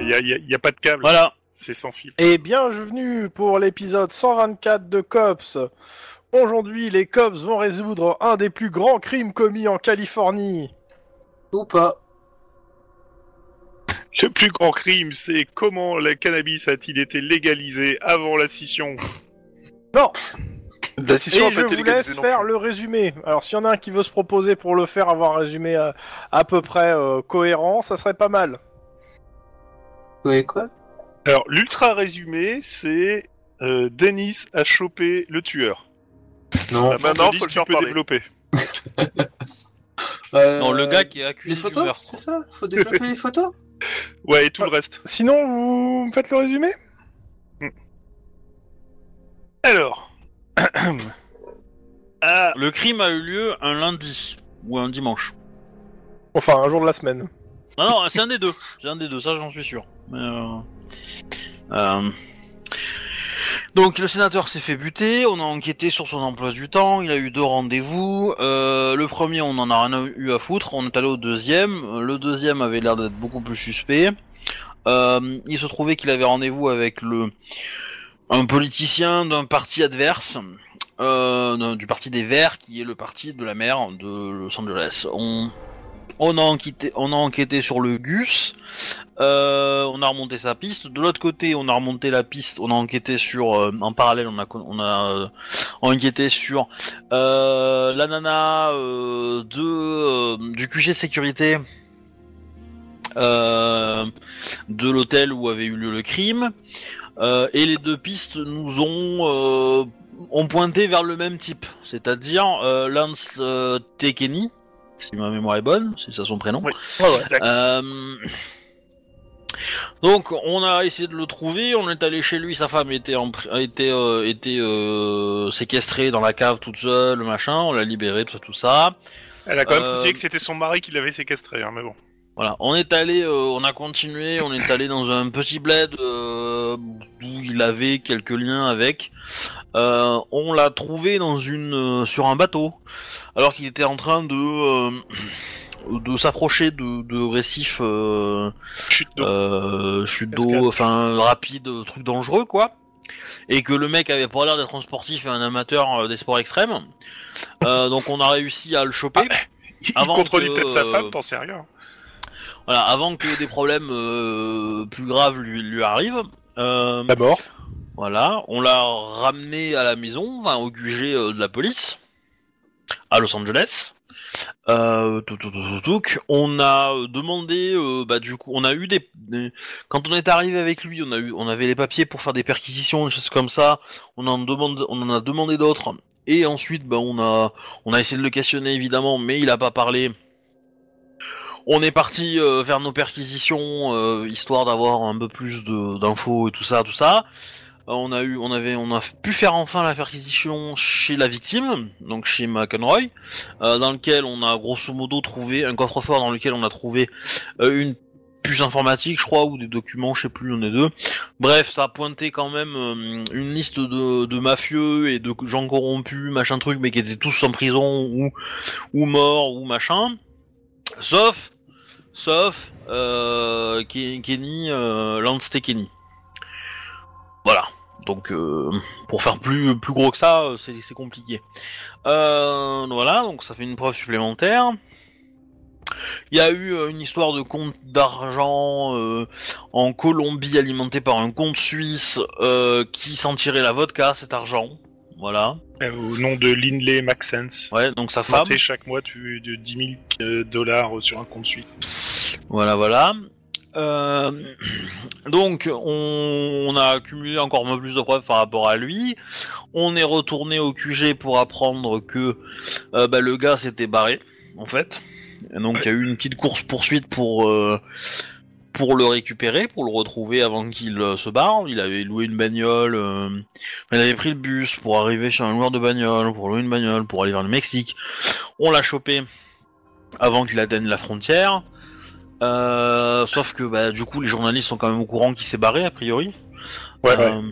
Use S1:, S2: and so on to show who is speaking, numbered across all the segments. S1: n'y a, y a- y a pas de câble,
S2: Voilà.
S1: c'est sans fil.
S3: Et bienvenue pour l'épisode 124 de Cops. Aujourd'hui, les Cops vont résoudre un des plus grands crimes commis en Californie.
S4: Ou pas.
S1: Le plus grand crime, c'est comment le cannabis a-t-il été légalisé avant la scission Bah,
S5: La scission
S3: Et
S5: a
S3: je
S5: pas été
S3: vous laisse
S5: légalisée non
S3: faire le résumé. Alors, s'il y en a un qui veut se proposer pour le faire, avoir un résumé euh, à peu près euh, cohérent, ça serait pas mal.
S4: Oui, quoi
S1: Alors, l'ultra résumé, c'est euh, Dennis a chopé le tueur.
S4: Non.
S5: Ah, maintenant,
S1: Dennis,
S5: faut le
S1: tu
S5: faire
S1: peux
S5: parler.
S1: développer.
S4: Euh,
S2: Non, le gars qui est accusé
S4: Les
S2: du
S4: photos,
S2: meurtre.
S4: c'est ça Faut développer les photos
S1: Ouais, et tout le reste.
S3: Sinon, vous me faites le résumé
S1: Alors. ah,
S2: Le crime a eu lieu un lundi ou un dimanche.
S3: Enfin, un jour de la semaine.
S2: Non, non, c'est un des deux. C'est un des deux, ça j'en suis sûr. Mais, euh, euh, Donc le sénateur s'est fait buter, on a enquêté sur son emploi du temps, il a eu deux rendez-vous. Euh, le premier, on en a rien eu à foutre, on est allé au deuxième. Euh, Le deuxième avait l'air d'être beaucoup plus suspect. Euh, il se trouvait qu'il avait rendez-vous avec le un politicien d'un parti adverse, euh, d'un- du parti des Verts, qui est le parti de la maire de Los Angeles. On, on a enquêté, on a enquêté sur le Gus. euh, on a remonté sa piste. De l'autre côté, on a remonté la piste. On a enquêté sur, euh, en parallèle, on a, con- on a euh, enquêté sur euh, la nana euh, de euh, du QG sécurité euh, de l'hôtel où avait eu lieu le crime. Euh, et les deux pistes nous ont euh, ont pointé vers le même type, c'est-à-dire euh, Lance euh, Tekeni, si ma mémoire est bonne, c'est ça son prénom.
S1: Oui. exact.
S2: Euh, Donc on a essayé de le trouver, on est allé chez lui, sa femme était en pri- était euh, était euh, séquestrée dans la cave toute seule, machin, on l'a libérée, tout ça, tout ça.
S1: Elle a quand même
S2: euh,
S1: précisé que c'était son mari qui l'avait séquestré, hein, mais bon.
S2: Voilà, on est allé, euh, on a continué, on est allé dans un petit bled euh, où il avait quelques liens avec. Euh, on l'a trouvé dans une euh, sur un bateau, alors qu'il était en train de euh, de s'approcher de, de récifs euh,
S1: Chute d'eau.
S2: euh, chute
S1: Cascade.
S2: d'eau, enfin rapide, euh, truc dangereux quoi. Et que le mec avait pas l'air d'être un sportif et un amateur euh, des sports extrêmes. Euh, donc on a réussi à le choper.
S1: Il
S2: avant
S1: contredit
S2: que,
S1: peut-être sa
S2: euh,
S1: femme, t'en sais rien.
S2: Voilà, avant que des problèmes euh, plus graves lui, lui arrivent. Euh,
S3: D'abord.
S2: voilà, on l'a ramené à la maison, enfin, au QG euh, de la police, à Los Angeles. Euh, tout, tout, tout, tout, tout. On a euh, demandé, euh, bah du coup, on a eu des, des- quand on est arrivé avec lui, on a eu, on avait les papiers pour faire des perquisitions, des choses comme ça. On en demande, on en a demandé d'autres. Et ensuite, bah on a, on a essayé de le questionner évidemment, mais il a pas parlé. On est parti euh, faire nos perquisitions, euh, histoire d'avoir un peu plus de- d'infos et tout ça, tout ça. Euh, on a eu, on avait, on a pu faire enfin la perquisition chez la victime, donc chez McEnroy, euh, dans lequel on a grosso modo trouvé un coffre-fort dans lequel on a trouvé euh, une puce informatique, je crois, ou des documents, je sais plus, on est deux. Bref, ça a pointé quand même euh, une liste de, de mafieux et de gens corrompus, machin truc, mais qui étaient tous en prison ou ou morts ou machin, sauf sauf euh, Ke- Kenny euh, Lance Tekeni. Voilà. Donc, euh, pour faire plus, plus gros que ça, euh, c'est c'est compliqué. Euh, voilà, donc ça fait une preuve supplémentaire. Il y a eu euh, une histoire de compte d'argent euh, en Colombie alimenté par un compte suisse euh, qui s'en tirait la vodka, cet argent. Voilà.
S1: Euh, au nom de Lindley Maxence.
S2: Ouais, donc sa femme.
S1: Planté chaque mois tu, de 10 000 euh, dollars sur un compte suite.
S2: Voilà, voilà. Euh, donc, on, on a accumulé encore plus de preuves par rapport à lui. On est retourné au QG pour apprendre que euh, bah, le gars s'était barré, en fait. Et donc, il y a eu une petite course poursuite pour euh, pour le récupérer, pour le retrouver avant qu'il euh, se barre. Il avait loué une bagnole, euh, il avait pris le bus pour arriver chez un loueur de bagnole, pour louer une bagnole, pour aller vers le Mexique. On l'a chopé avant qu'il atteigne la frontière. Euh, sauf que bah, du coup les journalistes sont quand même au courant qu'il s'est barré a priori. Euh,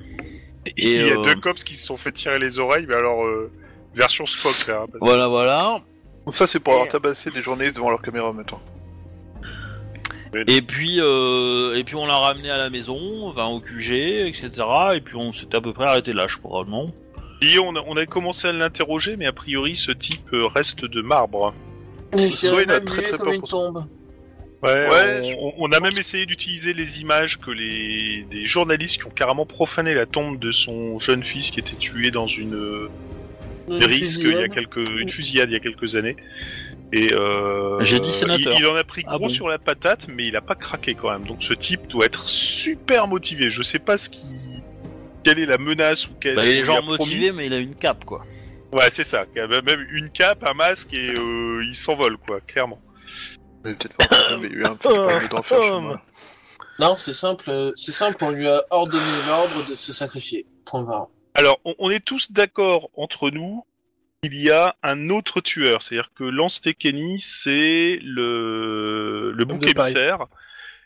S1: Et, il y a
S2: euh,
S1: deux cops qui se sont fait tirer les oreilles, mais alors euh, version Spock là. hein, parce-
S2: Voilà voilà.
S5: plus. Ça, c'est pour avoir tabassé des journées devant leur caméra en même temps.
S1: Mais non.
S2: Et puis, euh, et puis on l'a ramené à la maison, enfin au QG, etc. Et puis on s'était à peu près arrêté là, je crois, non
S1: Et on, a, on a commencé à l'interroger, mais a priori, ce type euh, reste de marbre.
S4: Il s'est
S1: Oui, il a
S4: même
S1: très,
S4: mué
S1: très
S4: comme
S1: peur
S4: une
S1: pour
S4: tombe.
S1: Ouais,
S2: Ouais,
S1: on- on, on a même essayé d'utiliser les images que les des journalistes qui ont carrément profané la tombe de son jeune fils qui était tué dans une euh,
S4: Une
S1: risque il y a
S4: fusillade.
S1: quelques une fusillade il y a quelques années. Et euh,
S2: J'ai dit
S1: il-
S2: sénateur.
S1: Il, en a pris
S2: Ah
S1: gros
S2: bon
S1: sur la patate, mais il a pas craqué quand même. Donc ce type doit être super motivé. Je sais pas ce qui quelle est la menace ou quelle.
S2: bah, Il est
S1: a
S2: genre
S1: promis.
S2: motivé, mais il a une cape, quoi.
S1: Ouais, c'est ça. Il a Même une cape, un masque et euh, il s'envole quoi, clairement.
S5: Mais peut-être pas, quand même, mais il y a eu un petit problème d'enfer
S3: Euh,
S5: chez moi.
S4: Non, c'est simple, euh, c'est simple, on lui a ordonné l'ordre de se sacrifier. Point barre.
S1: Alors, on, on est tous d'accord entre nous qu'il y a un autre tueur. C'est-à-dire que Lance Tekeni, c'est le, le
S3: Homme
S1: bouc
S3: de paille.
S1: émissaire.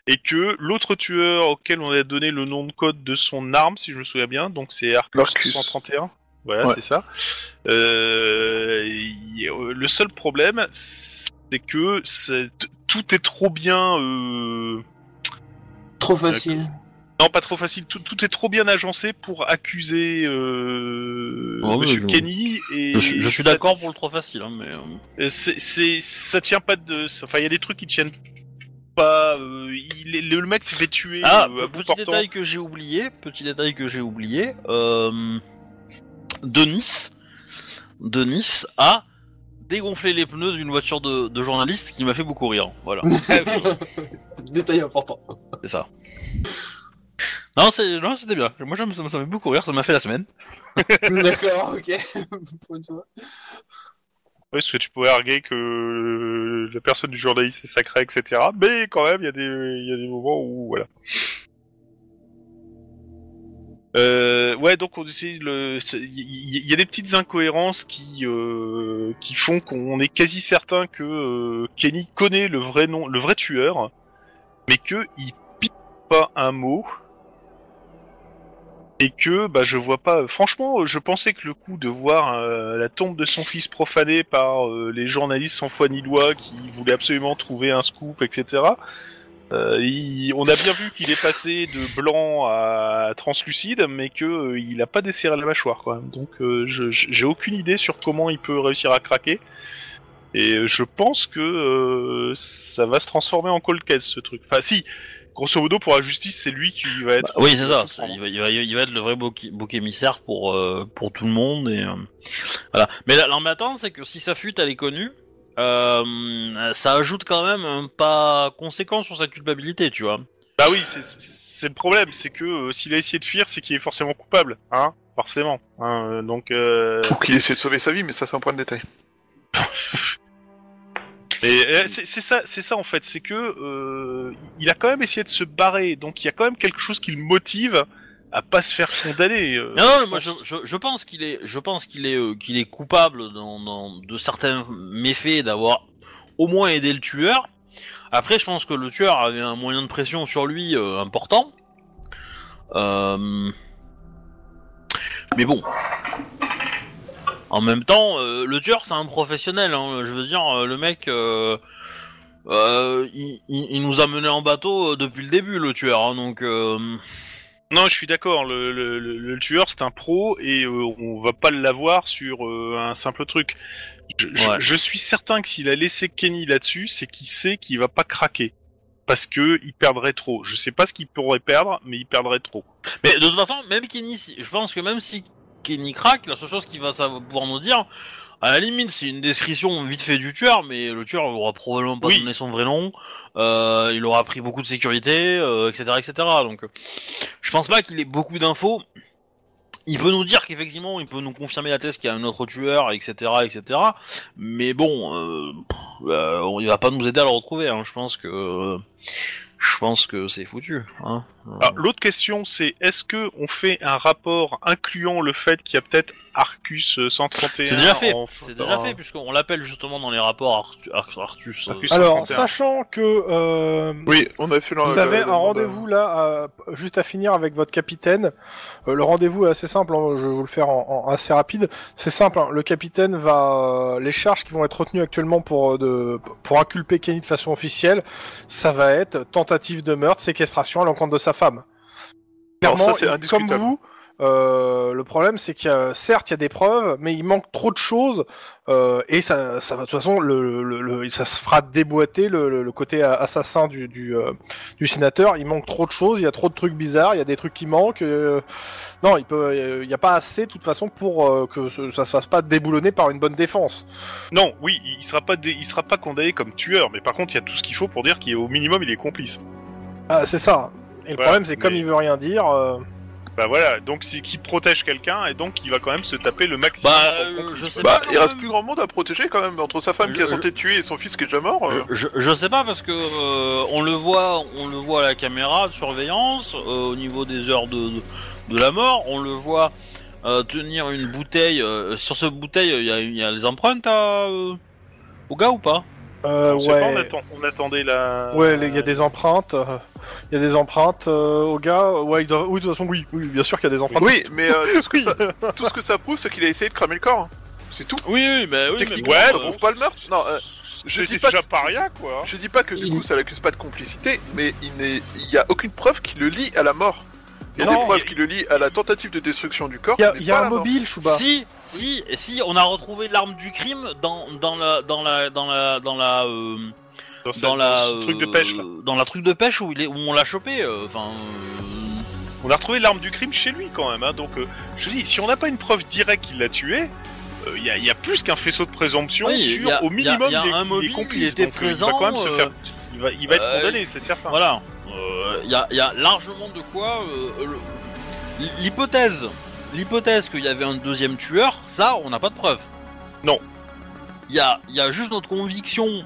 S1: Et que l'autre tueur auquel on a donné le nom de code de son arme, si je me souviens bien, donc c'est Arcus
S5: Marcus.
S1: 131. Voilà,
S5: Ouais.
S1: c'est ça. Euh, y- euh, le seul problème, c'est que c'est- tout est trop bien euh,
S4: Trop facile.
S1: non, pas trop facile. Tout, tout est trop bien agencé pour accuser euh,
S2: Oh,
S1: Monsieur
S2: oui, oui.
S1: Kenny. Et
S2: Je, suis- je suis
S1: ça-
S2: d'accord pour le trop facile, hein, mais... euh,
S1: euh, C'est, c'est- ça tient pas de. ça- Enfin, il y a des trucs qui tiennent pas. euh, il est- le mec s'est fait tuer.
S2: Ah,
S1: euh, à bout
S2: petit
S1: portant.
S2: détail que j'ai oublié, petit détail que j'ai oublié, euh, Denis, Denis a dégonflé les pneus d'une voiture de, de journaliste qui m'a fait beaucoup rire, voilà,
S4: Détail important.
S2: c'est ça. Non, c'est, non, c'était bien, moi j'aime- ça me ça me fait beaucoup rire, ça m'a fait la semaine.
S4: D'accord, ok. Point de vue.
S1: Oui, parce que tu pourrais arguer que la personne du journaliste est sacrée, etc. Mais quand même, il y, a des- il y a des moments où. Voilà. Euh, ouais, donc on essaie le. c'est- Il y, il y a des petites incohérences qui euh, qui font qu'on est quasi certain que euh, Kenny connaît le vrai nom, le vrai tueur, mais que il pique pas un mot et que bah je vois pas. Franchement, je pensais que le coup de voir euh, la tombe de son fils profanée par euh, les journalistes sans foi ni loi qui voulaient absolument trouver un scoop, etc. euh, il- On a bien vu qu'il est passé de blanc à translucide, mais que euh, il a pas desserré la mâchoire quand même. Donc euh, je- je- j'ai aucune idée sur comment il peut réussir à craquer. Et euh, je pense que euh, ça va se transformer en cold case ce truc. Enfin si, grosso modo pour la justice, c'est lui qui va être.
S2: Bah, oui, c'est ça,
S1: comprendre.
S2: il va, il va- il va être le vrai bouc, bouc émissaire pour, euh, pour tout le monde, et euh, voilà. Mais là, l'embêtant, c'est que si sa fuite, elle est connue, euh, ça ajoute quand même un pas conséquent sur sa culpabilité, tu vois.
S1: Bah oui, c'est- c'est c'est le problème, c'est que euh, s'il a essayé de fuir, c'est qu'il est forcément coupable, hein, forcément. Hein, euh, donc, euh,
S5: Ou qu'il essaie de sauver sa vie, mais ça, c'est un point de détail.
S1: et, euh, c'est c'est ça, c'est ça en fait, c'est que euh, il a quand même essayé de se barrer, donc il y a quand même quelque chose qui le motive à pas se faire condamner. euh,
S2: Non, non, mais
S1: je pense.
S2: moi je, je- je pense qu'il est, je pense qu'il est, euh, qu'il est coupable dans, dans- de certains méfaits d'avoir au moins aidé le tueur. Après, je pense que le tueur avait un moyen de pression sur lui euh, important. Euh, Mais bon. En même temps, euh, le tueur c'est un professionnel. hein. Je veux dire, euh, le mec, euh, euh, il, il- il nous a mené en bateau euh, depuis le début, le tueur. hein, donc. euh,
S1: Non, je suis d'accord. Le, le- le- le tueur, c'est un pro et euh, on va pas l'avoir sur euh, un simple truc. Je, je-
S2: Ouais.
S1: je suis certain que s'il a laissé Kenny là-dessus, c'est qu'il sait qu'il va pas craquer parce que il perdrait trop. Je sais pas ce qu'il pourrait perdre, mais il perdrait trop.
S2: Mais de toute façon, même Kenny, si- je pense que même si Kenny craque, la seule chose qu'il va savoir- pouvoir nous dire, à la limite, c'est une description vite fait du tueur, mais le tueur aura probablement pas
S1: Oui.
S2: donné son vrai nom, euh, il aura pris beaucoup de sécurité, euh, etc., etc. Donc, euh, je pense pas qu'il ait beaucoup d'infos. Il peut nous dire qu'effectivement, il peut nous confirmer la thèse qu'il y a un autre tueur, etc., etc. Mais bon, euh, pff, euh, on- il va pas nous aider à le retrouver. hein. Je pense que, je pense que c'est foutu. Hein.
S1: Alors, l'autre question, c'est est-ce que on fait un rapport incluant le fait qu'il y a peut-être Arcus euh, 131
S2: C'est déjà fait.
S1: en-
S2: C'est déjà
S1: en-
S2: fait puisqu'on l'appelle justement dans les rapports Artu- Ar- Artus. euh,
S1: Arcus.
S3: Alors,
S1: 131.
S3: sachant que euh,
S5: Oui, on a fait le
S3: vous
S5: le-
S3: avez
S1: euh,
S5: le-
S3: un rendez-vous là, à- juste à finir avec votre capitaine. Euh, le rendez-vous est assez simple, hein, je vais vous le faire en, en assez rapide. C'est simple, hein, le capitaine va... euh, Les charges qui vont être retenues actuellement pour, euh, de, pour inculper Kenny de façon officielle, ça va être tentative de meurtre, séquestration à l'encontre de sa femme.
S5: Alors, ça,
S3: Clairement,
S5: c'est
S3: il- comme
S5: indiscutable.
S3: vous, euh, le problème c'est qu'il y a, certes il y a des preuves, mais il manque trop de choses euh, et ça, ça va de toute façon, le, le- le- ça se fera déboîter le, le- le côté a- assassin du, du, euh, du sénateur. Il manque trop de choses, il y a trop de trucs bizarres, il y a des trucs qui manquent. euh, non, il peut, euh, il n'y a pas assez de toute façon pour euh, que ce- ça se fasse pas déboulonner par une bonne défense.
S1: Non, oui, il sera pas, dé- il sera pas condamné comme tueur, mais par contre, il y a tout ce qu'il faut pour dire qu'au minimum, il est complice.
S3: Ah, c'est ça. Et le
S1: Ouais,
S3: problème, c'est comme
S1: mais-
S3: il veut rien dire. euh,
S1: Bah voilà, donc c'est qu'il protège quelqu'un et donc il va quand même se taper le maximum.
S2: Bah,
S1: en
S2: euh,
S1: complice.
S2: je sais
S5: Bah,
S2: pas.
S5: il reste plus grand monde à protéger quand même, entre sa femme qui a
S2: Je-
S5: tenté de tuer et son fils qui est déjà mort. euh.
S2: Je, je- je sais pas parce que euh, on le voit, on le voit à la caméra de surveillance euh, au niveau des heures de, de, de la mort, on le voit euh, tenir une bouteille. euh, sur cette bouteille, il y a- il y, a les empreintes à, euh, au gars ou pas
S3: euh,
S1: On sait pas, on,
S3: ouais.
S1: attend- on attendait la.
S3: Ouais, il y a des empreintes. euh, Il y a des empreintes euh, au gars. euh, Ouais, il doit- oui, de toute façon, oui, oui, bien sûr qu'il y a des empreintes.
S5: Oui, mais euh, tout, ce que ça, tout ce que ça prouve, c'est qu'il a essayé de cramer le corps. hein. C'est tout.
S2: Oui, oui, mais oui.
S5: Techniquement,
S2: mais
S5: ça
S2: bon,
S5: prouve pas le meurtre. Non, euh, je
S1: Je
S5: dis
S1: dis
S5: pas
S1: déjà
S5: que-
S1: pas rien, quoi. hein.
S5: je dis pas que du
S4: Il-
S5: coup ça l'accuse pas de complicité, mais il n'est, il y a aucune preuve qui le lie à la mort. Il y a
S3: Non,
S5: des preuves
S1: il-
S5: qui le lient à la tentative de destruction du corps.
S3: Il y a,
S5: mais
S3: il y a
S5: pas à
S3: un
S5: la mort.
S3: mobile, Chouba.
S2: Si, si, si, on a retrouvé l'arme du crime dans dans la dans la dans la dans la euh,
S1: Dans, cette-
S2: dans la
S1: ce truc de
S2: euh,
S1: pêche, là.
S2: dans la truc de pêche où il est où on l'a chopé. euh, Enfin,
S1: On a retrouvé l'arme du crime chez lui quand même, hein, donc euh, je dis, si on n'a pas une preuve directe qu'il l'a tué, euh, il y, a- y a plus qu'un faisceau de présomption
S2: Oui,
S1: sur
S2: y a-
S1: au minimum
S2: y a- y a
S1: il est-
S2: un
S1: il est
S2: mobile,
S1: complice,
S2: il était
S1: donc, euh, Il va
S2: présent,
S1: quand même se
S2: euh,
S1: faire. Il va, il va être
S2: euh,
S1: condamné, c'est certain. Euh,
S2: Voilà. Il Euh, y, a, y a largement de quoi. euh, le- L'hypothèse, l'hypothèse qu'il y avait un deuxième tueur, ça, on n'a pas de preuve.
S1: Non.
S2: Il y a, y a juste notre conviction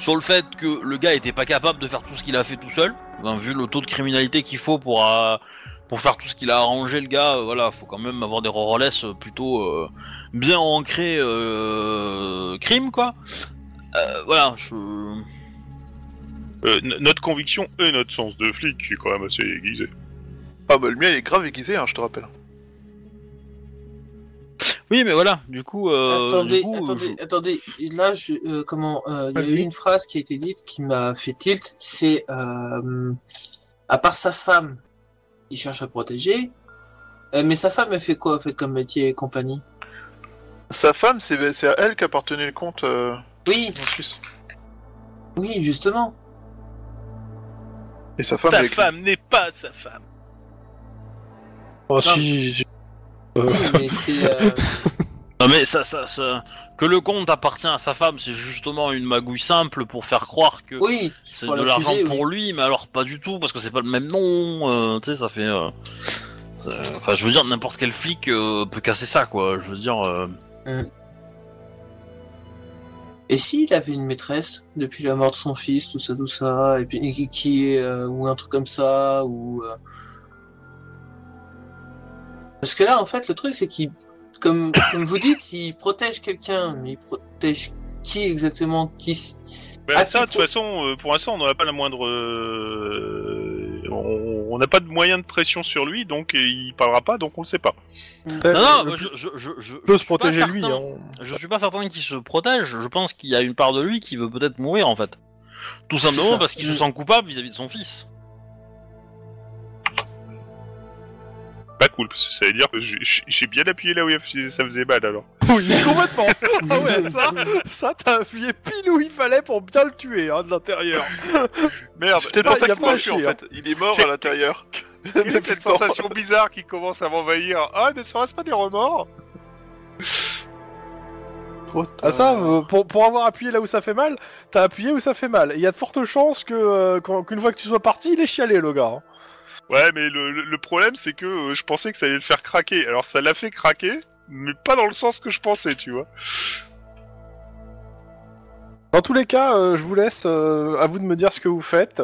S2: sur le fait que le gars était pas capable de faire tout ce qu'il a fait tout seul. Enfin, vu le taux de criminalité qu'il faut pour euh, pour faire tout ce qu'il a arrangé, le gars, euh, voilà, faut quand même avoir des Rolex euh, plutôt euh, bien ancrés euh, crime quoi. Euh, voilà, je.
S1: Euh, n- notre conviction et notre sens de flic qui est quand même assez aiguisé.
S5: Ah bah le mien il est grave aiguisé, hein, je te rappelle.
S2: Oui, mais voilà, du coup. Euh,
S4: attendez,
S2: du coup,
S4: attendez,
S2: je-
S4: attendez. Et Là, je, euh, comment euh, Il y a eu
S3: Vas-y.
S4: une phrase qui a été dite qui m'a fait tilt. C'est euh, à part sa femme, il cherche à protéger. Euh, mais sa femme, elle fait quoi en fait comme métier et compagnie
S5: Sa femme, c'est, c'est à elle qu'appartenait le compte. euh,
S4: Oui,
S5: en Suisse.
S4: oui, justement.
S5: Et sa femme. elle est-
S1: n'est pas sa femme.
S3: Oh, si, si. Euh,
S4: Oui, mais c'est euh,
S2: Non, mais ça, ça, ça- Que le compte appartient à sa femme, c'est justement une magouille simple pour faire croire que
S4: oui.
S2: c'est
S4: pour
S2: de l'argent
S4: l'accuser,
S2: pour lui, mais alors pas du tout, parce que c'est pas le même nom, euh, tu sais, ça fait. euh, ça- Enfin, je veux dire, n'importe quel flic euh, peut casser ça, quoi. Je veux dire. euh,
S4: Et s'il avait une maîtresse depuis la mort de son fils, tout ça, tout ça, et puis et qui- qui est euh, ou un truc comme ça, ou euh, parce que là en fait le truc c'est qu'il, comme comme vous dites, il protège quelqu'un, mais il protège qui exactement Qui s-
S1: Ben, ça,
S4: Ah, tu
S1: de toute
S4: trouves-
S1: façon, euh, pour l'instant, on n'a pas la moindre. euh, on on n'a pas de moyen de pression sur lui, donc euh, il parlera pas, donc on le sait pas.
S2: Non, non,
S3: le
S2: moi,
S3: plus-
S2: je, je, je, je-
S3: peut
S2: je
S3: se
S2: suis pas
S3: protéger
S2: certain-
S3: lui. hein.
S2: Je suis pas certain qu'il se protège, je pense qu'il y a une part de lui qui veut peut-être mourir, en fait. Tout
S4: C'est
S2: simplement
S4: ça.
S2: parce qu'il se
S4: Mm.
S2: sent coupable vis-à-vis de son fils.
S1: Pas Bah, cool, parce que ça veut dire que j'ai- j'ai j'ai bien appuyé là où il f- ça faisait mal alors.
S3: hein. Oui, complètement. Ah ouais, ça, ça t'as appuyé pile où il fallait pour bien le tuer hein, de l'intérieur.
S5: Merde,
S3: C'est
S5: c'est
S3: peut-être
S5: pas
S3: pas- il
S5: ça
S3: y a
S5: qu'il
S3: pas
S5: m'a
S3: à
S5: tué, en
S3: chier,
S5: fait. Il est mort à l'intérieur.
S1: Quelle est
S5: Depuis
S1: cette
S5: le temps.
S1: sensation bizarre qui commence à m'envahir Ah, ne serait-ce pas des remords
S3: Ah ça, euh, pour, pour avoir appuyé là où ça fait mal, t'as appuyé où ça fait mal. Et il y a de fortes chances que euh, quand- qu'une fois que tu sois parti, il est chialé le gars. hein.
S1: Ouais, mais le, le- le problème, c'est que euh, je pensais que ça allait le faire craquer. Alors, ça l'a fait craquer, mais pas dans le sens que je pensais, tu vois.
S3: Dans tous les cas, euh, je vous laisse, euh, à vous de me dire ce que vous faites.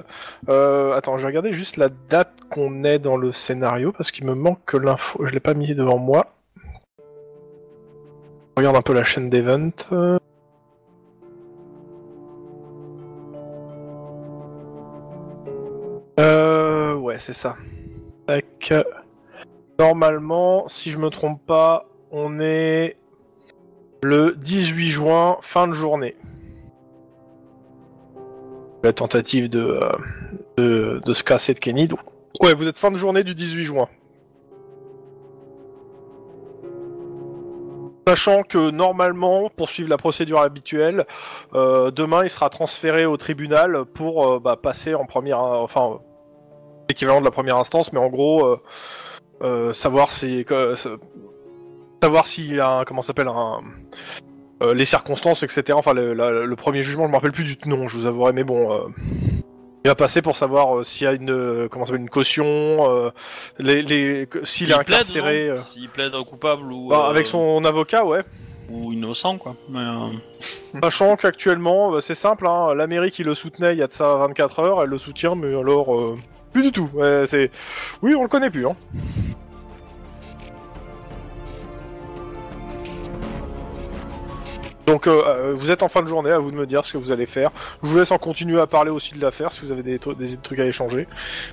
S3: Euh, attends, je vais regarder juste la date qu'on est dans le scénario, parce qu'il me manque que l'info, je l'ai pas mis devant moi. Je regarde un peu la chaîne d'event. euh. Euh, ouais, c'est ça. Tac. Normalement, si je me trompe pas, on est le 18 juin, fin de journée. La tentative de, euh, de, de se casser de Kenny. donc- Ouais, vous êtes fin de journée du 18 juin. Sachant que normalement, pour suivre la procédure habituelle, euh, demain il sera transféré au tribunal pour euh, bah, passer en première, enfin euh, l'équivalent de la première instance, mais en gros euh, euh, savoir si que- sa- savoir s'il y a un, comment ça s'appelle un euh, les circonstances, etc. Enfin, le, la- le premier jugement, je me rappelle plus du nom, je vous avouerai, mais bon, euh, il va passer pour savoir euh, s'il y a une, euh, comment ça s'appelle, une caution, euh, les, les, que- s'il est
S2: S'il plaide,
S3: incarcéré,
S2: non
S3: euh,
S2: S'il plaide un coupable ou,
S3: bah,
S2: euh,
S3: avec son avocat, ouais.
S2: ou innocent, quoi. Mais, euh,
S3: Sachant Bah, qu'actuellement, euh, c'est simple, hein, la mairie qui le soutenait il y a de ça 24 heures, elle le soutient, mais alors, euh, plus du tout. Ouais, c'est... Oui, on le connaît plus. Hein. Donc, euh, euh, vous êtes en fin de journée, à vous de me dire ce que vous allez faire. Je vous laisse en continuer à parler aussi de l'affaire si vous avez des, tru- des trucs à échanger,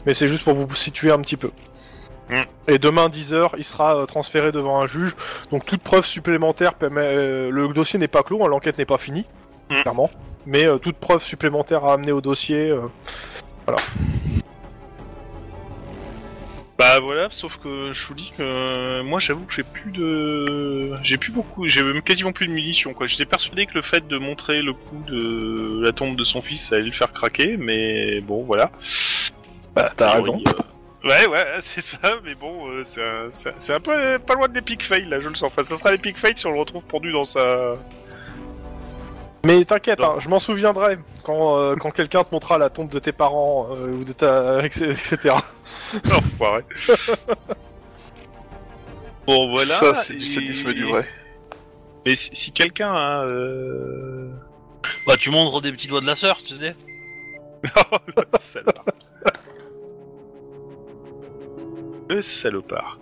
S3: mais c'est juste pour vous situer un petit peu.
S1: Mm.
S3: Et demain 10h, il sera euh, transféré devant un juge. Donc toute preuve supplémentaire permet... euh, le dossier n'est pas clos, hein, l'enquête n'est pas finie,
S1: Mm.
S3: clairement. Mais euh, toute preuve supplémentaire à amener au dossier. euh,
S1: Bah voilà, sauf que je vous dis que euh, moi j'avoue que j'ai plus de. J'ai plus beaucoup, j'ai même quasiment plus de munitions quoi. J'étais persuadé que le fait de montrer le coup de la tombe de son fils ça allait le faire craquer, mais bon voilà. euh,
S3: Bah, t'as raison.
S1: Ouais, ouais, c'est ça, mais bon, euh, c'est un, c'est un- c'est un peu euh, pas loin des pick fails là, je le sens. Enfin, ça sera les pick fails si on le retrouve pendu dans sa.
S3: Mais t'inquiète,
S1: Non.
S3: hein, je m'en souviendrai quand, euh, quand quelqu'un te montrera la tombe de tes parents euh, ou de ta. etc.
S1: Oh, Enfoiré. bon, voilà.
S5: Ça, c'est du
S1: et-
S5: sadisme du vrai.
S1: Mais si, si quelqu'un a. euh,
S2: Bah, tu montres des petits doigts de la sœur, tu sais.
S1: Oh, le salopard. le salopard.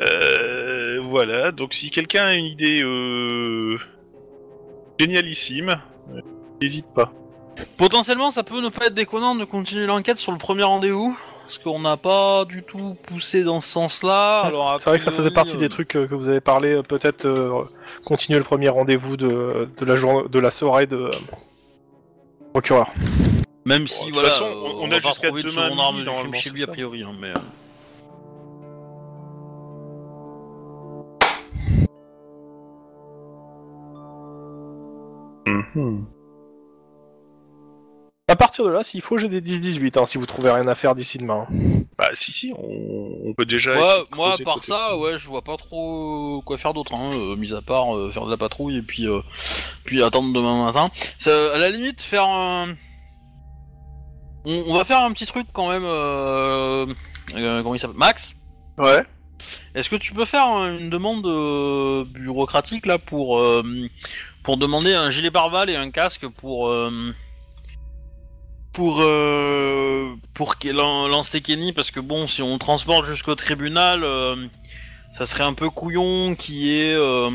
S1: Euh, voilà, donc si quelqu'un a une idée euh, génialissime, euh, n'hésite pas.
S2: Potentiellement, ça peut ne pas être déconnant de continuer l'enquête sur le premier rendez-vous. Parce qu'on n'a pas du tout poussé dans ce sens-là. Alors, a
S3: C'est vrai que ça faisait
S2: priori,
S3: partie
S2: euh,
S3: des trucs euh, que vous avez parlé, euh, peut-être euh, continuer le premier rendez-vous de, de, la jour- de la soirée de. euh, procureur.
S2: Même
S1: Bon, de
S2: si,
S1: toute
S2: voilà,
S1: façon,
S2: euh,
S1: on- on
S2: va
S1: a
S2: pas
S1: jusqu'à
S2: retrouver de
S1: demain
S2: seconde arme
S1: midi,
S2: du crime
S1: normalement,
S2: chez
S1: c'est
S2: lui, a
S1: ça.
S2: priori. hein, mais, euh,
S3: À partir de là, s'il faut, j'ai des 10-18, hein, si vous trouvez rien à faire d'ici demain. hein.
S1: Bah si si, on, on peut déjà.
S2: Ouais,
S1: essayer de
S2: moi,
S1: creuser
S2: à part
S1: côté-
S2: ça, ouais, je vois pas trop quoi faire d'autre, hein, euh, mis à part euh, faire de la patrouille et puis, euh, puis attendre demain matin. Ça, à la limite, faire un. On, on va faire un petit truc quand même. Euh... euh, comment il s'appelle Max
S5: Ouais.
S2: Est-ce que tu peux faire euh, une demande euh, bureaucratique là pour euh, pour demander un gilet pare-balles et un casque pour euh, pour euh, pour qu'elle en- lance les Kenny parce que bon si on le transporte jusqu'au tribunal euh, ça serait un peu couillon qui est euh,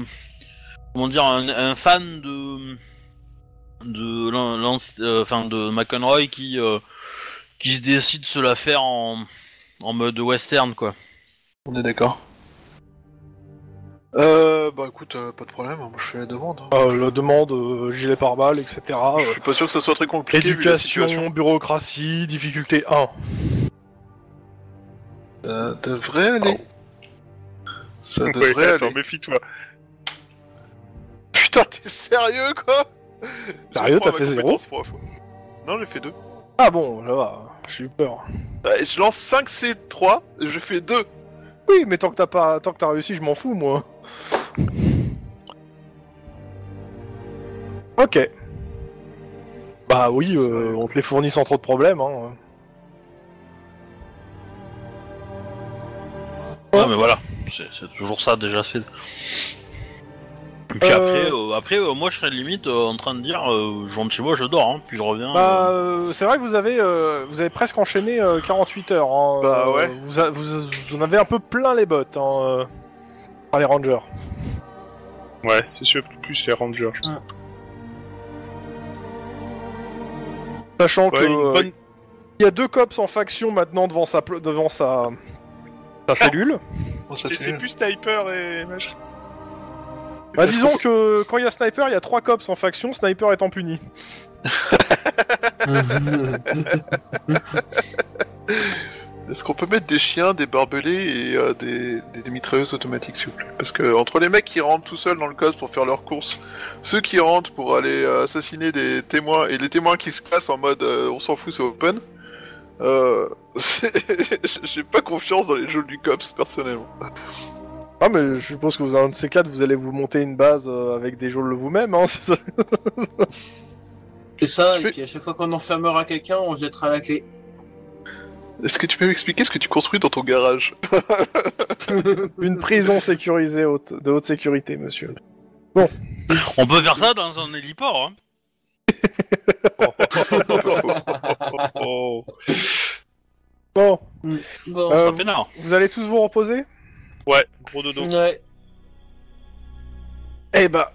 S2: comment dire un, un fan de de l'an- l'an- euh, enfin de McEnroy qui euh, qui se décide de se la faire en en mode western quoi.
S5: On est d'accord. Euh, bah écoute, euh, pas de problème, moi je fais la demande. hein.
S3: Euh, la demande, euh, gilet pare-balles, etc. euh,
S5: Je suis pas sûr que ça soit très compliqué vu la situation.
S3: Éducation, bureaucratie, difficulté 1.
S5: Euh, Ça devrait aller. Ça
S1: Ouais,
S5: devrait
S1: attends,
S5: aller.
S1: méfie-toi.
S5: Putain, t'es sérieux quoi
S3: Sérieux,
S5: Je
S3: t'as
S5: prends ma
S3: fait zéro
S5: compétence prof. Non, j'ai fait 2.
S3: Ah bon, là va, j'ai eu peur.
S5: Je lance 5 C3, je fais 2.
S3: Oui, mais tant que t'as pas, tant que t'as réussi, je m'en fous, moi. Ok. Bah oui, euh, on te les fournit sans trop de problèmes. Hein.
S2: Ouais, mais voilà, c'est c'est toujours ça déjà. c'est- Et puis
S3: Euh.
S2: après, euh, après euh, moi je serais limite euh, en train de dire euh, je rentre chez moi, je dors, hein, puis je reviens.
S3: Bah, euh, c'est vrai que vous avez, euh, vous avez presque enchaîné euh, 48 heures. hein.
S5: Bah,
S3: Euh,
S5: ouais.
S3: Vous, a- vous, vous en avez un peu plein les bottes hein, euh, par les rangers.
S1: Ouais, c'est sûr, plus les rangers. je
S3: Sachant
S1: pense.
S3: que
S1: Ouais, une
S3: euh,
S1: bonne-
S3: il y a deux cops en faction maintenant devant sa pl- devant sa,
S1: Ah.
S3: sa cellule.
S5: Oh, ça,
S1: Et c'est
S5: c'est
S1: plus sniper et machin.
S3: Bah, disons que quand il y a sniper, il y a trois cops en faction. Sniper étant puni.
S5: Est-ce qu'on peut mettre des chiens, des barbelés et euh, des, des- des mitrailleuses automatiques, s'il vous plaît Parce que entre les mecs qui rentrent tout seuls dans le code pour faire leurs courses, ceux qui rentrent pour aller euh, assassiner des témoins et les témoins qui se cassent en mode euh, on s'en fout, c'est open, euh, c'est- j'ai pas confiance dans les jeux du cops personnellement.
S3: Ah mais je suppose que vous un de ces quatre, vous allez vous monter une base euh, avec des geôles vous-même. Hein, c'est ça
S4: C'est ça,
S5: Mais-
S4: et puis à chaque fois qu'on enfermera quelqu'un, on jettera la clé.
S5: Est-ce que tu peux m'expliquer ce que tu construis dans ton garage
S3: Une prison sécurisée haute, de haute sécurité, monsieur.
S2: On peut faire ça dans un héliport. Hein.
S1: Oh.
S3: Bon,
S4: Bon.
S3: Euh,
S2: Ça fait nard.
S3: vous allez tous vous reposer.
S1: Ouais, gros dodo.
S4: Ouais.
S3: Eh bah,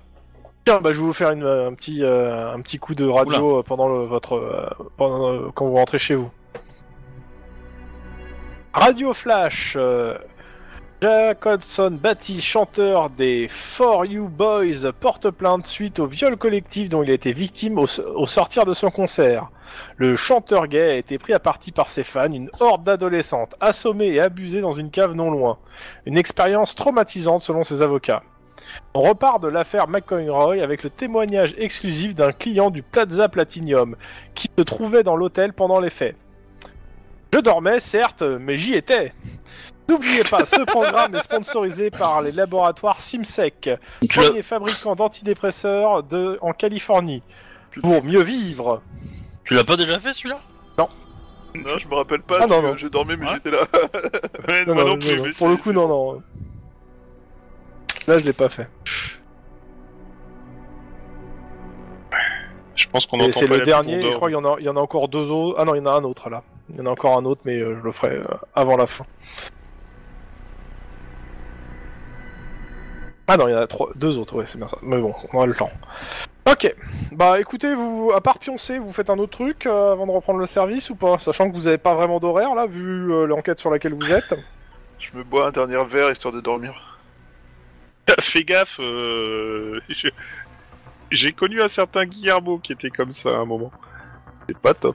S3: tiens, bah, je vais vous faire une, euh, un, petit, euh, un petit coup de radio euh, pendant le, votre euh, pendant, euh, quand vous rentrez chez vous. Radio Flash. euh, Jack Hudson, Baptiste, chanteur des For You Boys, porte plainte suite au viol collectif dont il a été victime au, au sortir de son concert. Le chanteur gay a été pris à partie par ses fans, une horde d'adolescentes, assommées et abusées dans une cave non loin. Une expérience traumatisante selon ses avocats. On repart de l'affaire McConroy avec le témoignage exclusif d'un client du Plaza Platinum qui se trouvait dans l'hôtel pendant les faits. Je dormais, certes, mais j'y étais. N'oubliez pas, ce programme est sponsorisé par les laboratoires Simsec,
S2: Tu l'as-
S3: premier fabricant d'antidépresseurs de... en Californie. Pour mieux vivre.
S2: Tu l'as pas déjà fait celui-là
S5: Non, je me rappelle pas,
S3: Ah, non,
S5: tu-
S3: non.
S5: je dormais mais
S1: Ouais.
S5: j'étais là.
S1: Ouais, moi non plus, mais
S3: Pour le
S1: c'est-
S3: coup, non, non. Là, je l'ai pas fait.
S1: Je pense qu'on
S3: Et
S1: entend
S3: c'est
S1: pas
S3: le
S1: la
S3: dernier,
S1: petite
S3: et je crois qu'il y, en a- il y en a encore deux autres. Ah non, il y en a un autre là. Il y en a encore un autre, mais euh, je le ferai euh, avant la fin. Ah non, il y en a trois, deux autres, ouais, c'est bien ça. Mais bon, on a le temps. Ok, bah écoutez, vous, à part pioncer, vous faites un autre truc euh, avant de reprendre le service ou pas Sachant que vous avez pas vraiment d'horaire là, vu euh, l'enquête sur laquelle vous êtes.
S5: Je me bois un dernier verre histoire de dormir.
S1: Fais gaffe, euh, je- j'ai connu un certain Guillermo qui était comme ça à un moment. C'est pas top.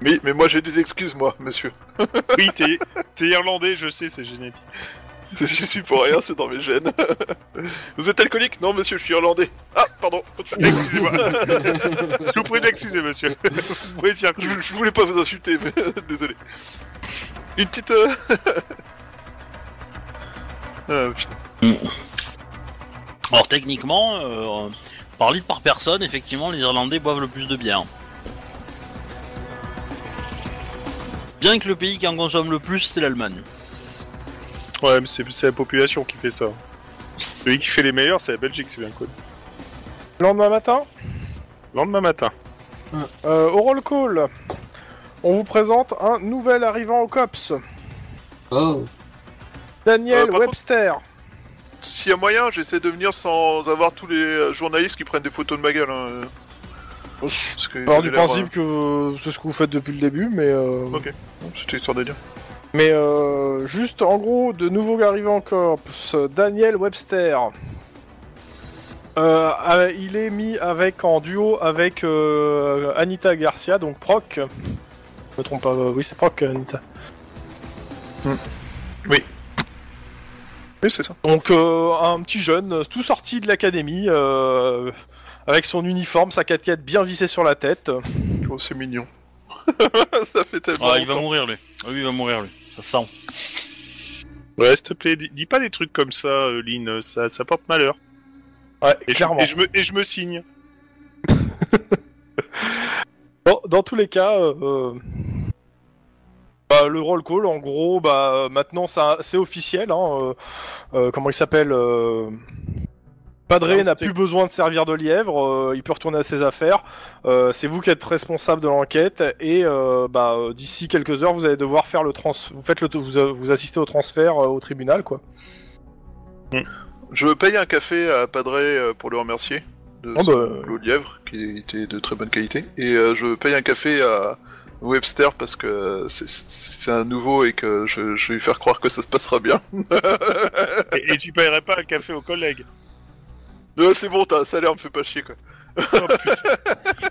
S5: Mais, mais moi j'ai des excuses, moi, monsieur.
S1: Oui, t'es t'es irlandais, je sais, c'est génétique.
S5: Je suis pour rien, c'est dans mes gènes. Vous êtes alcoolique Non, monsieur, je suis irlandais. Ah, pardon, continuez.
S1: Excusez-moi, je vous prie d'excuser, monsieur. Vous pouvez circuler.
S5: je, je voulais pas vous insulter, mais désolé. Une petite. euh, ah, putain.
S2: Alors techniquement, euh, par litre par personne, effectivement, les Irlandais boivent le plus de bière. Bien que le pays qui en consomme le plus, c'est l'Allemagne.
S1: Ouais, mais c'est c'est la population qui fait ça. Celui qui fait les meilleurs, c'est la Belgique, c'est bien connu.
S3: Lendemain matin,
S1: Lendemain matin.
S3: euh, au roll call, on vous présente un nouvel arrivant au COPS,
S4: Oh.
S5: Euh,
S3: Daniel
S5: par contre-
S3: Webster.
S5: S'il y a moyen, j'essaie de venir sans avoir tous les euh, journalistes qui prennent des photos de ma gueule. hein. Parce que
S3: Alors
S5: ils
S3: du
S5: avaient l'air, euh,
S3: principe que c'est ce que vous faites depuis le début, mais euh,
S5: Ok. euh, C'était histoire de dire.
S3: mais euh, juste en gros de nouveaux arrivants en corps, ce Daniel Webster. Euh, euh, il est mis avec en duo avec euh, Anita Garcia, donc Proc. Je me trompe pas, euh, oui c'est Proc Anita.
S5: Oui, c'est ça.
S3: Donc euh, un petit jeune, euh, tout sorti de l'académie, euh, avec son uniforme, sa casquette bien vissée sur la tête.
S5: Oh, c'est mignon. ça fait tellement.
S2: Ah, il va
S5: longtemps.
S2: mourir lui. Ah oui, il va mourir lui. Ça se sent.
S1: Ouais, s'il te plaît, dis, dis pas des trucs comme ça, euh, Lynn, ça, ça porte malheur.
S3: Ouais,
S1: Et je,
S3: clairement.
S1: et je me, et je me signe.
S3: Bon, dans tous les cas, euh, euh, bah, bah, le roll call, en gros, bah, euh, maintenant ça- c'est officiel. Hein, euh, euh, comment il s'appelle euh, Padré
S1: Ah,
S3: n'a
S1: c'était-
S3: plus besoin de servir de lièvre, euh, il peut retourner à ses affaires. Euh, c'est vous qui êtes responsable de l'enquête et euh, bah, euh, d'ici quelques heures, vous allez devoir faire le trans, vous faites le, vous, euh, vous assistez au transfert euh, au tribunal, quoi.
S5: Je paye un café à Padré euh, pour le remercier de
S1: Ah
S3: Oh,
S5: son
S3: bah.
S5: bleu de lièvre, qui était de très bonne qualité. Et euh, je paye un café à Webster parce que c'est- c'est c'est un nouveau et que je, je vais lui faire croire que ça se passera bien.
S1: Et, et tu paierais pas un café aux collègues
S5: Euh, c'est bon, ta salaire me fait pas chier quoi.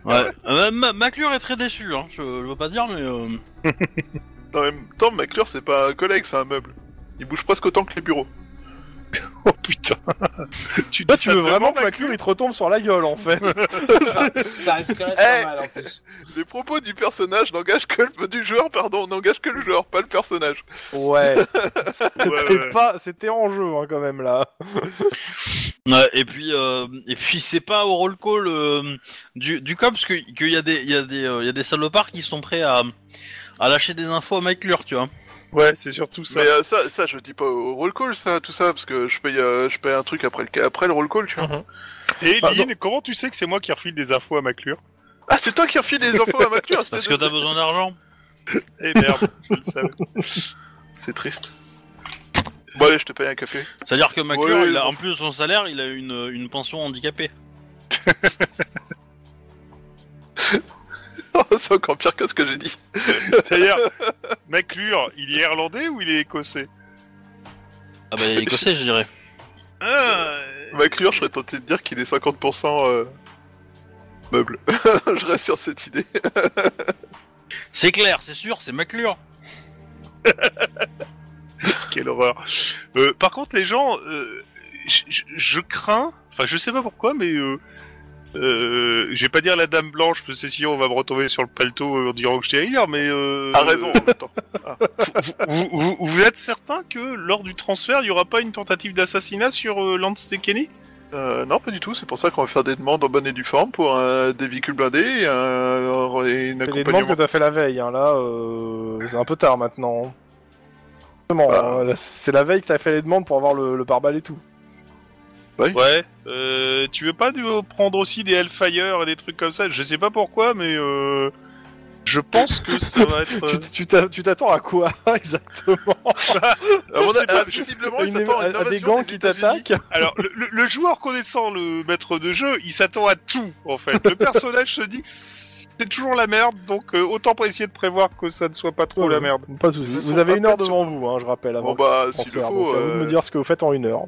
S2: Ouais. Euh, Ma- Maclure est très déçu, hein. je, je veux pas dire, mais. euh,
S5: En même temps, McClure, c'est pas un collègue, c'est un meuble. Il bouge presque autant que les bureaux.
S1: Oh putain tu,
S3: Toi,
S1: dis
S3: tu
S1: ça
S3: veux
S1: de moi,
S3: vraiment que la cure il te retombe sur la gueule, en fait.
S4: Ah, ça risquerait de faire
S5: Eh.
S4: mal en plus.
S5: Les propos du personnage n'engagent que le... du joueur, pardon, n'engagent que le joueur, pas le personnage.
S1: Ouais,
S3: Ouais.
S1: ouais,
S3: C'était
S1: ouais.
S3: pas, c'était en jeu hein, quand même là.
S2: Ouais, et puis, euh, et puis c'est pas au roll call euh, du, du COPS qu'il que y, a des- y, a des, euh, y a des salopards qui sont prêts à, à lâcher des infos à McClure, tu vois.
S1: Ouais, c'est surtout ça.
S5: Mais euh, ça, ça, je dis pas au roll call, ça, tout ça, parce que je paye, euh, je paye un truc après le, après le roll call, tu vois.
S1: Et
S3: Ah,
S1: Lynn, comment tu sais que c'est moi qui refile des infos à Maclure
S5: Ah, c'est toi qui enfiles les infos à hein, McClure,
S2: Parce
S5: espèce de-
S2: que t'as besoin d'argent.
S1: Eh merde, je le savais.
S5: C'est triste. Bon, allez, je te paye un café.
S2: C'est-à-dire que McClure,
S5: Ouais,
S2: il a,
S5: bon.
S2: en plus de son salaire, il a une, une pension handicapée.
S5: Oh, c'est encore pire que ce que j'ai dit.
S1: D'ailleurs, Maclure, il est irlandais ou il est écossais
S2: Ah bah, il est écossais, je dirais.
S1: Ah,
S5: McClure, je serais tenté de dire qu'il est 50% euh, meuble. je reste sur cette idée.
S2: C'est clair, c'est sûr, c'est McClure.
S1: Quelle horreur. Euh, par contre, les gens, euh, je- je je crains, enfin, je sais pas pourquoi, mais euh, euh, je vais pas dire la dame blanche, parce que sinon on va me retomber sur le paletot euh, en disant que j'étais ailleurs, mais. Euh,
S5: T'as raison, en même temps.
S1: vous, vous- vous êtes certain que lors du transfert, il y aura pas une tentative d'assassinat sur euh, Lance Tekeni
S5: Euh, non, pas du tout. C'est pour ça qu'on va faire des demandes en bonne et due forme pour euh, des véhicules blindés et, un et une
S3: C'est les demandes que
S5: accompagnement.
S3: t'as fait la veille. hein, Là, euh, c'est un peu tard maintenant. Justement,
S5: Bah.
S3: hein, là, c'est la veille que t'as fait les demandes pour avoir le, le pare-balles et tout.
S1: Ouais. Euh, tu veux pas de- prendre aussi des Hellfire et des trucs comme ça Je sais pas pourquoi, mais euh, je pense que ça va être.
S5: Euh.
S3: Tu- Tu t'a- tu t'attends à quoi exactement
S5: Ah, on a-
S1: C'est pas-
S5: ah, visiblement, ils
S3: Une-
S5: s'attendent
S3: à-
S5: à une
S3: à des
S5: invasion
S3: gangs
S5: des
S3: qui
S5: États-Unis.
S3: t'attaquent
S1: Alors, le, le- le joueur connaissant le maître de jeu, il s'attend à tout, en fait. Le personnage se dit que c'est toujours la merde, donc euh, autant pas essayer de prévoir que ça ne soit pas trop la merde.
S3: Oh Pas de soucis.
S5: Ils sont
S3: Vous avez
S5: pas
S3: une heure
S5: prêts de
S3: devant vous, hein, je rappelle. Avant
S5: Bon bah,
S3: le
S5: s'il le
S3: transfert,
S5: faut,
S3: donc à vous de
S5: euh,
S3: me dire ce que vous faites en une heure.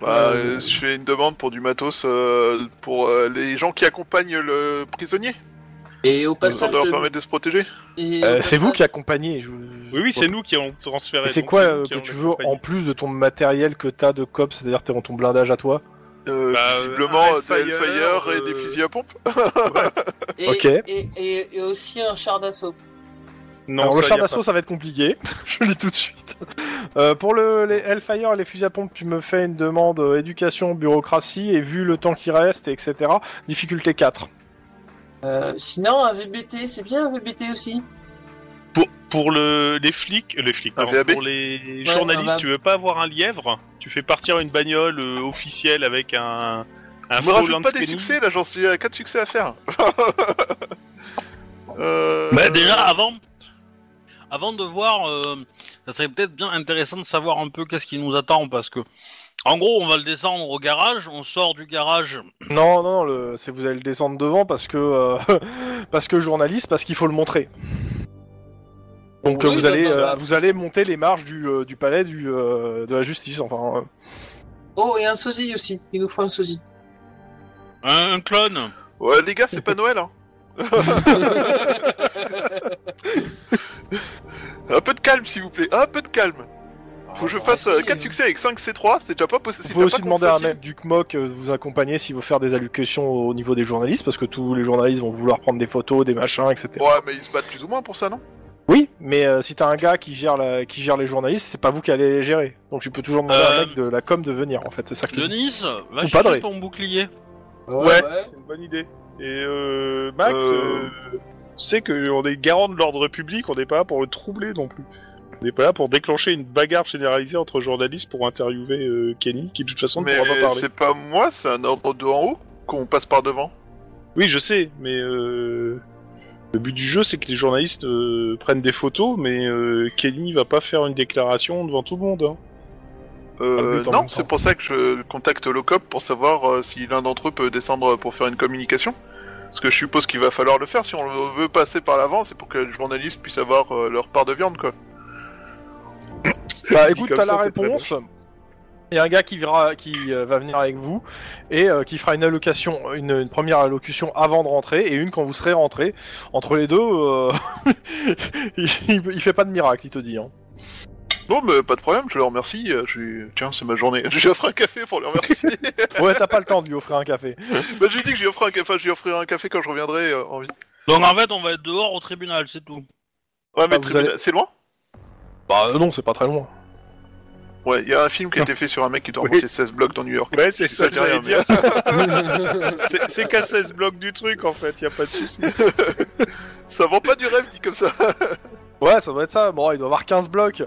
S5: bah,
S3: Euh,
S5: euh, je fais une demande pour du matos euh, pour euh, les gens qui accompagnent le prisonnier.
S4: Et au
S5: Ça
S4: passage,
S5: doit leur
S4: de-
S5: permettre de se protéger.
S4: et au
S3: Euh, c'est vous
S4: passage-
S3: qui accompagnez. je-
S1: Oui, oui, c'est nous qui avons transféré.
S3: Et c'est
S1: donc
S3: quoi
S1: nous
S3: euh,
S1: qui
S3: que
S1: avons
S3: tu
S1: la
S3: veux
S1: compagnie.
S3: en plus de ton matériel que t'as de cop, c'est-à-dire t'es en ton blindage à toi
S5: Euh,
S1: Bah,
S5: visiblement,
S1: euh,
S5: des Hellfire
S1: Hellfire,
S5: et des
S1: euh,
S5: fusils à pompe.
S4: Et,
S3: Ok.
S4: et, et, et aussi un char d'assaut.
S1: Non,
S3: Alors
S1: ça,
S3: le char
S1: y a
S3: d'assaut, ça va être compliqué. je le dis tout de suite. Euh, pour le, les Hellfire et les fusils à pompe, tu me fais une demande euh, éducation, bureaucratie, et vu le temps qui reste, et etc., difficulté 4.
S4: Euh, sinon, un VBT, c'est bien un VBT aussi.
S1: pas. Pour, pour le, les flics, les flics,
S5: Un
S1: pardon,
S5: VAB?
S1: pour les
S4: Ouais,
S1: journalistes,
S4: un
S1: tu veux pas avoir un lièvre Tu fais partir une bagnole euh, officielle avec un. Un
S5: Je me
S1: faux
S5: rajoute pas
S1: Lansquening
S5: des succès, là, j'en suis à 4 succès à faire. euh...
S2: Bah, déjà, avant. Avant de voir, euh, ça serait peut-être bien intéressant de savoir un peu qu'est-ce qui nous attend parce que, en gros, on va le descendre au garage, on sort du garage.
S3: Non, non, le, c'est vous allez le descendre devant parce que euh, parce que journaliste, parce qu'il faut le montrer. Donc
S4: Oui,
S3: euh, vous
S4: bah,
S3: allez
S4: ça
S3: euh,
S4: va.
S3: vous allez monter les marches du, euh, du palais du, euh, de la justice. Enfin, euh,
S4: Oh, et un sosie aussi. Il nous faut un sosie.
S2: Un, un clone.
S5: Ouais, les gars, c'est pas Noël, hein. un peu de calme, s'il vous plaît. Un peu de calme. Faut que je
S4: Ah,
S5: fasse
S4: bah, si,
S5: 4
S4: euh.
S5: succès avec 5 C3, c'est déjà pas possible.
S3: vous pouvez aussi demander à un mec du CMOC euh, de vous accompagner si vous faire des allocutions au niveau des journalistes parce que tous les journalistes vont vouloir prendre des photos, des machins, etc.
S5: Ouais, mais ils se battent plus ou moins pour ça, non
S3: Oui, mais euh, si t'as un gars qui gère la, qui gère les journalistes, c'est pas vous qui allez les gérer. Donc tu peux toujours demander à
S2: Euh,
S3: un mec de la com de venir en fait. C'est ça que je te dis.
S2: Denis, va
S3: Ou Padré.
S2: chercher ton bouclier.
S1: Ouais, c'est une bonne idée. Et euh, Max,
S5: Euh,
S1: euh, sait qu'on est garant de l'ordre public, on n'est pas là pour le troubler non plus. On n'est pas là pour déclencher une bagarre généralisée entre journalistes pour interviewer euh, Kenny, qui de toute façon ne pourra pas
S5: Mais
S1: parler.
S5: c'est pas moi, c'est un ordre de en haut qu'on passe par devant.
S1: Oui, je sais, mais euh, le but du jeu, c'est que les journalistes euh, prennent des photos, mais euh, Kenny va pas faire une déclaration devant tout le monde. hein. Pas le
S5: Euh,
S1: but en
S5: non,
S1: même
S5: c'est
S1: temps.
S5: pour ça que je contacte l'OCOP pour savoir euh, si l'un d'entre eux peut descendre pour faire une communication. Parce que je suppose qu'il va falloir le faire si on le veut passer par l'avant, c'est pour que les journalistes puissent avoir euh, leur part de viande, quoi.
S3: Bah
S1: Dit
S3: écoute,
S1: comme
S3: t'as
S1: ça,
S3: la
S1: c'est très
S3: réponse. Il y a un gars qui, verra, qui euh, va venir avec vous et euh, qui fera une allocation, une, une première allocution avant de rentrer et une quand vous serez rentré. Entre les deux, euh, il, il- il fait pas de miracle, il te dit. Hein.
S5: Non, mais pas de problème, je le remercie. euh, Je... lui- Tiens, c'est ma journée. Je lui offre un café pour le remercier.
S3: Ouais, t'as pas le temps de lui offrir un café.
S5: bah, je lui dis que je lui offre un café, enfin, je lui offrirai un café quand je reviendrai euh, en ville.
S2: Donc en fait, on va être dehors au tribunal, c'est tout.
S5: Ouais, mais
S3: vous
S5: tribunal- c'est loin
S3: Bah euh, non, c'est pas très loin.
S5: Ouais, il y a un film qui a été fait sur un mec qui doit
S1: Oui.
S5: remonter 16 blocs dans New York.
S1: Ouais, c'est
S5: Je
S1: ça
S5: sais
S1: que j'allais
S5: rien,
S1: dire.
S5: mais-
S1: C'est- C'est qu'à 16 blocs du truc, en fait, y a pas de souci.
S5: Ça vend pas du rêve dit comme ça.
S3: Ouais, ça doit être ça. Bon, il doit avoir 15 blocs.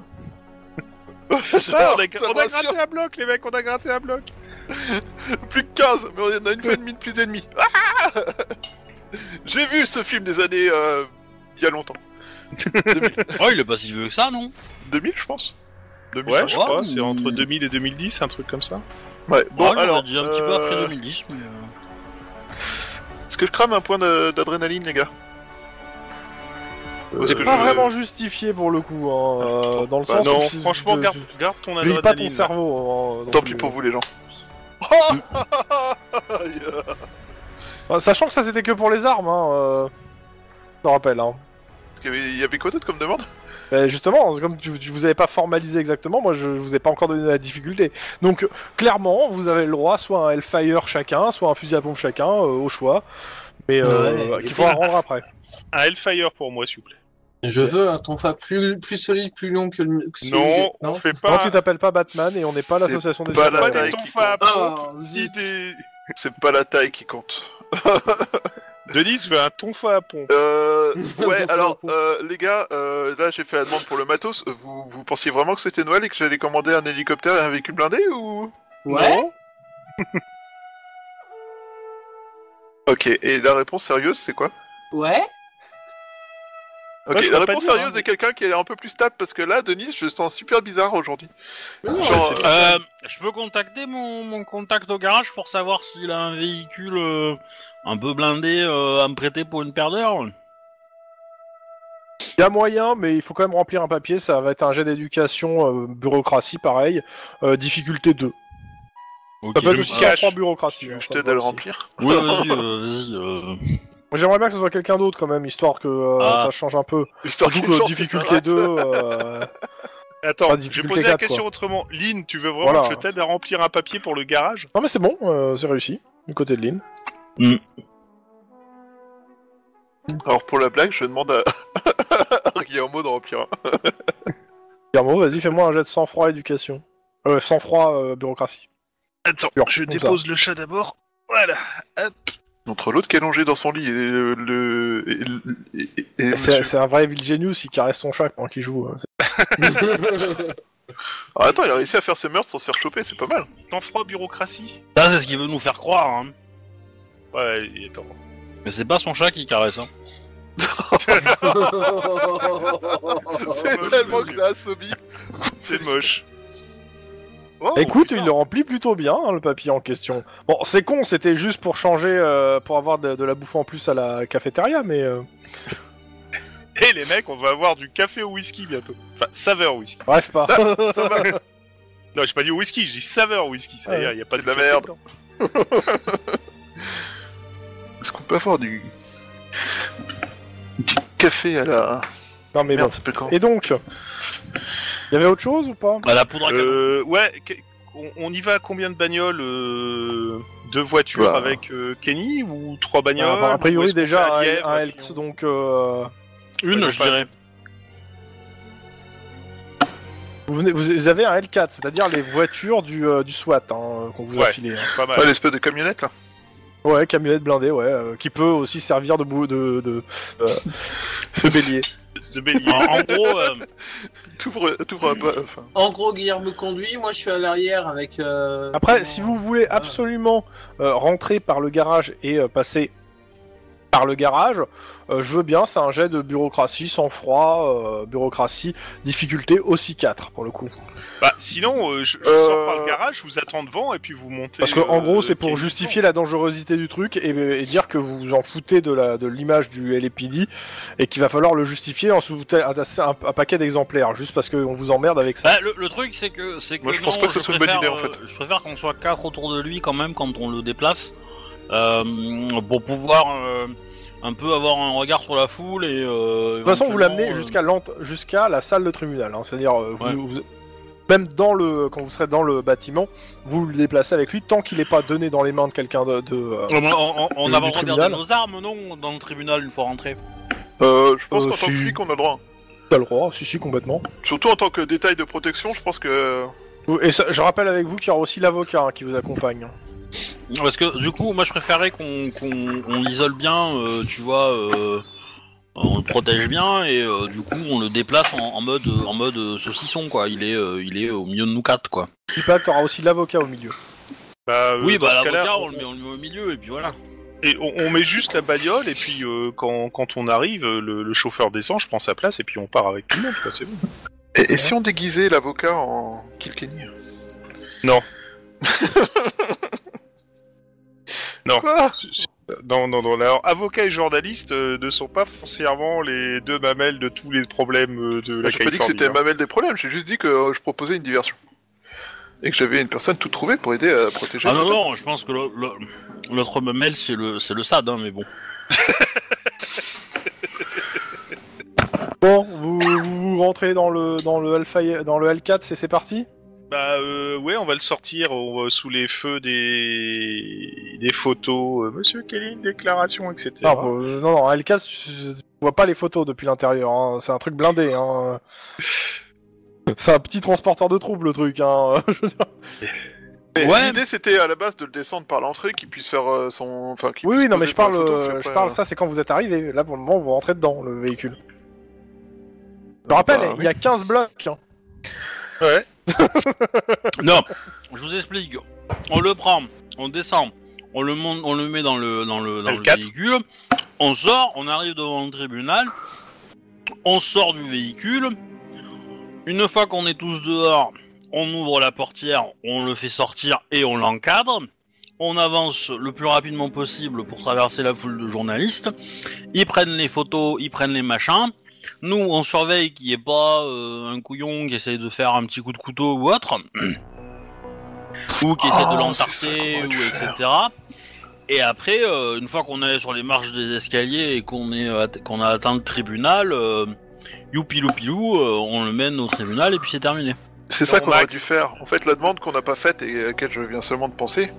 S5: Ah,
S1: on a,
S5: ça
S1: on a
S5: me rassure.
S1: gratté un bloc, les mecs, on a gratté un bloc.
S5: Plus que 15, mais on en a une fois et demie de plus d'ennemis. Ah J'ai vu ce film des années. euh, il y a longtemps. 2000,
S2: Oh, il est pas si vieux que ça, non
S5: 2000, je pense. 2005,
S1: Ouais, Ah, je
S2: Ouais,
S1: crois, c'est
S2: ou-
S1: entre 2000 et 2010, un truc comme ça.
S5: Ouais, bon,
S2: Ouais,
S5: alors.
S2: on est déjà un petit peu après
S5: euh,
S2: 2010, mais... euh,
S5: Est-ce que je crame un point de- d'adrénaline, les gars Parce
S1: Euh,
S5: que
S3: Pas
S5: je-
S3: vraiment justifié pour le coup, hein, euh, dans le
S1: Bah
S3: sens.
S1: non,
S3: où tu-
S1: franchement,
S3: tu-
S1: garde, garde ton
S3: tu- tu-
S1: adrénaline.
S3: pas ton cerveau. hein, non
S5: Tant
S3: plus.
S5: pis pour vous, les gens.
S2: Mm.
S3: Ouais, Bah, Sachant que ça c'était que pour les armes, hein, euh, je te rappelle. Hein.
S5: Il y avait- il y avait quoi d'autre comme demande
S3: Ben, justement, comme tu, tu vous avez pas formalisé exactement, moi je, je vous ai pas encore donné la difficulté. Donc clairement, vous avez le droit soit un Hellfire chacun, soit un fusil à pompe chacun, euh, au choix. Mais euh,
S4: Ouais,
S3: qu'il
S4: et
S3: faudra
S4: puis-
S3: rendre après.
S1: Un Hellfire pour moi, s'il vous plaît.
S4: Je veux un tonfa plus, plus solide, plus long que le. que celui
S1: Non,
S4: que j'ai.
S1: on fait
S3: Quand
S1: pas-
S3: tu t'appelles pas Batman et on n'est pas
S5: C'est
S3: l'association des
S5: pas
S1: Pas
S5: la
S1: des
S5: taille
S3: super-héros.
S5: qui
S1: tonfas à
S5: compte.
S1: pompe,
S4: Ah,
S1: ni
S4: zut.
S1: des...
S5: C'est pas la taille qui compte.
S1: Denis veut un tonfa à pompe.
S5: Euh, ouais, alors euh, les gars, euh, là j'ai fait la demande pour le matos. Vous, vous pensiez vraiment que c'était Noël et que j'allais commander un hélicoptère et un véhicule blindé ou
S4: Ouais.
S5: Ok, et la réponse sérieuse c'est quoi
S4: Ouais.
S5: Ok,
S1: Ouais, je
S5: la
S1: peux pas
S5: réponse
S1: dire,
S5: sérieuse
S1: hein.
S5: est quelqu'un qui est un peu plus stable parce que là, Denis, je sens super bizarre aujourd'hui.
S4: Non,
S5: Genre,
S4: c'est-
S2: Euh, je peux contacter mon, mon contact au garage pour savoir s'il a un véhicule euh, un peu blindé euh, à me prêter pour une paire d'heures
S3: Il y a moyen, mais il faut quand même remplir un papier, ça va être un jet d'éducation, euh, bureaucratie pareil, euh, difficulté 2.
S2: Ok,
S3: Ça peut être
S2: je-
S3: aussi
S1: me
S3: faire
S1: cache.
S3: trois bureaucratie. hein,
S5: ah, Je
S3: ça
S5: t'aide
S3: peut
S5: à le
S3: aussi.
S5: remplir.
S2: Oui, vas-y, euh, vas-y. euh.
S3: Moi, J'aimerais bien que ce soit quelqu'un d'autre quand même, histoire que euh,
S2: Ah.
S3: ça change un peu.
S5: Histoire
S3: Surtout
S5: qu'il y ait
S3: que
S5: une chance
S3: difficulté
S5: que
S3: 2... euh,
S1: Attends,
S3: pas
S1: je vais
S3: difficulté
S1: poser la
S3: quatre,
S1: question
S3: quoi.
S1: autrement. Lynn, tu veux vraiment
S3: Voilà.
S1: que je t'aide à remplir un papier pour le garage
S3: Non mais c'est bon, euh, c'est réussi, du côté de Lynn.
S5: ça rate. Alors pour la blague, je demande à, à Guillermo de remplir hein. un.
S3: Guillermo, vas-y, fais-moi un jet de sang-froid éducation. Euh, sang-froid euh, bureaucratie.
S1: Attends,
S3: Pur, comme
S1: le chat d'abord. Voilà.
S5: Entre l'autre qui est allongé dans son lit et le- le et- et- et- et
S3: C'est
S5: monsieur-
S3: c'est un vrai vil genius, il caresse son chat pendant qu'il joue. hein. C'est-
S5: Ah, attends, il a réussi à faire ce meurtre sans se faire choper, c'est pas mal.
S1: T'en froid bureaucratie
S2: Ça, c'est ce qu'il veut nous faire croire, hein.
S1: Ouais, et attends.
S2: Mais c'est pas son chat qui caresse,
S4: Ah,
S2: hein.
S5: C'est
S1: moche,
S5: tellement
S1: monsieur.
S5: classe, Obi.
S1: C'est moche. Oh,
S3: Bah, Écoute,
S1: putain.
S3: il le remplit plutôt bien, hein, le papier en question. Bon, c'est con, c'était juste pour changer, euh, pour avoir de, de la bouffe en plus à la cafétéria, mais... euh,
S1: Eh les mecs, on va avoir du café au whisky bientôt. Enfin, saveur whisky.
S3: bref, pas.
S1: Ah,
S5: Ça va.
S1: Non, j'ai pas dit whisky, j'ai dit saveur whisky. Ça y
S3: Ah Ouais.
S1: est, y a pas
S5: C'est
S1: de
S5: hein. de la
S1: café
S5: merde.
S1: dedans.
S5: Est-ce qu'on peut avoir du... du café à la...
S3: non mais bon.
S5: Merde, ça s'appelle comment
S3: Et donc Il y avait autre chose ou pas
S2: Bah, la poudre à canon.
S1: Euh, ouais, que- on, on y va à combien de bagnoles euh, Deux voitures
S5: Bah.
S1: avec euh, Kenny ou trois bagnoles
S3: Ah, bah, A
S1: Ou
S3: priori
S1: est-ce qu'on fait
S3: déjà un,
S1: lièvre,
S3: un
S1: et puis
S3: Elks,
S1: on-
S3: donc... euh,
S2: Une,
S1: ouais,
S2: je
S1: pas-
S2: dirais.
S3: Vous, venez- vous avez un L4, c'est-à-dire les voitures du, euh, du SWAT hein, qu'on vous a
S1: Ouais.
S3: filé.
S1: Pas mal.
S5: Ah, l'espèce de camionnette, là
S3: Ouais, camionnette blindée, ouais, euh, qui peut aussi servir de bou de, de, euh, de bélier.
S1: De Bélier.
S2: En, en gros, euh,
S5: T'ouvres euh, t'ouvres un peu. Enfin,
S4: En gros, Guillaume me conduit, moi je suis à l'arrière avec. euh,
S3: Après, si vous voulez
S4: Ah.
S3: absolument euh, rentrer par le garage et euh, passer par le garage, euh, je veux bien, c'est un jet de bureaucratie, sans froid, euh, bureaucratie, difficulté aussi 4 pour le coup.
S1: Bah, sinon, euh, je, je
S5: Euh,
S1: sors par le garage, je vous attends devant et puis vous montez.
S3: Parce que en
S1: euh,
S3: gros, c'est pour
S1: quai-
S3: justifier la dangerosité du truc et, euh, et dire que vous vous en foutez de la de l'image du LPD et qu'il va falloir le justifier en sous un, un- un paquet d'exemplaires juste parce qu'on vous emmerde avec ça.
S2: bah, le, le truc, c'est que. c'est
S5: Moi,
S2: que
S5: je pense
S2: non,
S5: pas que ce soit une bonne
S2: préfère,
S5: idée, en fait.
S2: euh, Je préfère qu'on soit quatre autour de lui quand même quand on le déplace. euh, pour pouvoir euh, un peu avoir un regard sur la foule et. euh,
S3: De toute façon, vous l'amenez
S2: éventuellement, euh,
S3: jusqu'à l'ent- jusqu'à la salle de tribunal. hein. C'est-à-dire, euh, vous-
S2: Ouais.
S3: vous- même dans le quand vous serez dans le bâtiment, vous le déplacez avec lui tant qu'il n'est pas donné dans les mains de quelqu'un de. de, euh,
S2: On, on, on
S3: Du
S2: a le droit de
S3: tribunal.
S2: garder nos armes, non, dans le tribunal une fois rentré.
S5: euh, je pense
S3: Euh,
S5: qu'en tant que
S3: si.
S5: flic, on a le droit. hein.
S3: t'as le droit, si si complètement.
S5: Surtout en tant que détail de protection, je pense que.
S3: Et ça- je rappelle avec vous qu'il y aura aussi l'avocat hein, qui vous accompagne.
S2: Parce que du coup, moi je préférais qu'on qu'on- on l'isole bien, euh, tu vois, euh, on le protège bien et euh, du coup on le déplace en, en mode en mode euh, saucisson quoi. Il est euh, il est au milieu de nous quatre quoi.
S3: Dis pas, t'auras aussi l'avocat au milieu.
S1: Bah, euh,
S2: oui,
S1: dans
S2: bah
S1: ce cas-là,
S2: l'avocat on,
S1: on,
S2: le met- on le met au milieu et puis voilà.
S1: et on- on met juste la bagnole et puis euh, quand, quand on arrive, euh, le, le chauffeur descend, je prends sa place et puis on part avec tout le monde. quoi, c'est bon.
S5: Et, et si on déguisait l'avocat en Kilkenny
S1: Non. Non.
S5: Quoi
S1: Non, non, non. Alors, avocat et journaliste euh, ne sont pas foncièrement les deux mamelles de tous les problèmes euh, de la
S5: J'ai pas dit que
S1: Californie.
S5: c'était
S1: hein.
S5: ma belle des problèmes, j'ai juste dit que euh, je proposais une diversion. Et que j'avais une personne toute trouvée pour aider à protéger.
S2: Ah
S5: les
S2: non
S5: autres.
S2: non, je pense que le- le- l'autre mamelle c'est le c'est le sad hein, mais bon.
S3: Bon, vous, vous rentrez dans le dans le Alpha, dans le L4, c'est c'est parti.
S1: Bah euh, ouais, on va le sortir on va sous les feux des des photos. euh, Monsieur Kelly, déclaration, etc.
S3: Non, bon, euh, non, non, L4, tu, tu vois pas les photos depuis l'intérieur. hein. C'est un truc blindé. Hein. C'est un petit transporteur de troubles, le truc. Hein.
S5: Mais
S2: Ouais.
S5: L'idée c'était à la base de le descendre par l'entrée, qu'il puisse faire euh, son. Enfin, qu'il
S3: Oui, oui,
S5: puisse
S3: non, mais
S5: poser
S3: je
S5: pour
S3: parle,
S5: la photo, puis
S3: euh, je
S5: après,
S3: parle.
S5: euh,
S3: Ça, c'est quand vous êtes arrivé. Là, pour le moment, vous rentrez dedans le véhicule. Je rappelle,
S5: bah,
S3: il y a 15 blocs. hein.
S1: Ouais.
S2: Non, je vous explique. On le prend, on descend, on le monte, on le met dans le dans le, dans le
S1: L4.
S2: véhicule. On sort, on arrive devant le tribunal. On sort du véhicule. Une fois qu'on est tous dehors, on ouvre la portière, on le fait sortir et on l'encadre. On avance le plus rapidement possible pour traverser la foule de journalistes. Ils prennent les photos, ils prennent les machins. Nous, on surveille qu'il n'y ait pas euh, un couillon qui essaye de faire un petit coup de couteau ou autre. ou qui essaie
S5: Oh,
S2: de
S5: c'est ça
S2: l'entarter,
S5: qu'on aurait
S2: ou
S5: dû
S2: etc.
S5: faire.
S2: Et après, euh, une fois qu'on est sur les marches des escaliers et qu'on est euh, atte- qu'on a atteint le tribunal, euh, youpi loupilou, euh, on le mène au tribunal et puis c'est terminé.
S5: C'est ça
S1: Non,
S5: qu'on aurait
S1: Max.
S5: dû faire. En fait, la demande qu'on n'a pas faite et à laquelle je viens seulement de penser,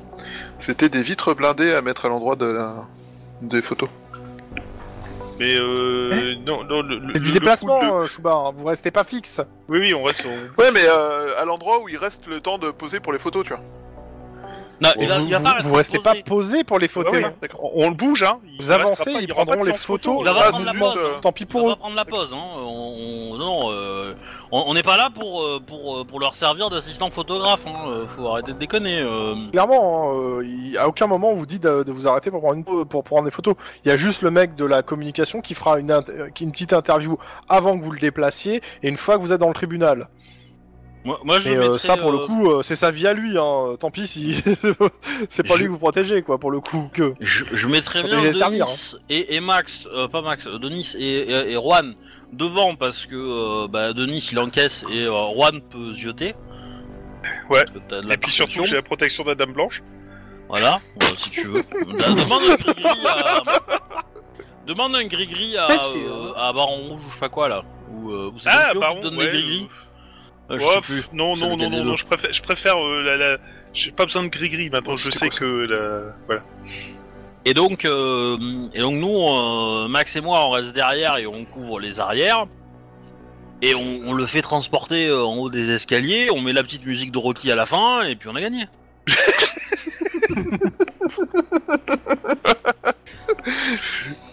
S5: c'était des vitres blindées à mettre à l'endroit de la... des photos.
S1: Mais euh, non, non, le, le-
S3: Eh, C'est
S1: le-
S3: du
S1: le
S3: déplacement,
S1: coup de-
S3: euh, Chouba. hein. Vous restez pas fixe.
S1: Oui, oui, on reste. on-
S5: Ouais, mais euh, à l'endroit où il reste le temps de poser pour les photos, tu vois.
S2: Non, il va-
S3: vous
S2: il va pas
S3: vous-
S2: rester
S3: vous restez
S2: posé. Ah hein.
S3: pas posé pour les
S1: Ouais,
S3: photos.
S1: ouais, on, on le bouge, hein. Il
S3: Vous
S1: restera
S3: avancez,
S1: pas-
S3: ils
S1: il y aura pas de
S3: prendront les
S1: séance
S3: photos.
S2: Il va
S5: Ah,
S2: pas prendre
S5: c'est
S2: la
S5: juste,
S2: pause.
S5: euh,
S3: Tant pis
S2: On
S3: pour eux.
S2: va prendre la pause. Hein. On, on- non, euh, on on n'est pas là pour, euh, pour, euh, pour leur servir d'assistant photographe. Hein. Euh, Faut arrêter de déconner. euh.
S3: Clairement, hein, euh, il- à aucun moment on vous dit de, de vous arrêter pour prendre, une, pause- pour prendre des photos. Il y a juste le mec de la communication qui fera une, inter- qui- une petite interview avant que vous le déplaciez et une fois que vous êtes dans le tribunal.
S2: Moi, moi, je
S3: Et euh,
S2: mettrais,
S3: ça, pour
S2: euh,
S3: le coup, euh, c'est sa vie à lui. Hein. Tant pis si c'est pas
S2: Je-
S3: lui que vous protégez, quoi, pour le coup. Que
S2: Je, je mettrais
S3: Faut
S2: bien
S3: déjà les
S2: Denis
S3: servir,
S2: et, et Max, euh, pas Max, euh, Denis et, et, et Juan devant parce que euh, bah, Denis il encaisse et euh, Juan peut zioter.
S1: Ouais.
S2: Parce que t'as de la
S1: Et puis surtout,
S2: perception.
S1: j'ai la protection de la Dame Blanche.
S2: Voilà, euh, si tu veux. Da- Demande un gris-gris à. Demande un gris-gris à,
S4: Pas sûr.
S2: euh, à Baron Rouge ou je sais pas quoi là. Ou, euh, ou c'est
S1: Ah,
S2: Dompio qui
S1: Baron,
S2: donne
S1: ouais,
S2: les gris-gris.
S3: Ah,
S2: Euh, je
S1: Ouais,
S2: sais plus.
S1: pff, Non,
S2: C'est
S1: non, non,
S2: lequel des
S1: non,
S2: deux.
S1: non, je préfère, je préfère euh, la, la... J'ai pas besoin de gris-gris maintenant, je
S5: c'est
S1: sais
S5: quoi,
S1: que la... Voilà.
S2: Et donc, euh, et donc nous, euh, Max et moi, on reste derrière et on couvre les arrières. Et on, on le fait transporter euh, en haut des escaliers, on met la petite musique de Rocky à la fin, et puis on a gagné.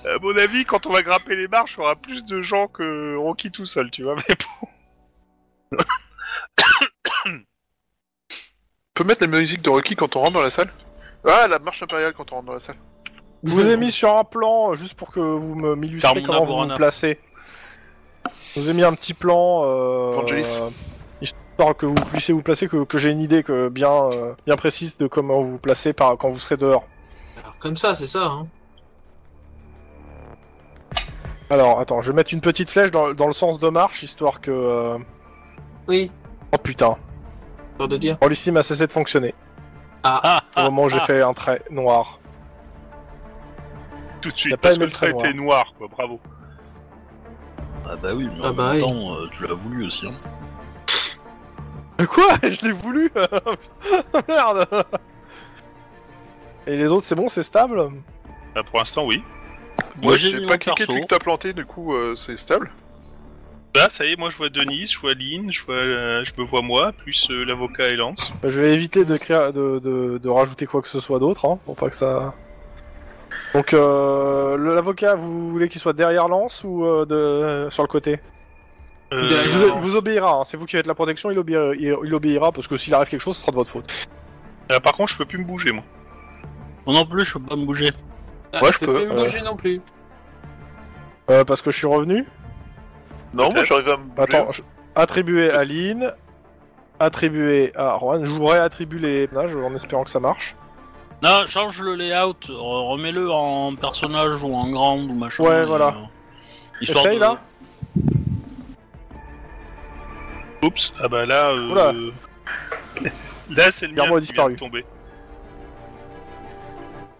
S1: À mon avis, quand on va grimper les marches, il y aura plus de gens que Rocky tout seul, tu vois. Mais bon.
S5: On peut mettre la musique de Rocky quand on rentre dans la salle Ah, la marche impériale quand on rentre dans la salle.
S3: Je vous ai mis sur un plan, euh, juste pour que vous me- m'illustrez
S2: Carmona
S3: comment vous
S2: Burana.
S3: vous placez. Je vous ai mis un petit plan, euh,
S5: Vangelis.
S3: euh, histoire que vous puissiez vous placer, que, que j'ai une idée que bien, euh, bien précise de comment vous vous placez par, quand vous serez dehors.
S4: Alors, comme ça, c'est ça, hein.
S3: Alors, attends, je vais mettre une petite flèche dans, dans le sens de marche, histoire que... euh,
S4: Oui,
S3: Oh putain,
S4: genre de dire.
S3: Rollistime a cessé de fonctionner.
S2: Ah.
S3: Au moment où j'ai fait un trait noir.
S1: Tout de
S3: T'as
S1: suite,
S3: pas
S1: parce
S3: hein.
S1: que
S3: aimé le
S1: le trait
S3: trait noir.
S1: était noir, quoi, bravo.
S2: Ah bah oui, mais en
S4: Ah bah
S2: même
S4: oui.
S2: temps, euh, tu l'as voulu aussi. Hein.
S3: Euh, Quoi Je l'ai voulu Oh, Merde Et les autres, c'est bon, c'est stable
S1: Bah, pour l'instant, oui.
S2: Moi, j'ai mis
S5: pas
S2: mon
S5: cliqué
S2: perso.
S5: depuis que t'as planté, du coup euh, c'est stable.
S1: Là, Bah, ça y est, moi je vois Denis, je vois Lynn, je vois, euh, je me vois moi, plus euh, l'avocat et Lance.
S3: Bah, Je vais éviter de, créer, de, de, de rajouter quoi que ce soit d'autre, hein, pour pas que ça... Donc, euh, le- l'avocat, vous voulez qu'il soit derrière Lance ou euh, de, sur le côté
S1: Euh,
S3: il
S4: Derrière.
S3: vous,
S4: Lance.
S3: il vous obéira, hein, c'est vous qui êtes la protection, il, obéira- il- il obéira, parce que s'il arrive quelque chose, ce sera de votre faute.
S1: euh, par contre, je peux plus me bouger, moi.
S2: Non, non plus, je peux pas me bouger.
S4: Ah,
S5: Ouais,
S4: je
S5: je
S4: peux,
S5: peux,
S4: plus me
S3: euh.
S4: bouger non plus.
S3: Euh, parce que je suis revenu
S5: Non, moi
S1: Peut-être.
S5: j'arrive à me bouger.
S3: Attends, je- attribué à Lynn, attribué à Juan, je vous réattribue les personnages en espérant que ça marche.
S2: Non, change le layout, re- remets-le en personnage ou en grande ou machin.
S3: Ouais,
S2: et,
S3: voilà.
S2: euh, histoire
S3: Essaye
S2: de-
S3: là
S1: Oups, ah bah là. euh,
S3: Oula.
S1: là, c'est le
S3: Guillermo
S1: mien
S3: a
S1: qui vient
S3: disparu.
S1: de tomber.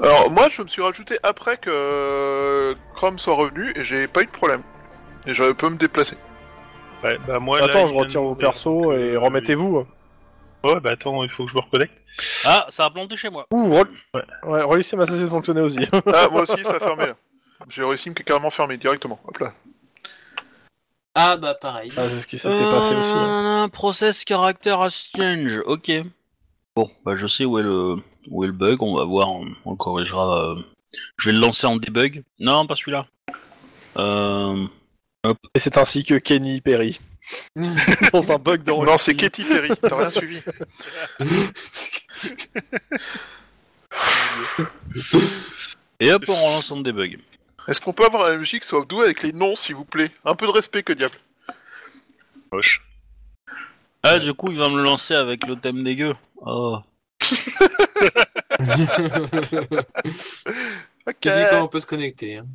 S5: Alors moi je me suis rajouté après que euh, Chrome soit revenu et j'ai pas eu de problème. Et je peux me déplacer.
S1: Ouais, bah moi. là,
S3: Attends,
S1: il
S3: je
S1: vient de
S3: retire vos
S1: mourir, donc,
S3: persos et
S1: euh,
S3: remettez-vous. hein.
S1: Ouais, bah attends, il faut que je me reconnecte.
S2: Ah, ça a planté chez moi.
S3: Ouh, re... ouais, relissez ma cessez de fonctionner aussi. hein.
S5: Ah, moi aussi ça a fermé là. J'ai réussi qui est carrément fermé directement. Hop là.
S4: Ah, bah, pareil.
S3: ah, c'est ce qui s'était passé aussi. hein.
S2: Euh, Process character as change, ok. Bon, bah je sais où est le, où est le bug, on va voir, on, on le corrigera. euh. Je vais le lancer en debug. Non, pas celui-là. Euh...
S3: Et c'est ainsi que Kenny périt. Dans un bug de
S5: non, c'est Katy Perry, t'as rien suivi.
S2: Et hop, on relance en debug.
S5: Est-ce qu'on peut avoir la musique soit douée avec les noms s'il vous plaît Un peu de respect que diable.
S1: Moche.
S2: Ah, du coup, il va me le lancer avec le thème dégueu. Oh.
S5: Ok.
S4: T'as dit comment on peut se connecter. hein.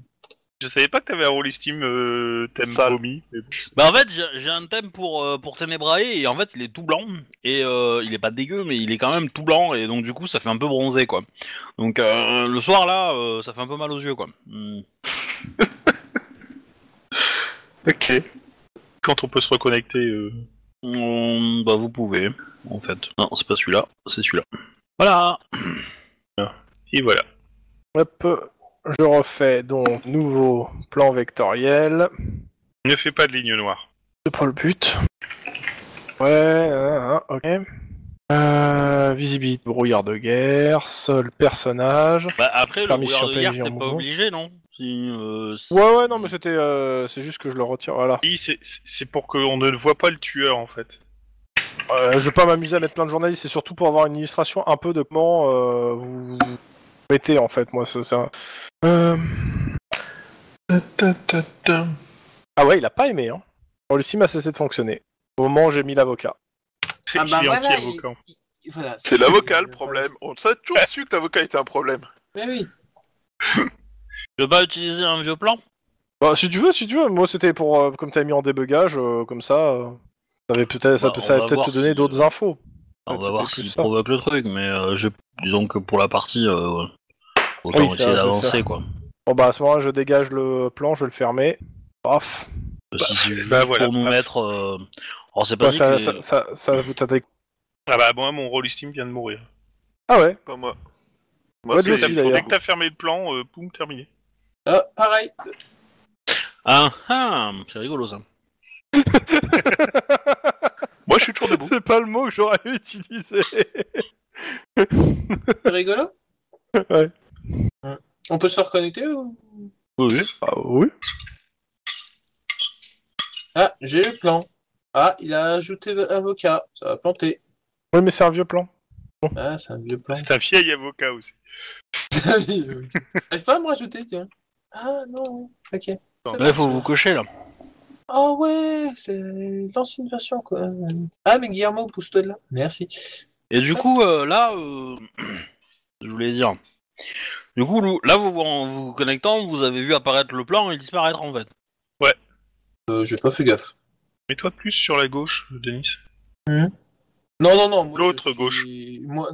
S1: Je savais pas que t'avais un rôle Steam euh, thème
S5: Sale.
S1: vomi. mais bon.
S2: Bah en fait j'ai j'ai un thème pour euh, pour Ténébrae et en fait il est tout blanc et euh, il est pas dégueu mais il est quand même tout blanc et donc du coup ça fait un peu bronzé quoi. Donc euh, le soir là euh, ça fait un peu mal aux yeux quoi. Hmm.
S5: Ok.
S1: Quand on peut se reconnecter. euh,
S2: On- Bah vous pouvez en fait. Non c'est pas celui-là, c'est celui-là. Voilà.
S1: Et voilà.
S3: Hop, je refais donc nouveau plan vectoriel.
S1: Ne fais pas de ligne noire.
S3: C'est pour le but. Ouais, euh, ok. Euh, visibilité, brouillard de guerre, seul personnage.
S2: Bah après le
S3: Permission
S2: brouillard de
S3: PJ
S2: guerre
S3: en
S2: t'es pas
S3: mouvement.
S2: obligé non si, euh, si-
S3: Ouais, ouais, non, mais c'était. euh, c'est juste que je le retire, voilà.
S1: Oui, c'est- c'est c'est pour qu'on ne voit pas le tueur en fait.
S3: Euh, je vais pas m'amuser à mettre plein de journalistes, c'est surtout pour avoir une illustration un peu de comment euh, vous vous mettez en fait, moi, c'est ça. Euh,
S5: Ta, ta, ta.
S3: Ah ouais, il a pas aimé, hein. Bon, le sim a cessé de fonctionner. Au moment où j'ai mis l'avocat.
S1: Très
S4: Ah, bah,
S1: il est
S4: voilà,
S1: anti-avocat.
S4: il- il- voilà,
S5: C'est l'avocat le problème. On a toujours su que l'avocat était un problème.
S4: Mais oui.
S2: Tu veux pas utiliser un vieux plan
S3: Bah, si tu veux, si tu veux, moi c'était pour. euh, comme t'as mis en débugage, euh, comme ça. euh, ça avait peut-être ça
S2: Bah,
S3: peut,
S2: on
S3: ça
S2: va
S3: peut-être
S2: voir
S3: te donner
S2: si-
S3: d'autres infos.
S2: On va
S3: C'était
S2: voir
S3: plus
S2: s'il
S3: ça.
S2: provoque le truc mais euh, je... disons que pour la partie euh, autant
S3: Oui, ça,
S2: essayer
S3: c'est ça.
S2: d'avancer quoi.
S3: Bon, bah à ce moment-là, je dégage le plan, je vais le fermer. Paf.
S2: si c'est juste
S1: bah, voilà.
S2: pour nous
S1: Bah,
S2: mettre. Euh... Alors c'est pas
S3: Bah,
S2: dit
S3: ça,
S2: que-
S3: ça, ça, ça vous t'a-
S1: Ah bah moi mon rôle Steam vient de mourir.
S3: Ah ouais,
S5: Pas moi.
S3: Ouais,
S5: Moi,
S3: lui
S5: c'est
S3: aussi,
S1: Dès que t'as-
S3: d'ailleurs.
S1: dès que t'as fermé le plan, euh, poum, terminé.
S4: Ah, pareil.
S2: Ah ah, c'est rigolo ça.
S5: Moi, je suis toujours debout.
S3: c'est pas le mot que j'aurais utilisé.
S4: C'est rigolo. On peut se reconnecter ou
S1: Oui.
S3: Ah oui
S4: Ah, j'ai le plan. Ah, il a ajouté avocat. Ça va planter.
S3: Oui, mais c'est un vieux plan.
S4: Ah, c'est un vieux plan.
S1: C'est un vieil avocat aussi.
S4: Ah oui, oui. Ah, Je peux pas me rajouter, tiens. Ah non, ok. C'est
S2: Là, faut vous cocher, là.
S4: Ah ouais, c'est l'ancienne version quoi. Ah mais Guillermo, pousse-toi de là. Merci.
S2: Et du coup, euh, là, euh, je voulais dire. Du coup, lou- là, vous, en vous connectant, vous avez vu apparaître le plan et disparaître en fait.
S4: Euh, j'ai pas fait gaffe.
S1: Mets-toi plus sur la gauche, Denis.
S4: Non, non, non. moi,
S1: L'autre
S4: je suis-
S1: gauche.
S4: Moi,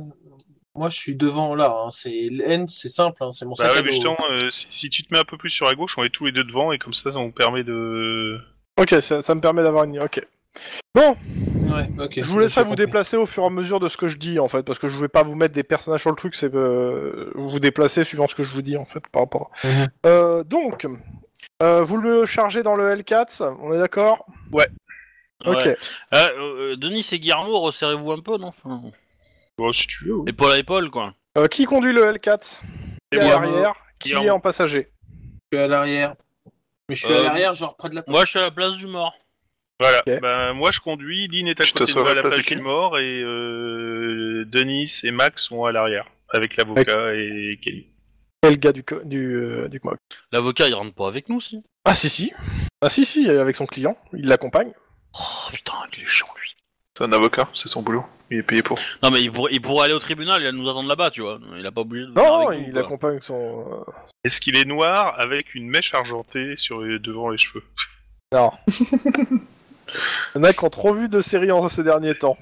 S4: moi, je suis devant là. hein. C'est N, c'est simple. hein. C'est mon sac
S1: Bah ouais,
S4: à
S1: mais
S4: dos.
S1: justement, euh, si, si tu te mets un peu plus sur la gauche, on est tous les deux devant et comme ça, ça nous permet de.
S3: Ok, ça, ça me permet d'avoir une... Ok. Bon,
S4: hein. Ouais, ok.
S3: je vous laisserai
S4: J'ai
S3: vous
S4: compris.
S3: déplacer au fur et à mesure de ce que je dis, en fait, parce que je vais pas vous mettre des personnages sur le truc, c'est euh, vous vous déplacer suivant ce que je vous dis, en fait, par rapport... à-
S4: Mhm.
S3: Euh, donc, euh, vous le chargez dans le L4, on est d'accord Ok.
S2: Ouais. Euh, euh, Denis et Guillermo, resserrez-vous un peu, non Enfin,
S1: Bon, oh, si tu veux. oui.
S2: Épaule à épaule, quoi.
S3: Euh, qui conduit le L4 Qui
S1: Et
S3: est à
S1: moi.
S3: l'arrière Qui est
S1: Guillermo.
S3: en passager
S4: Je suis à l'arrière. Mais je suis à
S2: Euh,
S4: l'arrière, genre près de la porte.
S2: Moi, je suis à la place du mort.
S1: Voilà.
S3: Ok.
S1: Bah, moi, je conduis. Lynn est à
S5: Je
S1: côté de
S5: t'assois à
S1: moi à
S5: la
S1: la
S5: place
S1: place
S5: de
S1: du
S5: qui
S1: mort et euh, Denis et Max sont à l'arrière avec l'avocat et Kelly.
S3: Et le gars du, co- du, euh, du Kmok.
S2: L'avocat, il rentre pas avec nous, si.
S3: Ah si si Ah si si, avec son client, il l'accompagne.
S2: Oh putain, il est chiant, lui.
S5: C'est un avocat, c'est son boulot. Il est payé pour.
S2: Non, mais il pourrait, il pourrait aller au tribunal et nous attendre là-bas, tu vois. Il a pas obligé de venir
S3: Non,
S2: avec nous,
S3: il
S2: quoi.
S3: accompagne son... euh,
S1: Est-ce qu'il est noir avec une mèche argentée sur les- devant les cheveux
S3: Non. Il y en a qui ont trop vu de séries en ces derniers temps.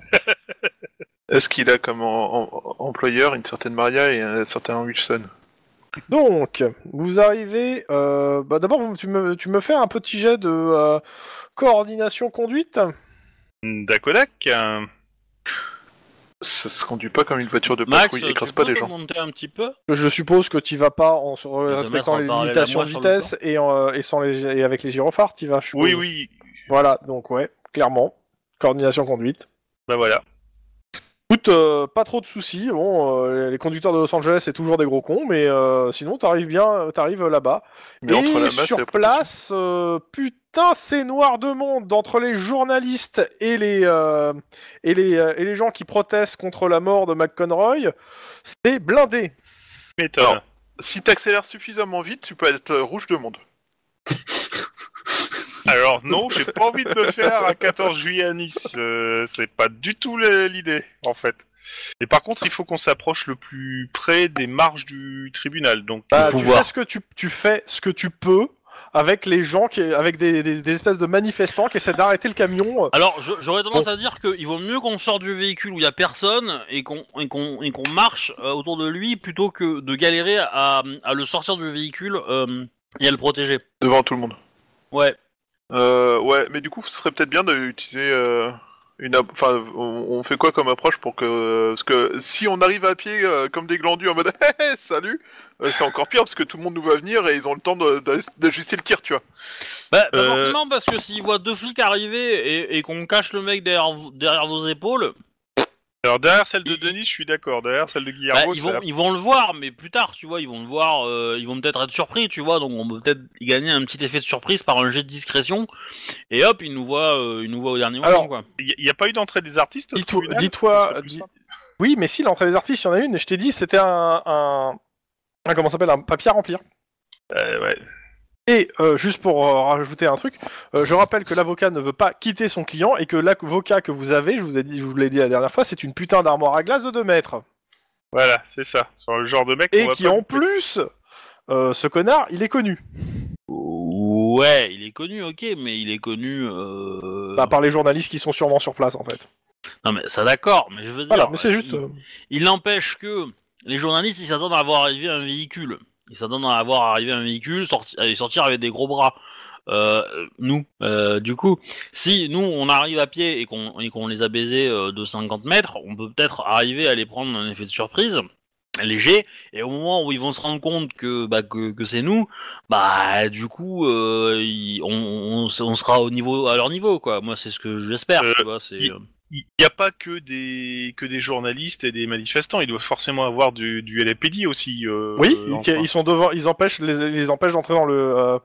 S5: Est-ce qu'il a comme en- en- employeur une certaine Maria et un certain Wilson
S3: Donc, vous arrivez... euh, bah, D'abord, vous- tu me, tu me fais un petit jet de euh, coordination conduite.
S1: Dakodak euh,
S5: Ça se conduit pas comme une voiture de
S2: Max, euh,
S5: patrouille, il
S2: tu
S5: écrase pas
S2: peux
S5: des gens.
S2: monter un petit peu
S3: Je suppose que tu vas pas en se- respectant
S2: en
S3: les
S2: parallèle à
S3: limitations
S2: moi
S3: de
S2: sur le
S3: vitesse et, en, euh, et sans les, et avec les gyrophares, tu vas. je suppose.
S1: Oui, oui.
S3: Voilà, donc ouais, clairement, coordination conduite.
S1: Bah voilà.
S3: Écoute, euh, pas trop de soucis. Bon, euh, les conducteurs de Los Angeles, c'est toujours des gros cons, mais euh, sinon, t'arrives bien, t'arrives euh, là-bas.
S5: Mais
S3: et
S5: entre la masse et
S3: sur
S5: la
S3: place, euh, putain, c'est noir de monde entre les journalistes et les euh, et les euh, et les gens qui protestent contre la mort de McConroy. C'est blindé.
S1: Méthode.
S5: Si t'accélères suffisamment vite, tu peux être euh, rouge de monde.
S1: Alors non, j'ai pas envie de le faire à 14 juillet à Nice. Euh, c'est pas du tout le- l'idée, en fait. Et par contre, il faut qu'on s'approche le plus près des marges du tribunal. Donc,
S3: Bah,
S1: euh,
S3: tu
S2: pouvoir.
S3: fais ce que tu tu fais ce que tu peux avec les gens qui avec des, des- des espèces de manifestants qui essaient d'arrêter le camion.
S2: Alors, je- j'aurais tendance à dire qu'il vaut mieux qu'on sorte du véhicule où il y a personne et qu'on et qu'on et qu'on marche euh, autour de lui plutôt que de galérer à, à le sortir du véhicule euh, et à le protéger.
S5: Devant tout le monde.
S2: Ouais.
S5: Euh, ouais, mais du coup, ce serait peut-être bien d'utiliser euh, une. app- Enfin, on, on fait quoi comme approche pour que. Parce que si on arrive à pied euh, comme des glandus en mode Hé, hé, salut, euh, c'est encore pire parce que tout le monde nous va venir et ils ont le temps de- d'a- d'ajuster le tir, tu vois.
S2: Bah, pas
S1: Euh.
S2: forcément parce que s'il voit deux flics arriver et, et qu'on cache le mec derrière, vous- derrière vos épaules,
S1: alors derrière celle de Denis, je suis d'accord. Derrière celle de
S2: bah,
S1: Guillermo,
S2: ils
S1: ça-
S2: vont ils vont le voir, mais plus tard, tu vois, ils vont le voir, euh, ils vont peut-être être surpris, tu vois, donc on peut peut-être gagner un petit effet de surprise par un jet de discrétion et hop, ils nous voient, euh, ils nous voient au dernier moment.
S3: Alors,
S2: quoi.
S1: il y, y a pas eu d'entrée des artistes. au
S3: Dis-toi,
S1: tribunal Ce serait
S3: dis-toi,
S1: plus
S3: dis-
S1: simple.
S3: oui, mais si l'entrée des artistes, il y en a une. Et je t'ai dit, c'était un, un, un- comment ça s'appelle, un papier à remplir.
S1: Euh, ouais.
S3: Et euh, juste pour euh, rajouter un truc, euh, je rappelle que l'avocat ne veut pas quitter son client et que l'avocat que vous avez, je vous ai dit, je vous l'ai dit la dernière fois, c'est une putain d'armoire à glace de 2 mètres
S1: Voilà, c'est ça. Sur le genre de mec.
S3: et
S1: qu'on va
S3: qui
S1: pas-
S3: en plus, euh, ce connard, il est connu,
S2: Ouais, il est connu, ok, mais il est connu. Euh...
S3: Bah, par les journalistes qui sont sûrement sur place en fait.
S2: Non, mais ça d'accord, mais je veux dire.
S3: Voilà, mais c'est juste.
S2: Il,
S3: euh,
S2: il n'empêche que les journalistes, ils s'attendent à voir arriver un véhicule. Ils s'attendent à avoir arrivé un véhicule, sorti- à sortir avec des gros bras. Euh, nous, euh, du coup, si nous on arrive à pied et qu'on et qu'on les a baisés euh, de 50 mètres, on peut peut-être arriver à les prendre un effet de surprise léger et au moment où ils vont se rendre compte que bah, que, que c'est nous bah du coup euh, ils- on, on, on sera au niveau à leur niveau quoi moi c'est ce que j'espère
S1: Euh,
S2: tu vois c'est
S1: il- il n'y a pas que des que des journalistes et des manifestants. Il doit forcément avoir du, du LAPD aussi. euh,
S3: Oui,
S1: euh,
S3: ils-
S1: enfin.
S3: ils sont devant, ils empêchent, les, ils empêchent d'entrer dans le euh,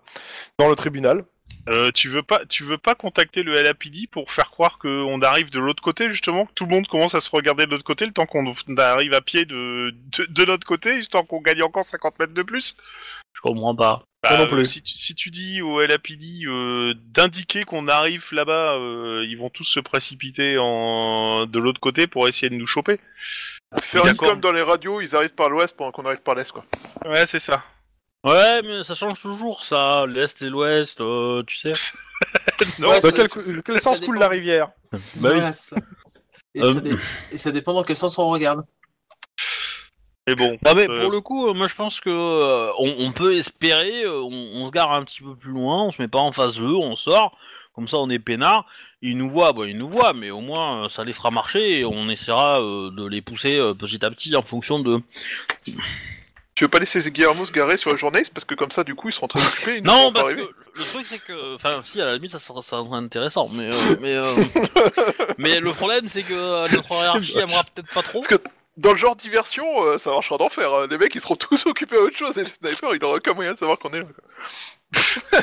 S3: dans le tribunal.
S1: Euh, tu veux pas, tu veux pas contacter le LAPD pour faire croire qu'on arrive de l'autre côté justement, que tout le monde commence à se regarder de l'autre côté le temps qu'on arrive à pied de de, de notre côté, histoire qu'on gagne encore 50 mètres de plus.
S2: Je comprends pas.
S1: Bah,
S3: non plus.
S1: euh, Si tu, si tu dis au LAPD euh, d'indiquer qu'on arrive là-bas, euh, ils vont tous se précipiter en de l'autre côté pour essayer de nous choper.
S5: Faire
S1: D'accord.
S5: comme dans les radios, ils arrivent par l'ouest pendant qu'on arrive par l'est, quoi.
S1: Ouais, c'est ça.
S2: Ouais, mais ça change toujours, ça. L'Est et l'Ouest, euh, tu sais.
S1: Non, Bah
S4: Ouais,
S3: Dans
S4: ça-
S3: Bah, quel,
S4: ça-
S3: quel
S4: ça
S3: sens
S4: dépend.
S3: coule la rivière
S4: Voilà, ça. Et,
S2: Euh.
S4: ça dé- et ça dépend dans quel sens on regarde.
S1: Mais bon.
S2: Non, mais
S1: Euh,
S2: pour le coup, euh, moi je pense que euh, on, on peut espérer, euh, on, on se gare un petit peu plus loin, on se met pas en face d'eux, on sort, comme ça on est peinard, ils nous voient, bon ils nous voient, mais au moins euh, ça les fera marcher et on essaiera euh, de les pousser euh, petit à petit en fonction de.
S5: Tu veux pas laisser Guillermo se garer sur le journaliste parce que comme ça, du coup, ils seront très occupés. Ils nous
S2: Non,
S5: feront pas
S2: parce que
S5: arriver.
S2: le truc c'est que, enfin si à la limite ça sera, ça sera intéressant, mais euh, mais euh, mais le problème c'est que euh, notre
S5: C'est
S2: hiérarchie aimera peut-être pas trop.
S5: Parce que dans le genre diversion, euh, ça marchera d'enfer. hein. Les mecs, ils seront tous occupés à autre chose et le sniper, il aura aucun moyen de savoir qu'on est là. quoi.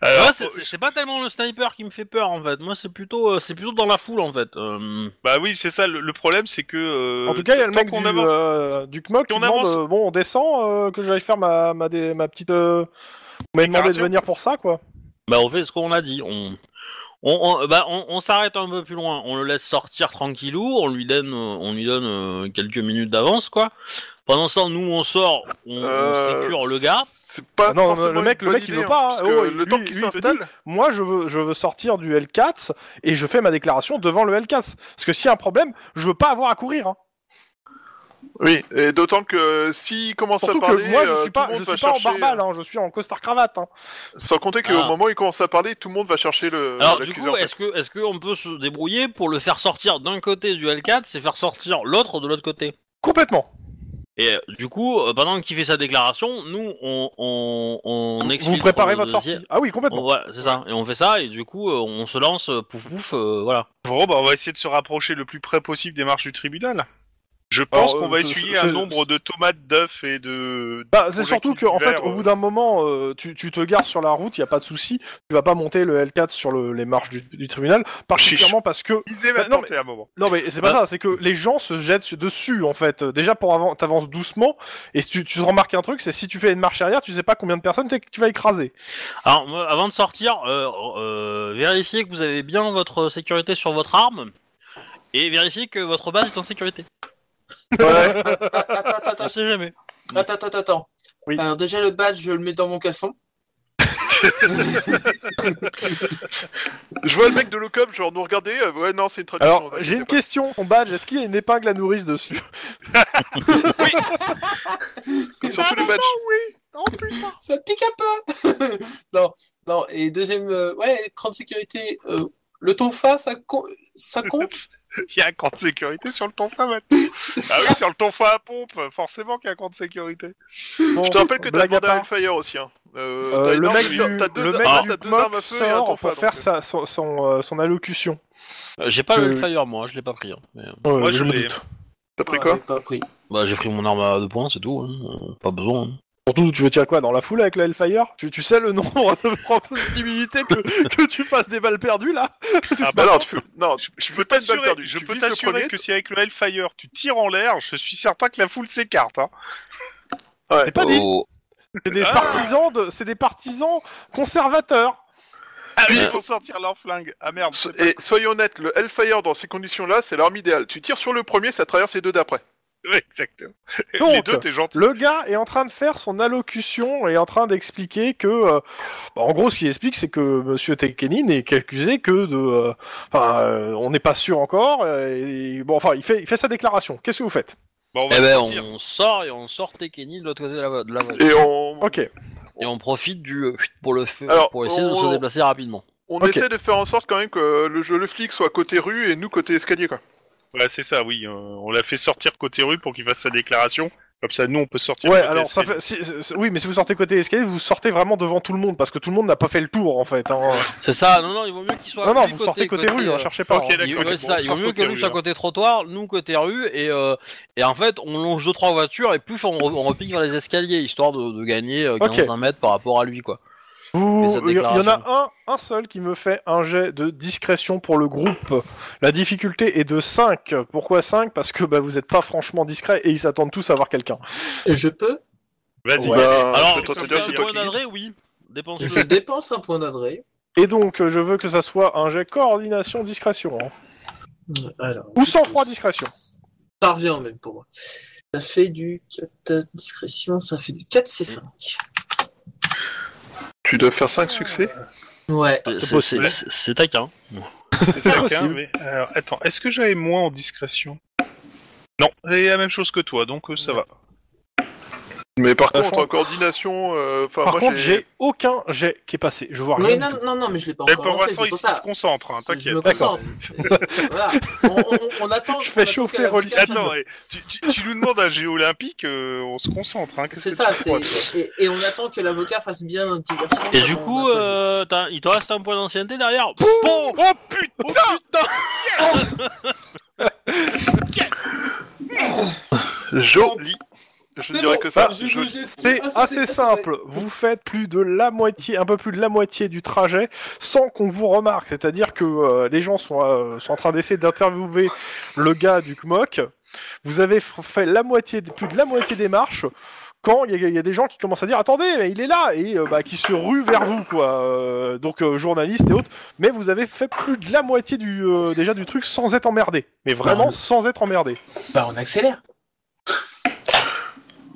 S1: alors,
S2: Ouais, c'est- c'est c'est pas tellement le sniper qui me fait peur en fait, moi c'est plutôt euh, c'est plutôt dans la foule en fait. euh,
S1: bah oui, c'est ça. Le, le problème, c'est que euh,
S3: En tout cas, il y a le
S1: tant
S3: mec du,
S1: qu'on avance-
S3: euh, du CMOC qui
S1: on
S3: demande
S1: avance-
S3: euh, bon, on descend, euh, que j'aille faire ma ma, dé- ma petite. euh, on m'a demandé de
S1: Déclaration.
S3: venir pour ça, quoi.
S2: Bah on fait ce qu'on a dit, on on, on- bah, on, on s'arrête un peu plus loin, on le laisse sortir tranquillou, on lui donne euh, on lui donne euh, quelques minutes d'avance quoi. Pendant ce temps nous on sort, on, on
S5: Euh,
S2: sécure le gars.
S5: C'est pas
S3: Ah non,
S5: forcément
S3: le mec-
S5: une
S3: le
S5: bonne
S3: mec, il
S5: idée,
S3: veut pas, hein.
S5: parce que
S3: Oh,
S5: le
S3: lui,
S5: temps
S3: lui,
S5: qu'il
S3: il te dit-
S5: s'installe,
S3: Moi, je veux je veux sortir du L4 et je fais ma déclaration devant le L15 parce que s'il y a un problème, je veux pas avoir à courir. hein.
S5: Oui, et d'autant que s'il commence
S3: Surtout
S5: à parler,
S3: que moi, je suis
S5: euh, tout le
S3: pas
S5: monde
S3: je
S5: va
S3: suis pas en
S5: chercher,
S3: barbale, hein, je suis en costard cravate. hein.
S5: euh, Sans compter qu'au
S2: Ah.
S5: moment où il commence à parler, tout le monde va chercher le.
S2: Alors du
S5: l'accusé,
S2: coup
S5: Euh, en fait.
S2: est-ce que est-ce qu'on peut se débrouiller pour le faire sortir d'un côté du L4, c'est faire sortir l'autre de l'autre côté.
S3: Complètement.
S2: Et euh, du coup euh, pendant qu'il fait sa déclaration, nous on on, on
S3: Vous
S2: exfiltre
S3: préparez
S2: le
S3: votre
S2: deuxième-
S3: sortie. Ah oui,
S2: On-
S3: complètement.
S2: voilà, c'est ça. Et on fait ça et du coup euh, on se lance euh, pouf pouf euh, voilà.
S1: Bon, bah, on va essayer de se rapprocher le plus près possible des marches du tribunal. Je pense
S3: Alors,
S1: qu'on
S3: euh,
S1: va
S3: je-
S1: essuyer
S3: je-
S1: un
S3: je-
S1: nombre de tomates, d'œufs et de.
S3: Bah, c'est
S1: projectiles
S3: surtout que, en fait,
S1: divers,
S3: au
S1: euh.
S3: bout d'un moment, euh, tu, tu te gares sur la route, il n'y a pas de souci. Tu vas pas monter le L4 sur le- les marches du, du tribunal, particulièrement parce que.
S1: Misez
S3: Bah,
S1: maintenant,
S3: non, mais-
S1: t'es à un moment.
S3: Non, mais c'est pas
S2: Bah.
S3: ça, c'est que les gens se jettent su- dessus, en fait. Euh, Déjà, pour avant, t'avances doucement, et si tu, tu remarques un truc, c'est si tu fais une marche arrière, tu sais pas combien de personnes t'es- tu vas écraser.
S2: Alors, moi, avant de sortir, euh, euh, vérifiez que vous avez bien votre sécurité sur votre arme et vérifiez que votre base est en sécurité.
S4: Ah, Attends, attends,
S2: On sait jamais.
S4: attends, attends, attends, attends.
S3: Oui.
S4: Alors déjà le badge, je le mets dans mon caleçon.
S5: Je vois le mec de l'OCOP, genre nous regarder, euh, ouais, non, c'est une traduction.
S3: Alors,
S5: t'inquiète
S3: j'ai une
S5: pas.
S3: question, ton badge, est-ce qu'il y a une épingle à nourrice dessus
S5: Surtout les matchs.
S4: Ça pique un peu. non, non. Et deuxième, euh, ouais, grande sécurité. euh, le tonfa, ça, co- ça compte
S1: Il y a un
S5: Ah
S1: camp de sécurité sur le tonfa maintenant. ah oui, sur le tonfa à pompe, forcément qu'il y a un camp de sécurité.
S3: Bon,
S5: Je te rappelle que t'as
S3: blague à
S5: demandé à
S3: part.
S5: Hellfire aussi. Hein. Euh,
S3: Euh,
S5: t'as une
S3: le
S5: arme-
S3: mec du,
S5: t'as- t'as deux,
S3: le mec
S5: t'as
S3: du
S5: deux armes à
S3: mock
S5: feu et un
S3: sort
S5: tonfa.
S3: pour
S5: donc,
S3: faire sa,
S5: euh,
S3: son, son, euh, son allocution.
S2: Euh, J'ai pas le
S3: Euh,
S2: fire moi, je l'ai pas pris. hein. Mais, euh,
S1: Moi, je
S3: me
S1: l'ai.
S3: doute.
S5: T'as pris
S4: Ah,
S5: quoi
S4: j'ai pas pris.
S2: Bah, j'ai pris mon arme à deux points, c'est tout. hein. Euh, Pas besoin. hein.
S3: Surtout, tu veux tirer quoi Dans la foule avec le Hellfire tu, tu sais le nombre de possibilités que, que tu fasses des balles perdues là
S1: Ah,
S5: Bah
S1: bah,
S5: non, tu peux. Non, tu-
S1: je
S5: tu
S1: peux
S5: fais pas de balle
S1: t'assurer,
S5: perdue.
S1: je
S5: Tu
S1: peux
S5: vises le
S1: t'assurer
S5: premier,
S1: que si avec le Hellfire tu tires en l'air, je suis certain que la foule s'écarte. Hein.
S3: C'est pas dit
S2: Oh.
S3: C'est des
S1: Ah.
S3: partisans, de- c'est des partisans conservateurs
S1: Ah, mais
S5: Puis-
S1: ils font sortir leur flingue. Ah merde.
S5: So- Et soyons honnêtes, le Hellfire dans ces conditions-là, c'est l'arme idéale. Tu tires sur le premier, ça traverse les deux d'après.
S1: Ouais, exactement. les
S3: Donc,
S1: deux, t'es gentil.
S3: Le gars est en train de faire son allocution et en train d'expliquer que. euh, bah, en gros, ce qu'il explique, c'est que Monsieur Tekenin est accusé que de. euh, Enfin, euh, on n'est pas sûr encore. euh, et, bon, enfin, il fait, il fait sa déclaration. Qu'est-ce que vous faites
S1: Bon, Bah, on va
S2: Eh ben,
S1: sortir.
S2: on sort et on sort Tekeni de l'autre côté de la voie. de la voie.
S5: Et on,
S3: Ok.
S2: Et on profite du euh, pour le feu,
S5: Alors,
S2: pour essayer de
S5: on-
S2: se déplacer rapidement.
S5: on
S3: Ok.
S5: essaie de faire en sorte quand même que le, jeu, le flic soit côté rue et nous côté escalier, quoi.
S1: Ouais, c'est ça, oui. euh, on l'a fait sortir côté rue pour qu'il fasse sa déclaration. Comme ça, nous, on peut sortir.
S3: Ouais,
S1: côté
S3: alors ça
S1: escalier.
S3: fait- si- si- oui, mais si vous sortez côté escalier, vous sortez vraiment devant tout le monde parce que tout le monde n'a pas fait le tour en fait. hein.
S2: C'est ça, non, non, il vaut mieux qu'il soit.
S3: non, non,
S2: petit
S3: vous sortez côté, rue, hein,
S2: euh,
S3: cherchez pas.
S1: ok,
S3: hein.
S1: d'accord,
S2: il,
S1: ok,
S2: ouais,
S1: bon,
S2: c'est ça,
S1: on
S2: il vaut
S1: sort
S2: mieux que
S1: côté
S2: nous
S1: rue,
S2: soit
S1: hein.
S2: côté trottoir, nous côté rue, et, euh, et en fait on longe deux trois voitures et plus on, re- on repique vers les escaliers histoire de, de gagner euh, 15
S3: Ok.
S2: mètres par rapport à lui quoi.
S3: Vous-
S2: Mais cette
S3: Il y, en
S2: déclaration.
S3: a un, un seul qui me fait un jet de discrétion pour le groupe. La difficulté est de 5. Pourquoi 5 Parce que bah, vous n'êtes pas franchement discret et ils s'attendent tous à voir quelqu'un.
S4: Je peux
S1: Vas-y.
S5: Ouais. Bah,
S2: Alors,
S5: je peux
S1: t'en
S2: comme
S1: dire,
S2: un
S1: c'est
S2: point
S1: toi qui-
S2: d'adresse, oui, dépense.
S4: Je dépense un point d'adresse.
S3: Et donc, euh, je veux que ça soit un jet coordination discrétion. hein.
S4: Alors,
S3: Ou sang-froid discrétion.
S4: Ça revient en même pour moi. Ça fait du 4 discrétion, ça fait du 4 C5.
S5: Tu dois faire 5 succès
S4: Ouais.
S2: C'est- c'est-
S3: possible.
S2: c'est- C'est
S3: hein.
S2: taquin.
S1: C'est taquin,
S3: possible.
S1: hein, mais- alors, attends, est-ce que j'avais moins en discrétion Non, j'ai la même chose que toi, donc euh, ça va.
S5: Mais par
S3: Sachant-
S5: contre, en coordination, euh, enfin,
S3: Par
S5: moi
S3: contre, j'ai aucun jet qui est passé. Je vois
S4: Mais
S3: rien.
S4: non, non, non, mais je l'ai pas
S1: Mais
S4: encore
S1: pour
S4: lancé,
S1: l'instant,
S4: c'est
S1: il
S4: pour
S1: se
S4: ça.
S1: concentre, hein,
S4: C'est- Je
S1: t'inquiète.
S4: me concentre. C'est- voilà. On, on- on attend.
S3: Je fais
S4: on attend
S3: chauffer
S4: qu'elle avoue
S3: Rolly.
S4: qu'elle dise.
S1: Attends, eh, tu, tu- tu nous demandes un jeu olympique, euh, on se concentre. Hein, qu'est-ce
S4: C'est
S1: que
S4: ça,
S1: tu crois,
S4: c'est et, et on attend que l'avocat fasse bien un petit version.
S2: Et
S4: comme
S2: du
S4: on
S2: coup,
S4: a pas
S2: euh, t'as- il te reste un point d'ancienneté derrière.
S1: Bon, oh putain Oh,
S5: j'ai joli. Je
S4: dit.
S5: dirais que ça.
S4: J'ai
S5: joli.
S4: bougé.
S3: C'est
S4: Ah,
S3: assez
S4: c'était- ah, c'était-
S3: simple. Vous faites plus de la moitié, un peu plus de la moitié du trajet sans qu'on vous remarque. C'est-à-dire que euh, les gens sont, euh, sont en train d'essayer d'interviewer le gars du KMOC. Vous avez f- fait la moitié, des- plus de la moitié des marches quand il y, a- il y a des gens qui commencent à dire attendez, mais il est là et euh, bah, qui se ruent vers vous quoi. Euh, donc euh, journalistes et autres. Mais vous avez fait plus de la moitié du euh, déjà du truc sans être emmerdé. Mais vraiment
S4: Ah.
S3: sans être emmerdé.
S4: Bah, on accélère.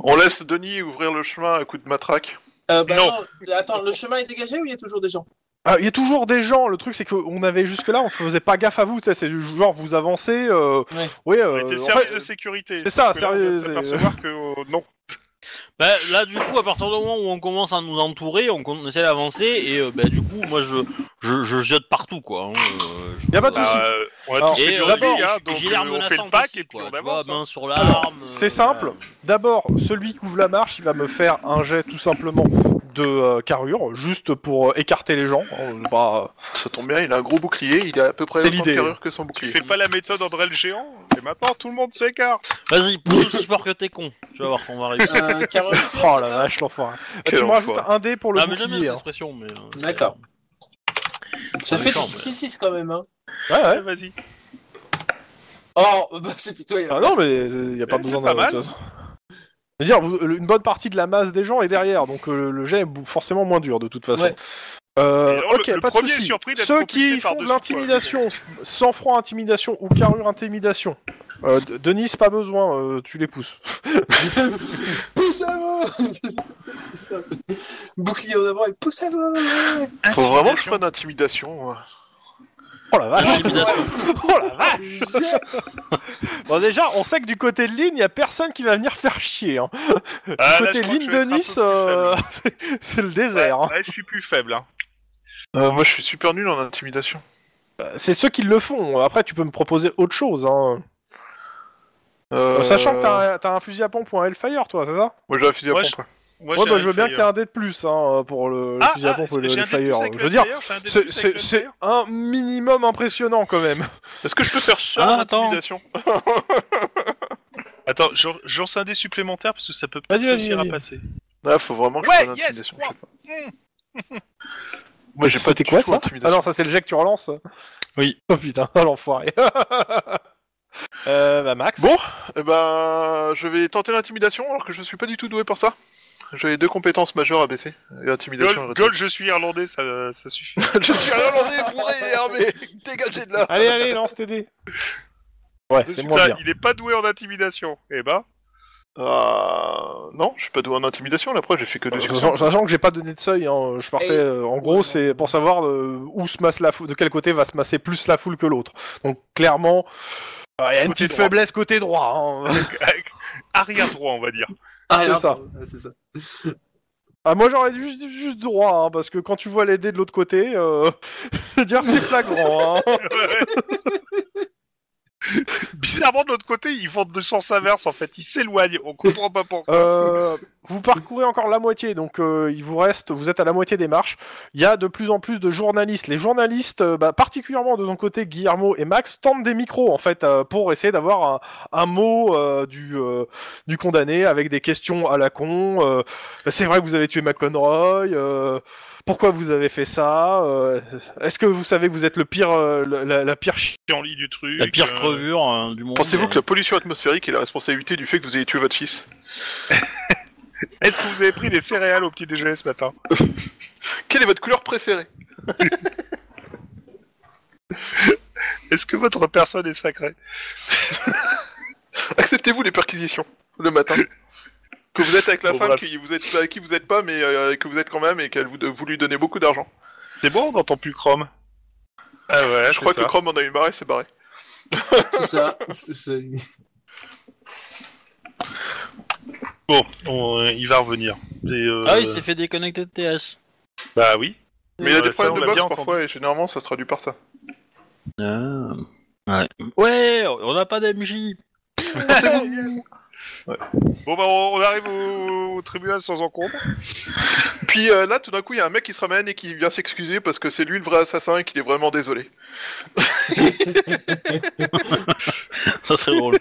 S5: On laisse Denis ouvrir le chemin à coup de matraque.
S4: Euh, bah,
S1: Non.
S4: non, Attends, le chemin est dégagé ou il y a toujours des gens
S3: Ah, Il y a toujours des gens, le truc c'est qu'on avait jusque-là, on faisait pas gaffe à vous, tu sais, c'est du genre vous avancez, euh,
S4: Ouais.
S3: oui, euh,
S1: T'es
S3: en
S1: service
S3: fait,
S1: de sécurité.
S3: c'est ça,
S1: Parce que là, on vient de
S3: service-
S1: s'apercevoir que euh, non.
S2: Bah, là, du coup, à partir du moment où on commence à nous entourer, on, con- on essaie d'avancer et euh, bah, du coup, moi, je, je, je jette partout, quoi. hein, euh, je-
S3: Y a pas de
S2: Bah,
S3: souci.
S1: Bah, euh, on a
S3: Alors,
S1: tous fait
S2: Et
S1: du
S2: euh,
S1: rugby,
S2: j'ai-
S1: hein,
S2: j'ai
S1: donc euh,
S2: l'arme
S1: on fait le
S2: menaçante
S1: pack
S2: aussi,
S1: et puis
S2: quoi,
S1: on
S2: tu
S1: avance.
S2: vois,
S1: hein.
S2: main sur l'arme.
S3: c'est
S2: euh,
S3: simple.
S2: voilà.
S3: D'abord, celui qui ouvre la marche, il va me faire un jet tout simplement de euh, carrure, juste pour euh, écarter les gens. hein, euh, bah,
S5: Ça tombe bien, il a un gros bouclier, il a à peu près
S3: C'est
S5: autant de
S3: l'idée.
S5: carrure que son
S1: Tu
S5: bouclier.
S1: fais pas la méthode André le géant, et maintenant tout le monde s'écarte.
S2: Vas-y, pousse aussi fort que t'es con. Tu vas voir qu'on va réussir.
S4: euh,
S3: euh,
S4: Caroline,
S3: Oh la
S4: c'est ça
S3: vache, l'enfoiré. Bah,
S5: Quel
S3: tu me rajoutes
S5: enfoiré.
S3: un dé pour le
S2: ah, mais j'aime bien
S3: bouclier.
S2: cette
S3: hein.
S2: expression, mais. euh,
S4: D'accord. Ça
S2: c'est
S4: fait du
S2: méchant, mais-
S4: 6-6 quand même. Hein.
S3: Ouais, ouais.
S1: Ouais, vas-y.
S4: Oh, bah, c'est plutôt.
S3: Ah non, mais il y a pas
S1: Mais
S3: besoin
S1: c'est pas mal.
S3: d'un- de- Je veux dire, vous- une bonne partie de la masse des gens est derrière, donc euh, le jet est bou- forcément moins dur de toute façon.
S4: Ouais.
S3: Euh,
S1: Et alors, le-
S3: ok,
S1: le
S3: pas de
S1: premier est
S3: souci.
S1: surpris d'être
S3: Ceux
S1: propulsé
S3: qui
S1: par
S3: font de
S1: dessous, quoi.
S3: l'intimidation, sans froid intimidation ou carrure intimidation, euh, D- Denis, pas besoin, euh, tu les pousses.
S4: pousse avant C'est ça, c'est- Bouclier en avant et pousse avant ouais.
S5: Faut vraiment que je prenne intimidation. moi.
S3: Oh la vache
S2: Intimidation.
S3: Oh la vache Bon déjà, on sait que du côté de ligne, y a personne qui va venir faire chier. Hein.
S1: Ah, là, je crois
S3: côté
S1: que je
S3: ligne
S1: vais être
S3: de
S1: un peu
S3: Nice,
S1: plus
S3: euh,
S1: faible.
S3: c'est- c'est le
S1: Ouais,
S3: désert. hein.
S1: ouais, je suis plus faible. Hein.
S5: Euh, moi, je suis super nul en intimidation.
S3: C'est ceux qui le font. Après, tu peux me proposer autre chose. Hein.
S5: Euh,
S3: Euh, Sachant que t'as un- t'as un fusil à pompe ou un Hellfire, toi, c'est ça
S5: Moi, j'ai un fusil à
S1: Moi,
S5: pompe. ouais.
S1: Moi,
S3: Ouais,
S1: j'ai
S3: bah,
S1: un
S3: je veux bien que t'aies
S1: Hellfire.
S3: un dé de plus hein, pour le, le
S1: Ah,
S3: fusil à pompe
S1: ah,
S3: ou le
S1: j'ai un dé de plus
S3: Hellfire.
S1: avec le
S3: Je veux dire,
S1: Hellfire, j'ai un dé de
S3: c'est-
S1: plus avec
S3: c'est
S1: le
S3: c'est
S1: Hellfire.
S3: un minimum impressionnant quand même.
S5: Est-ce que je peux faire charme
S2: Ah, attends.
S5: intimidation
S1: Attends, j'en- j'en un dé supplémentaire parce que ça peut
S3: Vas-y,
S1: peut-être
S3: vas-y,
S1: réussir à
S3: vas-y.
S1: passer.
S5: Ah, faut vraiment que
S1: Ouais,
S5: je prenne
S1: yes,
S5: intimidation.
S1: trois.
S5: je sais pas. Moi, j'ai pas
S3: C'était
S5: du
S3: quoi
S5: tout
S3: ça Ah
S5: intimidation.
S3: non, ça c'est le jet que tu relances.
S2: Oui.
S3: Oh putain, oh, l'enfoiré. euh, bah Max.
S5: Bon, eh ben, je vais tenter l'intimidation alors que je suis pas du tout doué pour ça. J'ai deux compétences majeures à baisser. Et intimidation et
S1: Gold,
S5: retenue.
S1: Gold, je suis irlandais, ça, ça suffit.
S5: je suis
S1: Ah,
S5: un Hollandais bourré et armé. Dégagez de là.
S3: allez, allez, lance tes dés. Ouais, c'est moins
S1: Putain,
S3: bien.
S1: il est pas doué en intimidation. Eh ben,
S5: Ah, non, je suis pas doué en intimidation. Là, après, j'ai fait que
S3: Bah,
S1: Euh,
S5: deux succès.
S3: Sachant sachant que j'ai pas donné de seuil, hein, je partais.
S4: Et-
S3: euh, en gros, c'est pour savoir euh, où se masse la foule, de quel côté va se masser plus la foule que l'autre. Donc clairement, il Bah, y a une
S1: Côté
S3: petite
S1: droit.
S3: faiblesse côté droit. hein.
S1: arrière droit, on va dire.
S4: Ah,
S3: C'est
S4: alors,
S3: ça.
S4: ouais, C'est ça.
S3: Ah, moi j'aurais dû juste, juste droit, hein, parce que quand tu vois les dés de l'autre côté, euh, je veux dire c'est flagrant. hein.
S1: Ouais, ouais. Bizarrement, de l'autre côté, ils vont de sens inverse, en fait. Ils s'éloignent, on comprend pas
S2: Ah.
S1: pourquoi.
S3: Euh, vous parcourez encore la moitié, donc euh, il vous reste, vous êtes à la moitié des marches. Il y a de plus en plus de journalistes. Les journalistes, euh, bah, particulièrement de ton côté, Guillermo et Max, tentent des micros en fait euh, pour essayer d'avoir un, un mot euh, du euh, du condamné avec des questions à la con. euh, C'est vrai que vous avez tué McConroy. euh, pourquoi vous avez fait ça euh, Est-ce que vous savez que vous êtes le pire, euh, la- la, la pire chi-
S1: Chiant lit du truc.
S2: La pire
S1: euh,
S2: crevure euh, du monde.
S5: Pensez-vous
S2: euh,
S5: que la pollution atmosphérique est la responsabilité du fait que vous ayez tué votre fils
S1: Est-ce que vous avez pris des céréales au petit déjeuner ce matin
S5: Quelle est votre couleur préférée
S1: Est-ce que votre personne est sacrée
S5: Acceptez-vous les perquisitions le matin Que vous êtes avec la
S1: Bon,
S5: femme
S1: bref.
S5: qui vous êtes, à qui vous êtes pas, mais euh, que vous êtes quand même, et qu'elle vous, vous lui donnez beaucoup d'argent.
S1: C'est bon, on n'entend plus Chrome. Ah ouais,
S5: Je crois que Chrome en a eu marre et s'est barré.
S4: Tout ça. c'est ça.
S1: Bon, on, euh, il va revenir. Et, euh,
S2: Ah, il s'est fait déconnecter de TS.
S1: Bah oui.
S5: Mais il y a
S1: Ouais,
S5: des
S1: ça, on
S5: problèmes de
S1: l'a
S5: box
S1: bien
S5: parfois, et généralement ça se traduit par ça.
S2: Ah. Ouais. Ouais, on n'a pas d'MJ.
S1: Bon bah on, on arrive au, au tribunal sans encombre.
S5: Puis euh, là, tout d'un coup, il y a un mec qui se ramène et qui vient s'excuser parce que c'est lui le vrai assassin et qu'il est vraiment désolé.
S2: Ça serait drôle.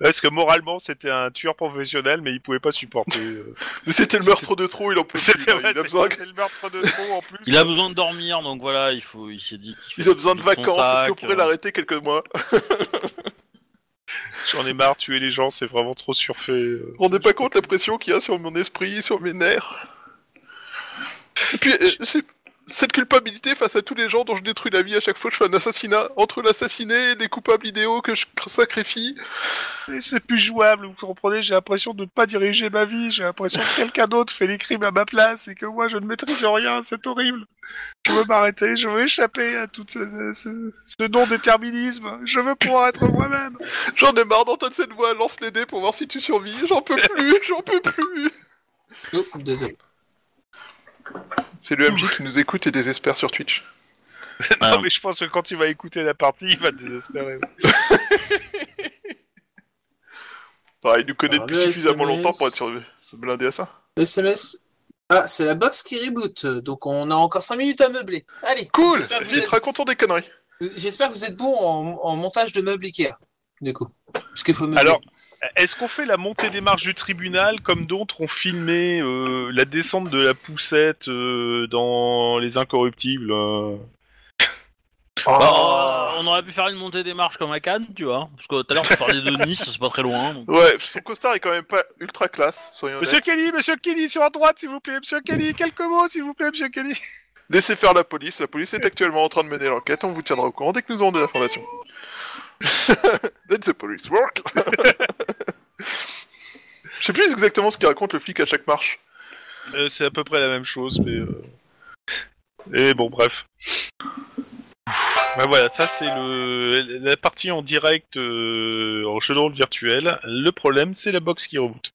S1: Parce que moralement c'était un tueur professionnel mais il pouvait pas supporter. euh,
S5: Mais C'était le
S1: C'était-
S5: meurtre de trop, il en peut plus.
S1: C'était
S5: là,
S1: vrai,
S5: il, a
S1: c'est-
S5: besoin,
S1: c'est le meurtre de trop en plus.
S2: Il a besoin de dormir, donc voilà, il faut. Il s'est dit. qu'il
S5: il
S2: fait
S5: a besoin de
S2: son
S5: vacances. Est-ce
S2: sac,
S5: qu'on pourrait
S2: euh,
S5: l'arrêter quelques mois
S1: J'en ai marre, tuer les gens c'est vraiment trop surfait. euh.
S5: Vous vous rendez pas compte la pression qu'il y a sur mon esprit, sur mes nerfs Et puis, euh, c'est- cette culpabilité face à tous les gens dont je détruis la vie à chaque fois que je fais un assassinat, entre l'assassiné et les coupables idéaux que je sacrifie,
S1: C'est plus jouable, vous comprenez, j'ai l'impression de ne pas diriger ma vie, j'ai l'impression que quelqu'un d'autre fait les crimes à ma place et que moi je ne maîtrise rien, c'est horrible. Je veux m'arrêter, je veux échapper à tout ce, ce- ce non-déterminisme, je veux pouvoir être moi-même.
S5: j'en ai marre d'entendre cette voix, lance les dés pour voir si tu survis, j'en peux plus, j'en peux plus
S4: Oh, désolé.
S5: C'est le MJ qui nous écoute et désespère sur Twitch.
S2: Ah.
S1: Non, mais je pense que quand il va écouter la partie, il va désespérer.
S5: Bah, il nous connaît
S4: Ah,
S5: depuis
S4: le
S5: suffisamment
S4: SMS.
S5: longtemps pour être sur... se blinder à ça.
S4: SMS. Ah, c'est la box qui reboot, donc on a encore 5 minutes à meubler. Allez.
S5: Cool
S4: J'espère que vous
S5: Vite,
S4: êtes- euh,
S5: racontons des conneries.
S4: J'espère que vous êtes bon en, en montage de meubles Ikea. Du coup. Parce qu'il faut meubler.
S1: Alors, est-ce qu'on fait la montée des marches du tribunal comme d'autres ont filmé euh, la descente de la poussette euh, dans Les Incorruptibles euh
S5: Oh.
S2: Bah,
S1: Oh.
S2: euh, on aurait pu faire une montée des marches comme à Cannes, tu vois. Parce que tout à l'heure, tu parlais de Nice, c'est pas très loin. donc.
S5: Ouais, son costard est quand même pas ultra classe, soyons honnêtes.
S1: Monsieur Kelly, monsieur Kelly, sur la droite, s'il vous plaît, monsieur Kelly, quelques mots, s'il vous plaît, monsieur Kelly.
S5: Laissez faire la police, la police est actuellement en train de mener l'enquête, on vous tiendra au courant dès que nous aurons des informations. Let the police work Je sais plus exactement ce qu'il raconte le flic à chaque marche.
S1: Euh, c'est à peu près la même chose, mais. euh, Et bon, bref. Ouais, voilà, ça c'est le la partie en direct euh, en jeu de rôle virtuel. Le problème, c'est la box qui reboot.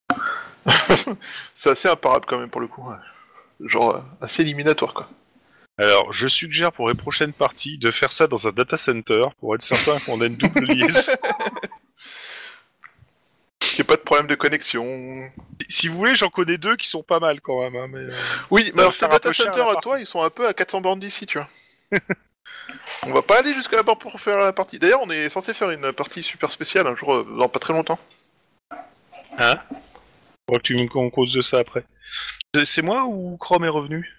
S5: C'est assez imparable quand même pour le coup. ouais. Genre euh, assez éliminatoire quoi.
S1: Alors, je suggère pour les prochaines parties de faire ça dans un data center pour être certain qu'on a une double liaison.
S5: Qu'il n'y ait pas de problème de connexion.
S1: si vous voulez, j'en connais deux qui sont pas mal quand même. hein, mais, euh,
S5: Oui, mais
S1: va
S5: alors tes
S1: faire un
S5: data
S1: peu cher,
S5: centers
S1: la
S5: à toi, ils sont un peu à 400 bornes d'ici, tu vois. on va pas aller jusqu'à là-bas pour faire la partie. D'ailleurs, on est censé faire une partie super spéciale un jour, euh, dans pas très longtemps.
S1: faudra que tu me qu'on cause de ça après. C'est- C'est moi ou Chrome est revenu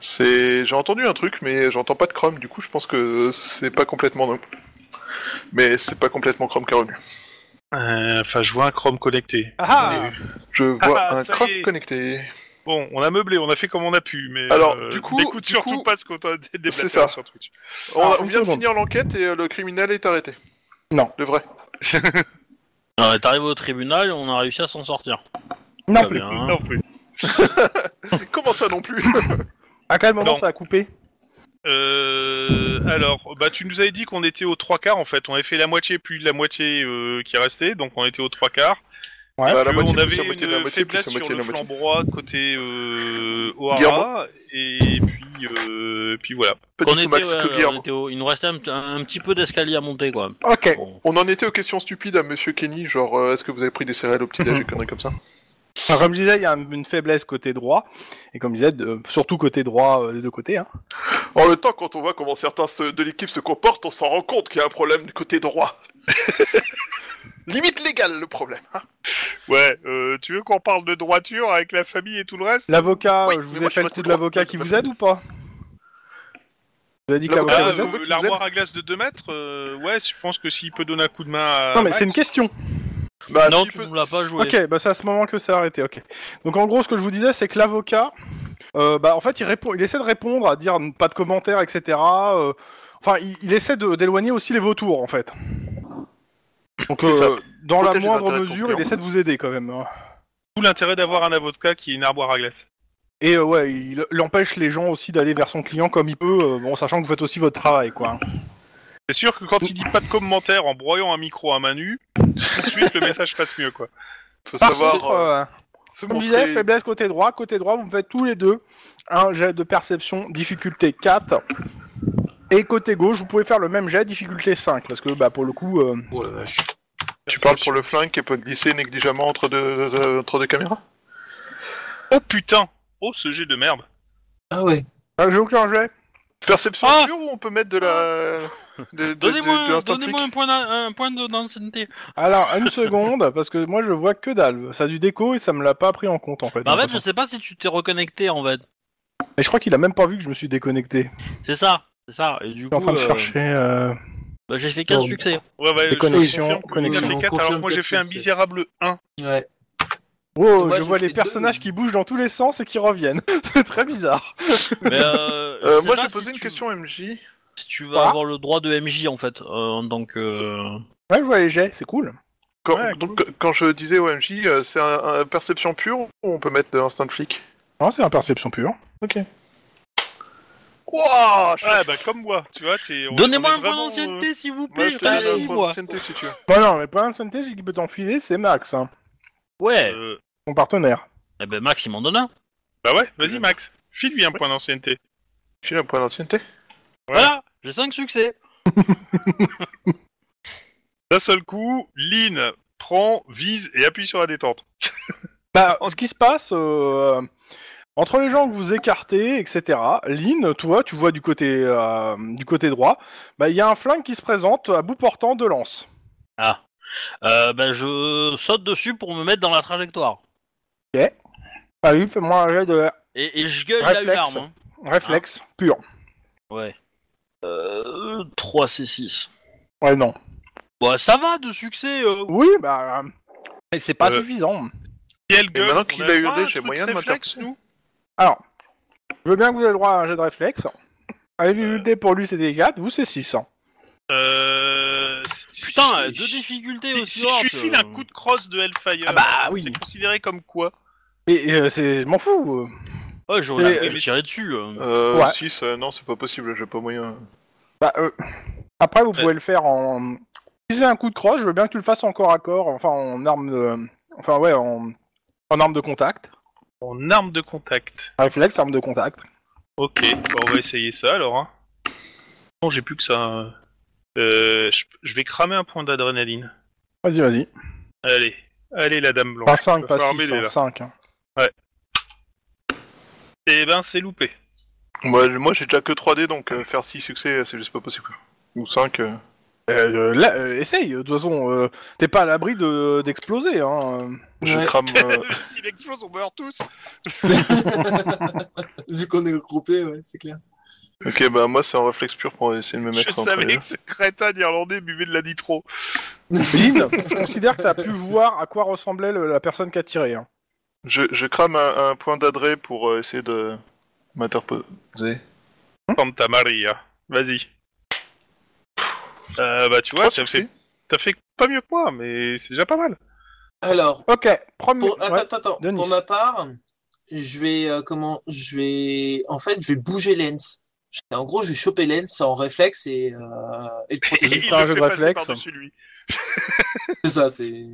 S5: C'est, j'ai entendu un truc, mais j'entends pas de Chrome. Du coup, je pense que c'est pas complètement non. Mais c'est pas complètement Chrome qui est revenu.
S1: Euh, Enfin, je vois un Chrome connecté.
S3: Ah
S5: Je vois
S1: Ah,
S5: un
S1: ça y
S5: Chrome
S1: est.
S5: connecté.
S1: Bon, on a meublé, on a fait comme on a pu, mais
S5: Alors,
S1: euh,
S5: du coup-
S1: n'écoute
S5: du
S1: surtout
S5: coup-
S1: pas ce qu'on t'a dé- déblatéré
S5: C'est ça.
S1: sur Twitch.
S5: On,
S3: Alors,
S5: on
S3: une
S5: vient de
S3: seconde.
S5: finir l'enquête et euh, le criminel est arrêté.
S3: Non.
S5: Le vrai.
S2: Alors, t'arrives au tribunal et on a réussi à s'en sortir.
S3: Non
S2: Pas
S3: plus.
S2: bien, hein.
S1: Non plus.
S5: Comment ça non plus
S3: À quel moment
S1: Non.
S3: ça a coupé
S1: Euh, alors, bah tu nous avais dit qu'on était aux trois quarts en fait. On avait fait la moitié puis la moitié euh, qui restait, donc on était aux trois quarts.
S3: Ouais,
S5: Bah, la
S1: Que
S5: moitié
S1: on
S5: plus
S1: avait
S5: la moitié
S1: une
S5: de la moitié plus
S1: faiblesse
S5: la
S1: sur
S5: moitié
S1: le
S5: de la moitié.
S1: flanc droit côté euh,
S5: Guillermo.
S1: O'Hara et puis euh, puis voilà.
S5: Petit
S2: On
S5: coup
S2: était, euh,
S5: max hein.
S2: ouais,
S5: que
S2: on
S5: Guillermo.
S2: était au- Il nous restait un, un- un petit peu d'escalier à monter, quoi.
S3: Ok.
S2: Bon.
S5: On en était aux questions stupides à Monsieur Kenny, genre euh, est-ce que vous avez pris des céréales au petit
S2: Mhm.
S5: déj, des conneries comme ça.
S3: Enfin, comme je disais, il y a un- une faiblesse côté droit, et comme je disais, de- surtout côté droit euh, des deux côtés. Hein.
S5: En même temps, quand on voit comment certains se- de l'équipe se comportent, on s'en rend compte qu'il y a un problème du côté droit. Limite légal le problème. hein.
S1: Ouais, euh, tu veux qu'on parle de droiture avec la famille et tout le reste
S3: L'avocat,
S5: Oui,
S3: euh, je
S5: mais
S3: vous
S5: moi,
S3: ai
S5: je
S3: fait
S5: suis
S3: le coup
S5: resté
S3: de
S5: droit,
S3: l'avocat
S5: je
S3: qui
S5: suis
S3: vous
S5: pas
S3: aide ou pas Vous avez dit que
S5: L'avocat,
S3: l'avocat
S1: Ah,
S3: vous aide
S5: euh,
S1: euh, l'armoire à glace de 2 mètres, euh, ouais, je pense que s'il peut donner un coup de main à.
S3: Non, mais
S1: Ah, Max-
S3: c'est une question.
S5: Bah,
S2: non,
S5: si,
S2: tu
S5: peut-
S2: nous l'as pas joué.
S3: Ok, bah c'est à ce moment que c'est arrêté. Ok. Donc en gros, ce que je vous disais, c'est que l'avocat, euh, bah en fait, il répond, il essaie de répondre, à dire n- pas de commentaires, etc. euh, enfin, il, il essaie de- d'éloigner aussi les vautours, en fait. Donc
S5: C'est
S3: euh,
S5: ça.
S3: dans la
S5: Protège les
S3: moindre
S5: intérêts
S3: mesure,
S5: concurrents.
S3: il essaie de vous aider quand même. hein.
S1: Tout l'intérêt d'avoir un avocat qui est une armoire à glace.
S3: Et euh, ouais, il, il empêche les gens aussi d'aller vers son client comme il peut, euh, bon, sachant que vous faites aussi votre travail, quoi.
S1: C'est sûr que quand il dit pas de commentaires en broyant un micro à main nue, tout de suite le message passe mieux quoi.
S5: faut
S3: Par
S5: savoir
S3: contre,
S5: euh,
S3: euh,
S5: se
S3: comme je
S5: montrer-
S3: disais, faiblesse côté droit, côté droit, vous me faites tous les deux un jet de perception difficulté 4. Et côté gauche, vous pouvez faire le même jet difficulté 5, parce que bah pour le coup, euh,
S4: Oh la vache.
S5: Tu parles pour le flingue qui peut glisser négligemment entre deux, euh, entre deux caméras
S1: Oh putain Oh ce jet de merde
S4: Ah ouais.
S3: ah, j'ai aucun jet.
S5: Perception
S2: Ah
S5: pure ou on peut mettre de la. de- de- de- de
S2: Donnez-moi
S5: l'instant
S2: donnez un point, d'in- un point de- d'ancienneté.
S3: Alors une seconde, parce que moi je vois que dalle. Ça a du déco et ça me l'a pas pris en compte en fait.
S2: Bah, en
S3: de
S2: fait,
S3: toute
S2: je
S3: façon.
S2: sais pas si tu t'es reconnecté, en fait.
S3: Et je crois qu'il a même pas vu que je me suis déconnecté.
S2: C'est ça, c'est ça. Et du
S3: Je suis
S2: coup,
S3: en train de
S2: euh,
S3: chercher. euh,
S2: bah, j'ai fait 15
S4: Bon.
S2: succès.
S1: Ouais bah, je
S3: connexions,
S1: confirme que vous
S3: connexions.
S1: avez fait
S4: On
S1: quatre,
S4: confirme
S1: alors que moi j'ai
S4: quatre,
S1: fait un
S4: c'est-
S1: misérable 1.
S4: Ouais.
S3: Wow,
S4: Moi,
S3: Oh, je
S4: je
S3: vois
S4: fais
S3: les
S4: deux.
S3: personnages qui bougent dans tous les sens et qui reviennent. C'est très bizarre.
S2: Mais, euh, je
S5: Euh,
S2: sais
S5: moi
S2: pas
S5: j'ai
S2: si
S5: posé une
S2: tu-
S5: question à MJ.
S2: Si tu vas
S3: Quoi
S2: avoir le droit de MJ, en fait, euh, en tant que. euh,
S3: Ouais, je vois les jets, c'est cool.
S5: Quand,
S1: Ouais,
S5: donc, quand je disais au MJ, euh, c'est un, un perception pure ou on peut mettre de l'instant flic
S3: Non, c'est un perception pure.
S5: Wouah je-
S1: Ah bah comme moi, tu vois, t'es. on- on
S2: Donnez-moi
S1: est
S2: un point
S1: vraiment,
S2: d'ancienneté, s'il vous
S5: Moi
S2: plaît.
S5: euh, je te
S4: bah,
S5: donne
S4: si,
S5: un
S2: merci,
S5: point
S2: moi.
S5: d'ancienneté si tu veux.
S3: Bah non, mais pas un synthèse qui peut t'enfiler, c'est Max, hein,
S1: euh,
S2: Ouais.
S1: euh,
S3: mon partenaire.
S2: Eh ben, Max, il m'en donne un.
S1: Bah ouais,
S5: Euh,
S1: vas-y Max, file-lui un point d'ancienneté.
S5: File un point d'ancienneté.
S2: Voilà, j'ai 5 succès.
S1: D'un seul coup, Lynn prend, vise et appuie sur la détente.
S3: Bah, ce qui se passe, euh, entre les gens que vous écartez, etc., Lynn, toi, tu vois du côté, euh, du côté droit, bah, il y a un flingue qui se présente à bout portant de lance.
S2: Ah. Euh, ben, je saute dessus pour me mettre dans la trajectoire.
S3: Ah oui, fais-moi un jet de
S2: Et, et je gueule là une
S3: Réflexe.
S2: arme. hein.
S3: réflexe pur.
S2: Ouais. Euh, 3 C6.
S3: Ouais, non.
S2: Bah, ça va, de succès. euh.
S3: Oui, bah, mais c'est pas
S1: Euh,
S3: suffisant.
S1: Quelle gueule
S5: maintenant
S1: on
S5: qu'il a hurlé,
S1: pas un
S5: j'ai
S1: truc
S5: moyen de
S1: réflexe, nous
S3: Alors, je veux bien que vous ayez le droit à un jet de réflexe. La difficulté pour lui, c'était 4, vous, c'est hein. 6.
S1: Euh. si-
S2: Putain, deux
S1: si-
S2: difficultés
S1: si-
S2: aussi. oh, euh.
S1: Si je lui file un coup de crosse de Hellfire, euh,
S3: Ah bah oui.
S1: c'est considéré comme quoi
S3: Mais euh, c'est... Je m'en fous. euh.
S2: Ouais, j'aurais
S3: Et-
S2: pu me tirer dessus. euh.
S5: Euh,
S3: Ouais.
S5: 6, non, c'est pas possible, j'ai pas moyen.
S3: Bah, euh, Après, vous
S1: Ouais.
S3: pouvez le faire en... Si c'est un coup de crosse, je veux bien que tu le fasses en corps à corps, enfin en arme de... Enfin ouais, en, en arme de contact.
S1: En arme de contact.
S3: Réflexe, arme de contact.
S1: Ok, bah on va essayer ça alors. Hein. Non, j'ai plus que ça. hein. Euh, je- je vais cramer un point d'adrénaline.
S3: Vas-y, vas-y.
S1: Allez, allez la dame blanche.
S3: Pas 5,
S1: va
S3: pas
S1: falloir
S3: 6,
S1: m'aider, là.
S3: 5.
S1: Eh ben c'est loupé.
S5: Moi, je- moi j'ai déjà que 3D donc euh, faire 6 succès euh, c'est juste pas possible. Ou 5.
S3: Euh, là, euh, essaye, de toute façon, euh, t'es pas à l'abri de- d'exploser. hein. euh.
S5: Je
S4: Ouais.
S5: crame. euh,
S1: S'il explose, on meurt tous.
S4: Vu qu'on est regroupés, ouais, c'est clair.
S5: Ok, bah moi c'est un réflexe pur pour essayer de me
S1: Je
S5: mettre entre les
S1: savais
S5: deux.
S1: que ce crétin irlandais buvait de la nitro.
S3: Lynn, je considère que t'as pu voir à quoi ressemblait le- la personne qui a tiré. hein.
S5: Je, je crame un, un point d'adré pour euh, essayer de m'interposer.
S1: Santa Maria. Vas-y. Euh, bah tu vois,
S5: Trois
S1: t'as
S5: succès.
S1: fait, t'as fait pas mieux que moi, mais c'est déjà pas mal.
S4: Alors,
S3: Ok, premier...
S4: pour... attends,
S3: ouais.
S4: attends, attends.
S3: Denis.
S4: Pour ma part, je vais, euh, comment, je vais, en fait, je vais bouger Lens. Je- En gros, je vais choper Lens en réflexe et, euh, et le protéger.
S1: Il
S3: fait un
S1: le
S3: jeu
S1: fait
S3: de
S1: passer
S3: réflexe.
S1: par-dessus lui.
S4: c'est ça, c'est.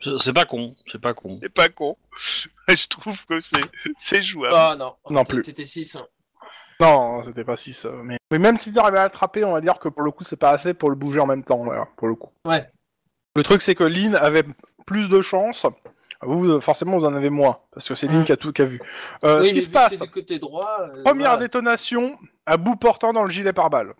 S2: C'est c'est pas con, c'est pas con.
S1: C'est pas con. je trouve que c'est, c'est jouable.
S4: Ah non.
S3: Non
S4: T-
S3: plus.
S4: T'étais 6.
S3: Non, c'était pas 6. Mais... mais même s'il arrive à l'attraper, on va dire que pour le coup, c'est pas assez pour le bouger en même temps, là, pour le coup.
S4: Ouais.
S3: Le truc, c'est que Lynn avait plus de chance. Vous, euh, forcément, vous en avez moins, parce que c'est Lynn
S4: Mm.
S3: qui a tout qu'a vu. Euh,
S4: oui,
S3: ce
S4: mais
S3: qui se
S4: vu que
S3: passe,
S4: C'est du côté droit. euh,
S3: première
S4: voilà,
S3: détonation à bout portant dans le gilet pare-balles.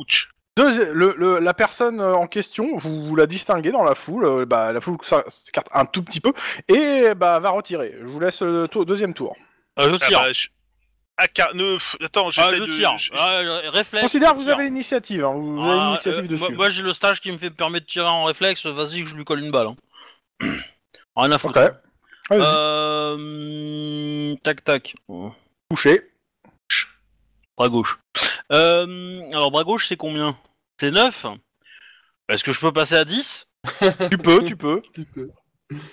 S1: Ouch.
S3: Deuxi- le- le- la personne euh, en question, vous, vous la distinguez dans la foule, euh, bah, la foule s'ar- s'écarte un tout petit peu, et bah, va retirer. Je vous laisse le tour- deuxième tour.
S2: Ah, je
S1: Ah,
S2: tire.
S1: bah, je- Ah, car... ne... f- Attends,
S2: Ah,
S1: j'essaie
S2: je
S1: de...
S2: tire.
S1: je-
S2: Ah, je- réflexe.
S3: Considère
S2: je
S3: que vous
S2: tire.
S3: avez l'initiative, hein, vous avez
S2: Ah,
S3: l'initiative
S2: euh,
S3: dessus.
S2: Moi, moi, j'ai le stage qui me fait permet de tirer en réflexe. Vas-y, que je lui colle une balle. hein. Rien à foutre.
S3: Ok. Allez-y,
S2: Euh, Tac tac.
S3: touché.
S2: Bras gauche. Euh, alors, bras gauche, c'est combien C'est 9 Est-ce que je peux passer à 10
S3: tu peux, tu peux.
S4: un petit peu.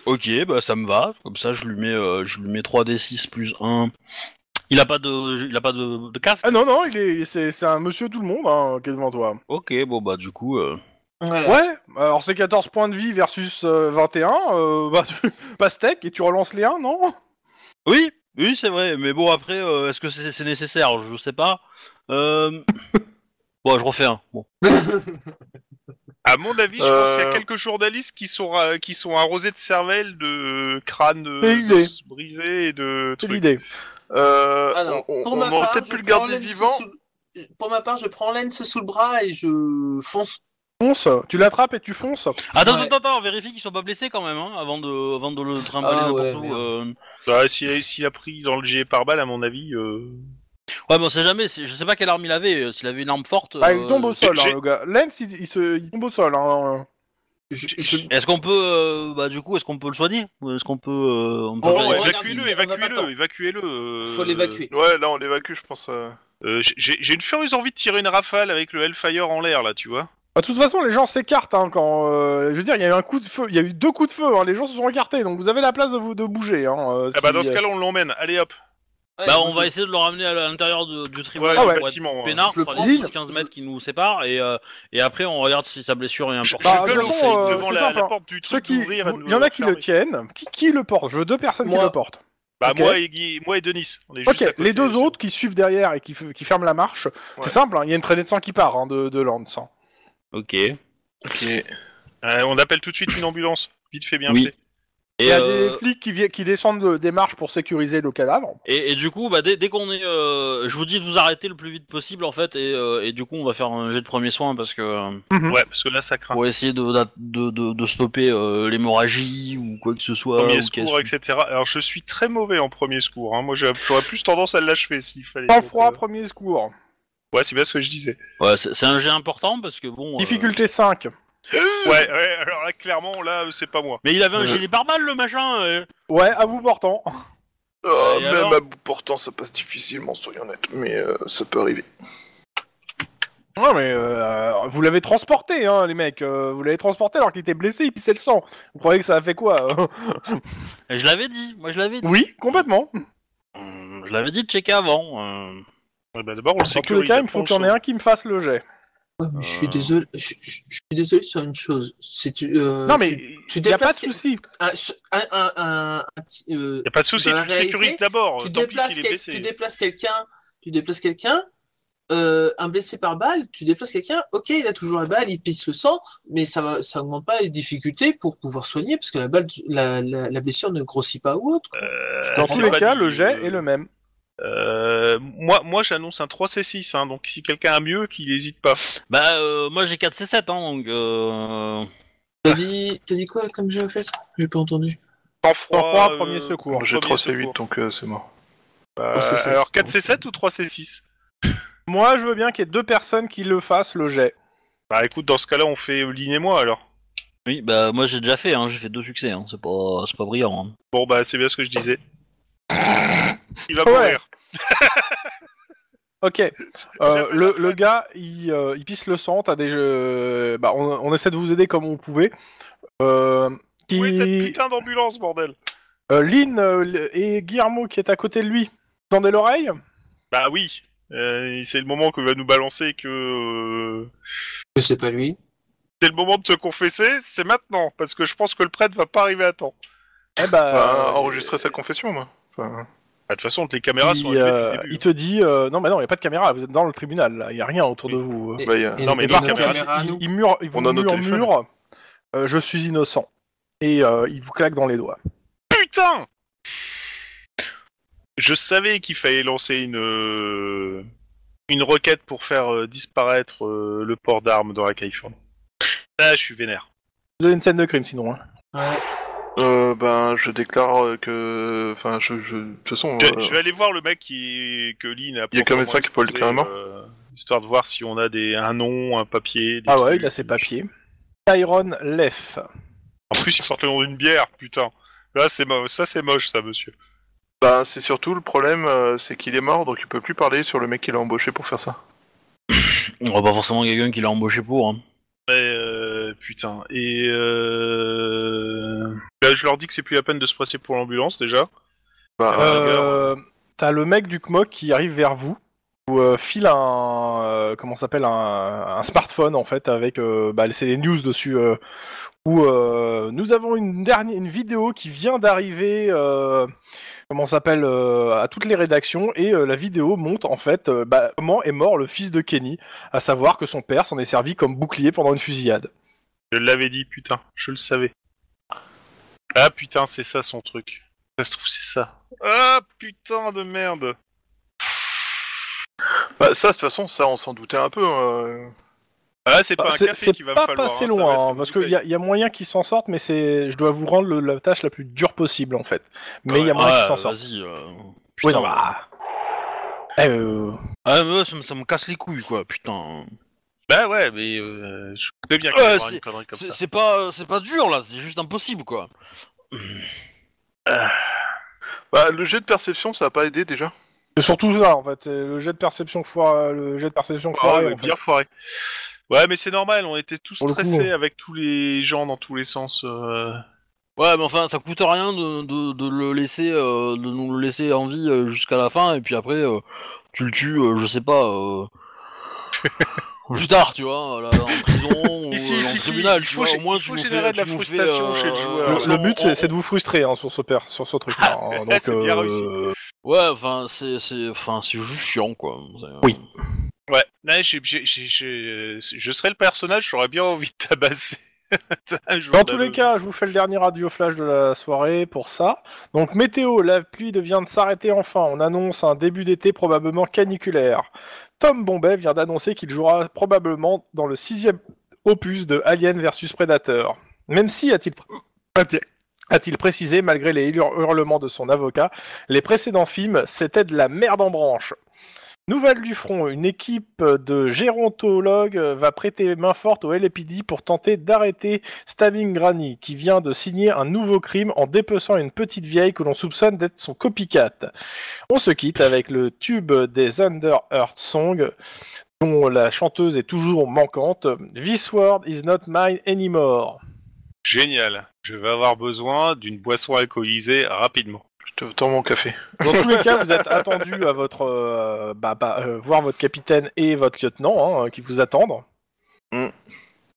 S2: Ok, bah ça me va. Comme ça, je lui mets, euh, je lui mets 3d6 plus 1. Il a pas de, il a pas de, de casque
S3: Ah non, non, il est, c'est, c'est un monsieur tout le monde hein, qui est devant toi.
S2: Ok, bon bah du coup... euh,
S4: Ouais.
S3: Ouais, alors c'est 14 points de vie versus euh, 21, euh, bah tu pastèque et tu relances les 1, non
S2: Oui, oui, c'est vrai. Mais bon, après, euh, est-ce que c'est c'est nécessaire Je sais pas. Euh... Bon, je refais un. Bon.
S1: À mon avis, je
S5: Euh.
S1: pense qu'il y a quelques journalistes qui sont, ra- qui sont arrosés de cervelle, de crâne euh,
S3: C'est l'idée.
S1: d'os brisé et de
S3: C'est
S1: trucs.
S3: l'idée.
S5: Euh,
S4: Alors,
S5: on
S4: Ah pour
S5: on-
S4: ma
S5: on aurait
S4: part,
S5: peut-être
S4: je
S5: pu le
S4: prends
S5: garder
S4: Lens
S5: vivant.
S4: sous le- Pour ma part, je prends Lens sous le bras et je fonce.
S3: Fonce, tu l'attrapes et tu fonces.
S2: Attends,
S4: Ouais.
S2: attends, attends, vérifie qu'ils sont pas blessés quand même, hein, avant de, avant de le trimballer
S4: Ah,
S2: n'importe
S4: ouais,
S2: où.
S4: merde.
S2: euh.
S1: Bah, S'il s'il a pris dans le gilet pare-balles, à mon avis... euh,
S2: Ouais, mais on sait jamais. c'est- Je sais pas quelle arme il avait. euh, S'il avait une arme forte.
S3: Ah, il
S2: euh,
S3: tombe au sol, hein,
S1: j'ai-
S3: le gars. Lens, il, il se, il tombe au sol. Hein.
S4: Je, je-
S2: Est-ce qu'on peut, euh, bah du coup, est-ce qu'on peut le soigner Ou Est-ce qu'on peut, euh, on peut
S4: Oh,
S2: faire
S1: non,
S2: des-
S4: ouais. regarde, il- on
S1: évacuez-le,
S4: a pas le temps.
S1: évacuez-le, évacuez-le. euh,
S4: Faut l'évacuer.
S5: Ouais, là on l'évacue, je pense. euh.
S1: euh, j'ai- J'ai j'ai une furieuse envie de tirer une rafale avec le Hellfire en l'air, là, tu vois.
S3: Bah, de toute façon, les gens s'écartent hein, quand. euh, je veux dire, il y a eu un coup de feu, il y a eu deux coups de feu. hein, les gens se sont écartés, donc vous avez la place de vous de bouger. Hein, euh,
S1: Ah bah
S3: si-
S1: dans ce cas-là on l'emmène, allez hop
S4: ouais,
S2: Bah,
S4: moi,
S2: on
S4: je-
S2: va essayer de le ramener à l'intérieur de- du
S1: Ouais,
S2: tribunal.
S3: Ah
S1: le
S3: ouais.
S2: pour être
S1: bâtiment, hein. ouais.
S2: Pénard,
S4: Je le
S2: enfin,
S4: prends.
S2: les
S4: Lille.
S2: 15 mètres qui nous séparent et, euh, et après on regarde si sa blessure est
S1: Je, je
S3: Bah,
S2: importante.
S1: gueule
S3: de
S1: au
S3: toute façon,
S1: flic
S3: euh,
S1: devant
S3: c'est
S1: la,
S3: simple,
S1: la
S3: hein.
S1: porte du
S3: Ceux
S1: truc
S3: qui,
S1: d'ouvrir et de nous
S3: il y en a qui le
S1: fermer.
S3: tiennent. Qui, qui le porte Je veux deux personnes qui
S4: Moi.
S3: le portent.
S1: Bah
S3: Ok.
S1: moi et Guy, moi et Denis. On est
S3: Ok,
S1: juste à côté,
S3: les deux
S1: c'est-
S3: autres qui suivent derrière et qui, f- qui ferment la marche, c'est simple, hein, il y a une traînée de sang qui part hein, de, de Lance. hein.
S2: Ok. Et
S5: Ok.
S1: Euh, on appelle tout de suite une ambulance. Vite fait, bien
S2: Oui.
S1: fait.
S3: Il y a
S2: euh,
S3: des flics qui, vi- qui descendent de- des marches pour sécuriser le cadavre.
S2: Et, et du coup, bah, dès, dès qu'on est, euh, je vous dis de vous arrêter le plus vite possible en fait, et, euh, et du coup, on va faire un jet de premier soin parce que euh,
S1: Ouais, parce que là ça craint.
S2: pour essayer de de, de, de stopper euh, l'hémorragie ou quoi que ce soit.
S1: Premier
S2: ou
S1: secours,
S2: qu'est-ce-
S1: etc. Alors je suis très mauvais en premier secours. hein. Moi j'ai- j'aurais plus tendance à l'achever s'il fallait.
S3: Sans
S1: Donc,
S3: froid,
S1: euh,
S3: premier secours.
S1: Ouais, c'est bien ce que je disais.
S2: Ouais, c'est c'est un jet important parce que bon. euh,
S3: Difficulté 5.
S1: Ouais, ouais, alors là clairement, là euh, c'est pas moi.
S2: Mais il avait un
S5: Ouais.
S2: gilet pare-balles le machin. euh.
S3: Ouais, à bout portant.
S1: Bah,
S5: Ah,
S2: Et
S5: même
S2: alors
S5: à bout portant, ça passe difficilement, soyons honnêtes, mais euh, ça peut arriver.
S3: Ouais, mais euh, vous l'avez transporté, hein, les mecs. euh, vous l'avez transporté alors qu'il était blessé, il pissait le sang. Vous croyez que ça a fait quoi euh
S2: Et Je l'avais dit, moi je l'avais dit.
S3: Oui, complètement.
S2: Hum, Je l'avais dit de checker avant. euh.
S1: Ouais, bah, D'abord on le
S3: Dans tous les
S1: sécurise.
S3: cas, il me
S1: après,
S3: faut
S1: on
S3: qu'il y en ait
S1: le
S3: un qui me fasse le jet.
S4: Ouais, mais Je suis
S2: Euh.
S4: désolé. Je, je- je suis désolé sur une chose. C'est tu. euh,
S3: non, mais
S4: tu-
S3: il n'y a pas
S4: déplaces
S3: de
S4: que-
S3: souci.
S4: un, ce- un, un, un- un petit, euh,
S1: sauve. Y a pas de souci,
S4: Dans la
S1: tu le sécurises
S4: réalité,
S1: d'abord. euh,
S4: tu
S1: Oh, Tant pis
S4: déplaces,
S1: s'il est
S4: quel-
S1: blessé.
S4: tu déplaces quelqu'un, tu déplaces quelqu'un, euh, un blessé par balle, tu déplaces quelqu'un, ok, il a toujours la balle, il pisse le sang, mais ça va, ça augmente pas les difficultés pour pouvoir soigner, parce que la balle, la, la, la blessure ne grossit pas ou autre.
S1: Euh,
S3: Dans
S1: c'est
S3: tous les
S1: pas
S3: cas,
S1: du-
S3: le jet est le même.
S1: Euh, moi, moi j'annonce un 3C6, hein, donc si quelqu'un a mieux, qu'il hésite pas.
S2: Bah euh, moi j'ai 4 C7 hein, donc. Euh...
S4: T'as dit, t'as dit quoi comme j'ai fait J'ai pas entendu.
S1: Sans
S3: Sans froid,
S1: euh,
S3: premier secours.
S5: J'ai
S1: premier
S5: 3 C8,
S1: secours.
S5: donc euh, c'est mort.
S1: Euh,
S4: Oh, c'est ça,
S1: alors
S4: c'est
S1: 4C7 ou 3C6
S3: Moi, je veux bien qu'il y ait deux personnes qui le fassent, le jet.
S1: Bah écoute, dans ce cas-là, on fait Lynn et moi alors.
S2: Oui, bah moi j'ai déjà fait, hein, j'ai fait deux succès, hein, c'est pas, c'est pas brillant. hein.
S1: Bon bah c'est bien ce que je disais. Il va
S3: Ouais.
S1: mourir.
S3: Ok. Euh, le, le gars, il, euh, il pisse le sang. T'as des jeux... bah, on, on essaie de vous aider comme on pouvait. Euh, qui...
S1: Où est cette putain d'ambulance, bordel
S3: euh, Lynn euh, l- et Guillermo qui est à côté de lui. Vous Tendez l'oreille.
S1: Bah oui. Euh, c'est le moment que va nous balancer que... euh,
S4: Mais c'est pas lui.
S1: C'est le moment de se confesser, c'est maintenant, parce que je pense que le prêtre va pas arriver à temps.
S3: Eh bah,
S5: Enfin,
S3: euh,
S5: enregistrer sa confession, moi. Enfin,
S1: Ah, De toute façon, les caméras sont
S3: il,
S1: allumées
S3: euh,
S1: depuis le début.
S3: il te dit euh, non mais non il n'y a pas de caméra vous êtes dans le tribunal là, il n'y a rien autour de vous euh.
S5: Bah, il y a-
S1: Euh, non, mais il y a
S4: nos
S1: une caméra,
S4: caméras à
S3: il,
S4: nous.
S3: il mure il vous
S5: On a nos
S3: murmure euh, je suis innocent et euh, il vous claque dans les doigts
S1: hein. Putain Je savais qu'il fallait lancer une euh, une requête pour faire euh, disparaître euh, le port d'armes dans la Californie. Là, je suis vénère.
S3: vous avez une scène de crime sinon hein.
S4: Ouais.
S5: Euh, ben, je déclare euh, que. Enfin, je. je- De toute façon.
S1: Je,
S5: euh,
S1: je vais aller voir le mec qui que Lynn a.
S5: Il y a quand même ça qui peut le
S1: proprement
S5: carrément.
S1: exposé, euh, histoire de voir si on a des un nom, un papier. des
S3: ah ouais
S1: trucs.
S3: il a ses papiers Tyron Leff
S1: En plus, il sort le nom d'une bière, putain. Là, c'est mo- ça, c'est moche, ça, monsieur.
S5: Bah, c'est surtout le problème, euh, c'est qu'il est mort, donc il peut plus parler sur le mec qu'il a embauché pour faire ça.
S2: On va pas forcément quelqu'un qui l'a embauché pour. hein.
S1: Mais, euh, putain. Et euh... là, je leur dis que c'est plus la peine de se passer pour l'ambulance déjà.
S5: Bah,
S1: Ah,
S3: Euh, T'as le mec du CMOC qui arrive vers vous, vous euh, file un euh, comment ça s'appelle un, un smartphone en fait avec euh, bah, c'est les news dessus euh, où euh, nous avons une dernière une vidéo qui vient d'arriver euh, comment ça s'appelle euh, à toutes les rédactions et euh, la vidéo monte en fait euh, bah, comment est mort le fils de Kenny, à savoir que son père s'en est servi comme bouclier pendant une fusillade.
S1: Je l'avais dit, putain, je le savais. Ah putain, c'est ça son truc. Ça se trouve, c'est ça. Ah putain de merde.
S5: bah, ça, de toute façon, ça, on s'en doutait un peu. euh.
S1: Ah, là, c'est pas
S3: Bah,
S1: un
S3: c'est
S1: café
S3: c'est
S1: qui va
S3: pas
S1: me falloir.
S3: passé
S1: hein, ça va
S3: loin
S1: être
S3: hein,
S1: une
S3: parce qu'il
S1: bouteille.
S3: y, a- y a moyen qu'ils s'en sortent, mais c'est je dois vous rendre le- la tâche la plus dure possible en fait. Mais il y a moyen qu'ils s'en
S2: Ouais,
S3: sortent.
S2: vas-y. euh,
S3: Oui,
S2: putain.
S3: non, bah. Euh,
S2: Ah, mais ouais, ça, me, ça me casse les couilles, quoi, putain.
S1: Bah ouais, mais euh, je sais bien qu'il
S2: Ouais,
S1: va y avoir
S2: c'est-
S1: une connerie comme
S2: Ah, C'est
S1: ça.
S2: c'est pas, euh, c'est pas dur, là, c'est juste impossible, quoi.
S5: Bah, le jet de perception, ça a pas aidé déjà.
S3: c'est surtout ça, en fait. euh, Le jet de perception foire, le jet de perception
S1: Ah
S3: foiré.
S1: ouais,
S3: en fait.
S1: bien foiré. Ouais, mais c'est normal, on était tous
S3: Pour le coup, hein.
S1: stressés avec tous les gens dans tous les sens. euh.
S2: Ouais, mais enfin, ça coûte rien de, de, de le laisser, euh, de nous le laisser en vie euh, jusqu'à la fin, et puis après, euh, tu le tues, euh, je sais pas, euh, plus tard, tu vois, euh, là, en prison
S1: Si,
S2: ou
S1: si,
S2: euh, dans
S1: si,
S2: le
S1: si,
S2: tribunal,
S1: il
S2: tu
S1: faut
S2: vois,
S1: gé-
S2: au moins
S1: il
S2: tu
S1: faut
S2: nous
S1: générer
S2: fais,
S1: de la
S2: tu nous fais,
S1: frustration chez le
S2: euh,
S1: joueur.
S3: Le, le
S1: on-
S3: but, c'est-
S1: on-
S3: c'est de vous frustrer hein, sur ce, per- sur ce truc-là. hein, donc,
S1: c'est bien
S3: euh,
S1: réussi.
S2: Ouais, enfin, c'est, c'est, enfin, c'est juste chiant, quoi. C'est- euh,
S3: Oui.
S1: Ouais, Ouais, j'ai- j'ai- j'ai- j'ai- je serais le personnage, j'aurais bien envie de tabasser. Un jour
S3: Dans tous
S1: d'aveu.
S3: les cas, je vous fais le dernier radio flash de la soirée pour ça. Donc météo, la pluie vient de s'arrêter enfin. On annonce un début d'été probablement caniculaire. Tom Bombay vient d'annoncer qu'il jouera probablement dans le sixième opus de Alien vs Predator. Même si, a-t-il a-t-il- a-t-il précisé, malgré les hurle- hurlements de son avocat, les précédents films, c'était de la merde en branche. Nouvelle du front, une équipe de gérontologues va prêter main forte au LAPD pour tenter d'arrêter Stabbing Granny, qui vient de signer un nouveau crime en dépeçant une petite vieille que l'on soupçonne d'être son copycat. On se quitte avec le tube des Under Earth Song, dont la chanteuse est toujours manquante. This world is not mine anymore.
S1: Génial. Je vais avoir besoin d'une boisson alcoolisée rapidement.
S5: Je te tends mon café.
S3: Dans tous les cas, vous êtes attendu à votre, euh, bah, bah, euh, voir votre capitaine et votre lieutenant hein, qui vous attendent.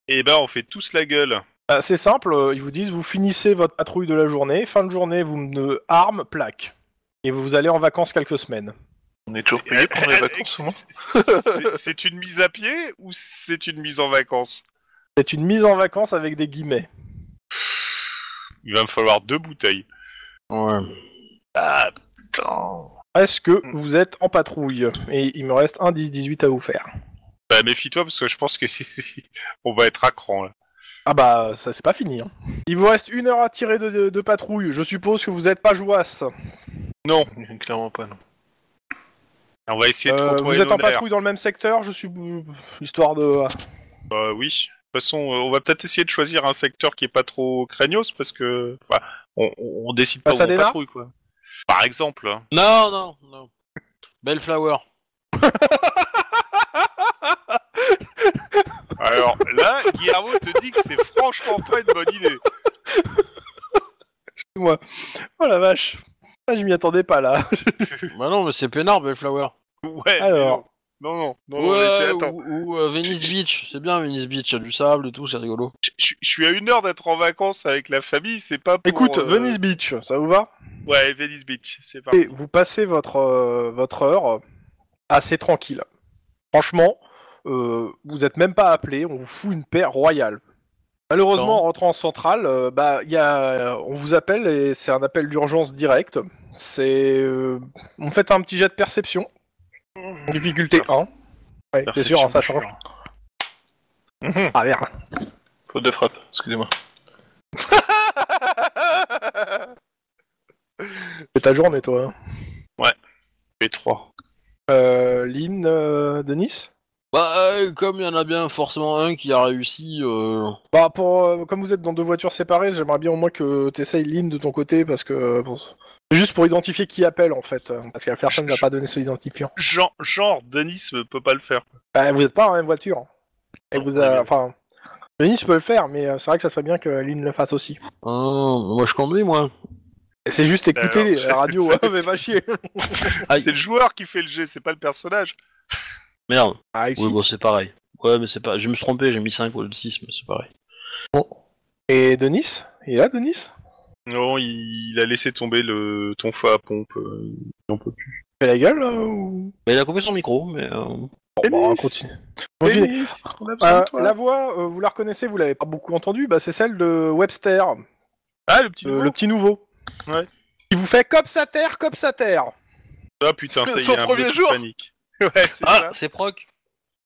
S1: Et ben, on fait tous la gueule.
S3: Euh, C'est simple, euh, ils vous disent vous finissez votre patrouille de la journée, fin de journée vous me arme plaque et vous allez en vacances quelques semaines.
S5: On est toujours payé
S1: euh,
S5: pour les vacances,
S3: hein.
S5: souvent.
S1: C'est- C'est une mise à pied ou c'est une mise en vacances
S3: C'est une mise en vacances avec des guillemets.
S1: Il va me falloir deux bouteilles.
S2: Ouais.
S1: Putain.
S3: Est-ce que
S5: Mm.
S3: vous êtes en patrouille Et il me reste un 10-18 à vous faire.
S1: Bah, méfie-toi parce que je pense que on va être à cran là.
S3: Ah bah, ça c'est pas fini. hein. Il vous reste une heure à tirer de, de- de patrouille. Je suppose que vous êtes pas jouasse.
S5: Clairement pas, non.
S1: On va essayer de
S3: Euh,
S1: contrôler
S3: vous êtes
S1: nos
S3: en
S1: nerfs.
S3: patrouille dans le même secteur, je suis... Histoire de... ah,
S1: Bah oui. De toute façon, euh, on va peut-être essayer de choisir un secteur qui est pas trop craignos parce que bah, on, on- on décide pas où on
S3: Pasadena
S1: patrouille quoi. Par exemple. hein.
S2: Non, non, non. Bellflower.
S1: Alors là, Guillermo te dit que c'est franchement pas une bonne idée.
S3: Excuse-moi. Oh la vache. Ah, je m'y attendais pas là.
S2: bah non, mais c'est peinard, Bellflower.
S1: Ouais. mais
S3: Alors,
S1: Non, non, non, non, mais c'est-
S2: Ouais,
S1: attends.
S2: ou, ou, euh, Venice Beach, c'est bien Venice Beach, il y a du sable et tout, c'est rigolo.
S1: Je- Je je suis à une heure d'être en vacances avec la famille, c'est pas pour...
S3: Écoute,
S1: euh,
S3: Venice Beach, ça vous va
S1: Ouais, Venice Beach, c'est parti.
S3: Et vous passez votre, euh, votre heure assez tranquille. Franchement, euh, vous êtes même pas appelé, on vous fout une paire royale. Malheureusement,
S2: Non.
S3: en rentrant en centrale, euh, bah, il y a, on vous appelle et c'est un appel d'urgence direct. C'est, euh, on fait un petit jet de perception. Difficulté 1. Ouais, c'est sûr, hein, ça change. Mhm. Ah merde.
S5: Faute de frappe, excusez-moi.
S3: C'est ta journée, toi. hein.
S1: P3.
S3: Euh, Lynn, euh, Denis
S2: Bah, euh, comme il y en a bien forcément un qui a réussi, euh,
S3: Bah pour euh, comme vous êtes dans deux voitures séparées, j'aimerais bien au moins que t'essayes Lynn de ton côté parce que euh, bon, c'est juste pour identifier qui appelle en fait, euh, parce que la personne n'a pas donné son identifiant.
S1: Genre, genre, Denis ne peut pas le faire.
S3: Bah, vous êtes pas dans la même voiture. Et vous a-
S1: Ouais.
S3: enfin Denis peut le faire, mais euh, c'est vrai que ça serait bien que Lynn le fasse aussi.
S2: hein, moi je conduis, moi.
S3: Et C'est juste écouter
S1: Alors,
S3: les
S1: c'est-
S3: la radio,
S1: c'est-
S3: ouais, mais va chier.
S2: Aïe.
S1: C'est le joueur qui fait le jeu, c'est pas le personnage.
S2: Merde.
S3: Ah,
S2: Oui,
S3: ici.
S2: bon, c'est pareil. Ouais, mais c'est pas. Je me suis trompé, j'ai mis 5 au lieu de 6, mais c'est pareil.
S3: Et Denis Il est là Denis
S1: Non, il, il a laissé tomber le ton feu à pompe. euh, il en peut plus.
S3: Fait la gueule là, ou
S2: Mais il a coupé son micro, mais. euh,
S3: Bon, bah,
S5: Denis
S3: continue. Continue.
S5: Denis, on a besoin
S3: Euh,
S5: de toi.
S3: la voix, euh, vous la reconnaissez, vous l'avez pas beaucoup entendue, bah, c'est celle de Webster.
S1: Ah, le petit
S3: Euh,
S1: nouveau
S3: le petit nouveau.
S1: Ouais.
S3: Il vous fait comme sa terre, comme sa terre.
S1: Ah putain, ça y
S5: Son
S1: est, un
S5: premier
S1: bloc de
S5: jour.
S1: panique. Ouais, c'est
S2: Ah,
S1: ça.
S2: c'est proc.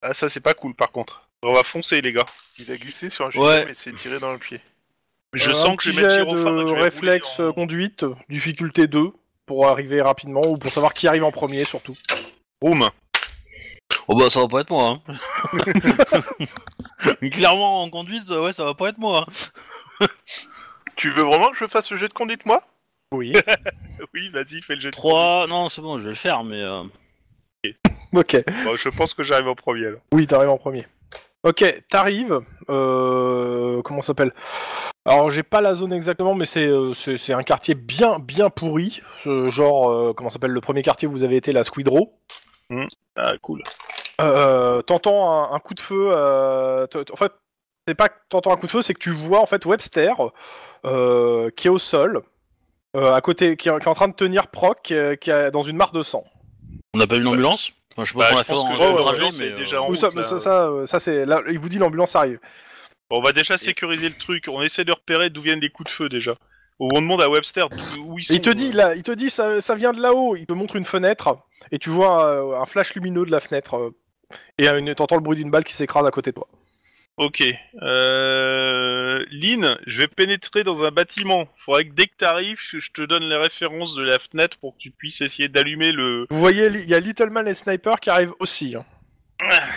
S1: Ah, ça c'est pas cool par contre. On va foncer les gars.
S5: Il a glissé sur un
S2: Ouais.
S5: jugement et s'est tiré dans le pied.
S1: Je
S3: Euh, un
S1: sens que je
S3: petit
S1: vais
S3: jet
S1: mettre au
S3: de
S1: phare et que je vais
S3: réflexe
S1: rouler en-
S3: conduite, difficulté 2 pour arriver rapidement ou pour savoir qui arrive en premier surtout.
S1: Boum.
S2: Oh bah, ça va pas être moi, hein. Clairement, en conduite, ouais, ça va pas être moi. hein.
S5: Tu veux vraiment que je fasse le jeu de conduite, moi
S3: Oui.
S1: Oui, vas-y, fais le jeu. de
S2: 3, non, c'est bon, je vais le faire, mais. euh,
S3: ok.
S1: conduite. Bon, je pense que j'arrive en premier. alors.
S3: Oui, t'arrives en premier. Ok, t'arrives. Euh, comment ça s'appelle Alors j'ai pas la zone exactement, mais c'est euh, c'est c'est un quartier bien bien pourri. Ce genre euh, comment ça s'appelle le premier quartier où vous avez été la Squidrow.
S1: Ah cool.
S3: Euh, t'entends un, un coup de feu. euh, t- t- en fait, c'est pas que t'entends un coup de feu, c'est que tu vois en fait Webster euh, qui est au sol, euh, à côté, qui est, qui est en train de tenir Proc, qui est- qui est dans une mare de sang.
S2: On appelle une ambulance Enfin, je sais pas
S1: Bah,
S2: si
S1: je
S2: on l'a fait
S1: pense
S2: dans
S1: que-
S2: dans le
S1: ouais,
S2: trajet,
S1: ouais, c'est
S2: mais.
S1: déjà
S2: euh,
S1: en-
S3: Ou
S1: route,
S3: ça,
S1: là.
S3: ça, ça, euh, ça, c'est là, il vous dit l'ambulance arrive.
S1: Bon, on va déjà sécuriser le truc. On essaie de repérer d'où viennent les coups de feu déjà. Ou on demande à Webster d'où- où ils sont.
S3: Et il te dit là, il te dit ça, ça vient de là-haut. Il te montre une fenêtre et tu vois euh, un flash lumineux de la fenêtre euh, et euh, une- t'entends le bruit d'une balle qui s'écrase à côté de toi.
S1: Ok. Euh... Lynn, je vais pénétrer dans un bâtiment. Faudrait que dès que t'arrives, je je te donne les références de la fenêtre pour que tu puisses essayer d'allumer le.
S3: Vous voyez, il y a Little Man et Sniper qui arrivent aussi. hein.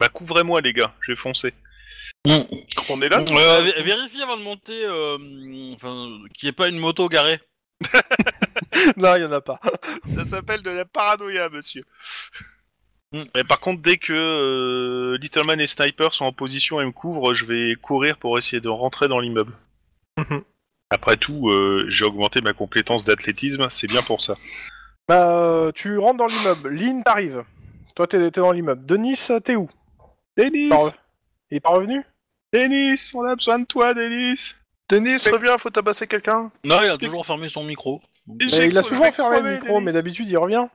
S1: Bah couvrez-moi les gars, je vais foncer.
S2: Mm.
S1: On est là.
S2: Euh, vé- vérifiez avant de monter euh, enfin, qu'il n'y ait pas une moto garée.
S3: non, il y en a pas.
S1: Ça s'appelle de la paranoïa, monsieur.
S2: Mm.
S1: Hmm. Mais par contre, dès que euh, Little Man et Sniper sont en position et me couvrent, je vais courir pour essayer de rentrer dans l'immeuble.
S3: Mhm.
S1: Après tout, euh, j'ai augmenté ma compétence d'athlétisme, c'est bien pour ça.
S3: Bah, euh, tu rentres dans l'immeuble. Lynn, t'arrives. Toi, t'es t'es dans l'immeuble. Denis, euh, t'es où
S1: Denis
S3: T'es en- Il est pas revenu
S1: Denis On a besoin de toi, Denis
S5: Denis, reviens, faut tabasser quelqu'un.
S2: Non, il a toujours fermé son micro.
S1: J'ai
S3: Mais Il a
S1: cru-
S3: souvent
S1: j'ai
S3: fermé le
S1: crevé,
S3: micro,
S1: Denis.
S3: mais d'habitude, il revient.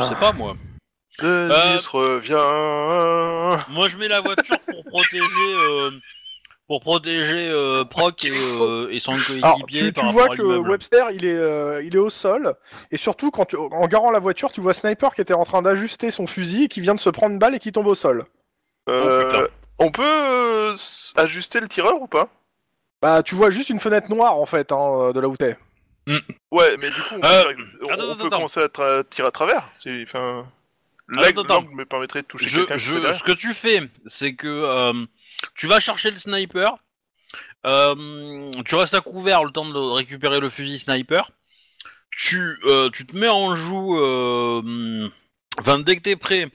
S3: Ah.
S2: Je sais pas moi.
S3: Euh,
S5: Denis, reviens.
S2: Moi je mets la voiture pour protéger euh, pour protéger euh, Proc et, euh, et son
S3: Alors,
S2: coéquipier
S3: tu, tu
S2: par
S3: vois
S2: rapport à
S3: que
S2: l'immeuble.
S3: Webster, il est, euh, il est au sol. Et surtout, quand tu- en garant la voiture, tu vois Sniper qui était en train d'ajuster son fusil et qui vient de se prendre une balle et qui tombe au sol.
S2: Oh,
S5: Euh, on peut euh, s- ajuster le tireur ou pas
S3: Bah, tu vois juste une fenêtre noire, en fait, hein, de là où t'es.
S5: Ouais, mais du coup, on peut,
S2: Euh,
S5: faire- on-
S2: attends,
S5: on
S2: attends,
S5: peut
S2: attends.
S5: commencer à tra- tirer à travers. C'est- Enfin,
S2: Attends,
S5: l'angle
S2: attends.
S5: l'angle me permettrait de toucher
S2: Je-
S5: quelqu'un. qui
S2: je-
S5: serait derrière.
S2: ce que tu fais, c'est que euh, tu vas chercher le sniper, euh, tu restes à couvert le temps de récupérer le fusil sniper, tu, euh, tu te mets en joue, euh, enfin dès que t'es prêt,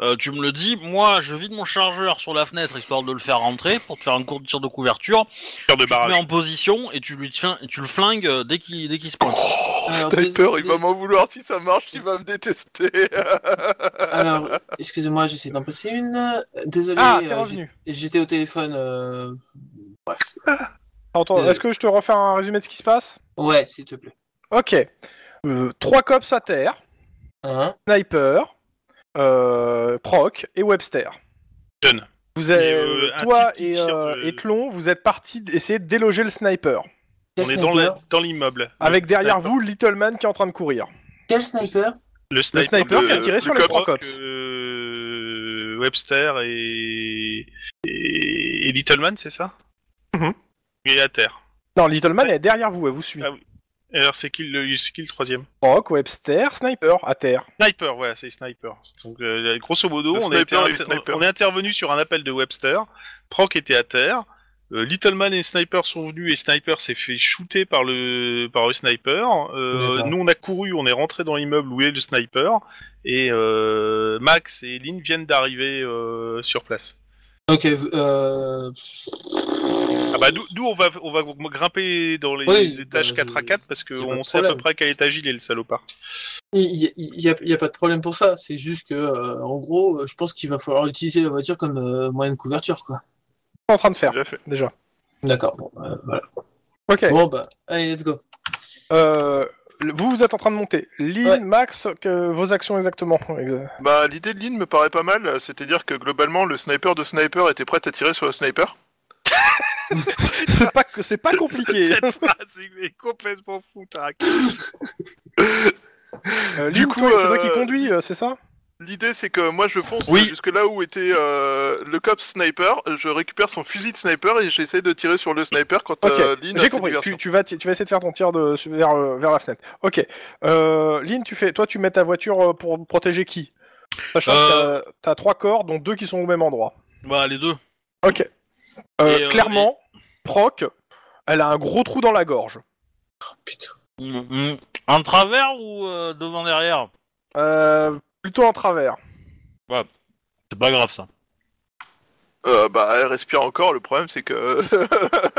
S2: euh, tu me le dis, moi je vide mon chargeur sur la fenêtre histoire de le faire rentrer pour te faire un court tir de couverture,
S1: Faire de
S2: tu te mets
S1: barrage.
S2: en position et tu, lui tiens- tu le flingues euh, dès qu'il dès qu'il se pointe.
S1: Oh,
S4: Alors,
S5: Sniper,
S4: dés-
S5: il va
S4: dés-
S5: m'en vouloir si ça marche, il va me détester.
S4: Alors, excusez-moi, j'essaie d'en passer une. Euh, Désolé,
S3: Ah, t'es
S4: euh,
S3: revenu.
S4: j'ai- j'étais au téléphone. euh, Bref.
S3: Attends,
S4: Désolé.
S3: est-ce que je te refais un résumé de ce qui se passe
S4: Ouais, s'il te plaît.
S3: Ok. Euh, trois cops à terre,
S4: Hein
S3: Sniper, euh, Proc et Webster.
S1: Jeune.
S3: Vous êtes,
S1: Et, euh, un
S3: toi
S1: type qui
S3: et,
S1: tire
S3: euh,
S1: de-
S3: et Tlon, vous êtes partis d- essayer de déloger le sniper.
S1: On
S4: Quel
S1: est dans la-
S4: sniper
S1: dans l'immeuble.
S3: Avec
S1: Le
S3: derrière
S1: sniper-
S3: vous Little Man qui est en train de courir.
S4: Quel sniper
S1: le
S3: Le
S1: sniper,
S3: sniper
S5: de-
S3: qui a tiré
S5: le
S3: sur les trois
S5: cops.
S3: cops.
S1: euh, Webster et... et et Littleman, c'est ça
S3: Mhm.
S1: Il est à terre.
S3: Non, Little Man est derrière vous, elle vous suit.
S1: Ah oui. Et Alors c'est qui le c'est qui le troisième
S3: Proc, Webster, Sniper à terre.
S1: Sniper, ouais, c'est Sniper. Donc euh, grosso modo,
S5: Le
S1: on,
S5: sniper
S1: a
S5: et
S1: été,
S5: le sniper.
S1: on est intervenu sur un appel de Webster. Proc était à terre. euh, Littleman et Sniper sont venus et Sniper s'est fait shooter par le par le Sniper. Euh,
S4: D'accord.
S1: nous on a couru, on est rentré dans l'immeuble où est le Sniper et euh, Max et Lynn viennent d'arriver euh, sur place.
S4: Ok, euh...
S1: Ah bah nous, nous, on va on va grimper dans les
S4: Oui,
S1: étages
S4: bah,
S1: 4 à
S4: je-
S1: 4 parce que
S4: c'est pas
S1: on
S4: de
S1: sait à peu
S4: problème.
S1: près quel étage il est le salopard.
S4: Il n'y a, il y a pas de problème pour ça, c'est juste que, euh, en gros, euh, je pense qu'il va falloir utiliser la voiture comme euh, moyen de couverture, quoi.
S3: En train de faire
S5: Déjà fait.
S3: déjà.
S4: D'accord, bon, euh, voilà.
S3: Ok.
S4: Bon, bah, allez, let's go.
S3: Euh, le- vous vous êtes en train de monter. Lynn,
S4: Ouais.
S3: Max, que, vos actions exactement. Exa-
S5: Bah, l'idée de Lynn me paraît pas mal, c'est-à-dire que globalement, le sniper de sniper était prêt à tirer sur le sniper.
S3: C'est pas c'est pas compliqué.
S1: Cette phrase est complètement foutaque.
S3: Euh,
S5: Du
S3: Lynn,
S5: coup,
S3: toi, c'est toi
S5: euh,
S3: qui conduis, euh, c'est ça
S5: L'idée, c'est que moi, je fonce
S2: Oui.
S5: jusque là où était euh, le cop sniper, je récupère son fusil de sniper et j'essaie de tirer sur le sniper quand
S3: Ok,
S5: euh, Lynn a
S3: J'ai
S5: fait
S3: compris.
S5: diversion.
S3: Tu, tu vas, tu vas essayer de faire ton tir de vers, euh, vers la fenêtre. Ok. Euh, Lynn, tu fais, toi, tu mets ta voiture euh, pour protéger qui Sachant
S2: Euh.
S3: que t'as- t'as trois corps, dont deux qui sont au même endroit.
S2: Bah les deux.
S3: Ok. Euh,
S2: Et, euh,
S3: clairement, Proc, elle a un gros trou dans la gorge.
S4: Putain.
S2: Mm, mm. En travers ou euh, devant derrière
S3: Euh, plutôt en travers.
S2: C'est pas grave ça.
S5: Euh, bah, elle respire encore, le problème, c'est que...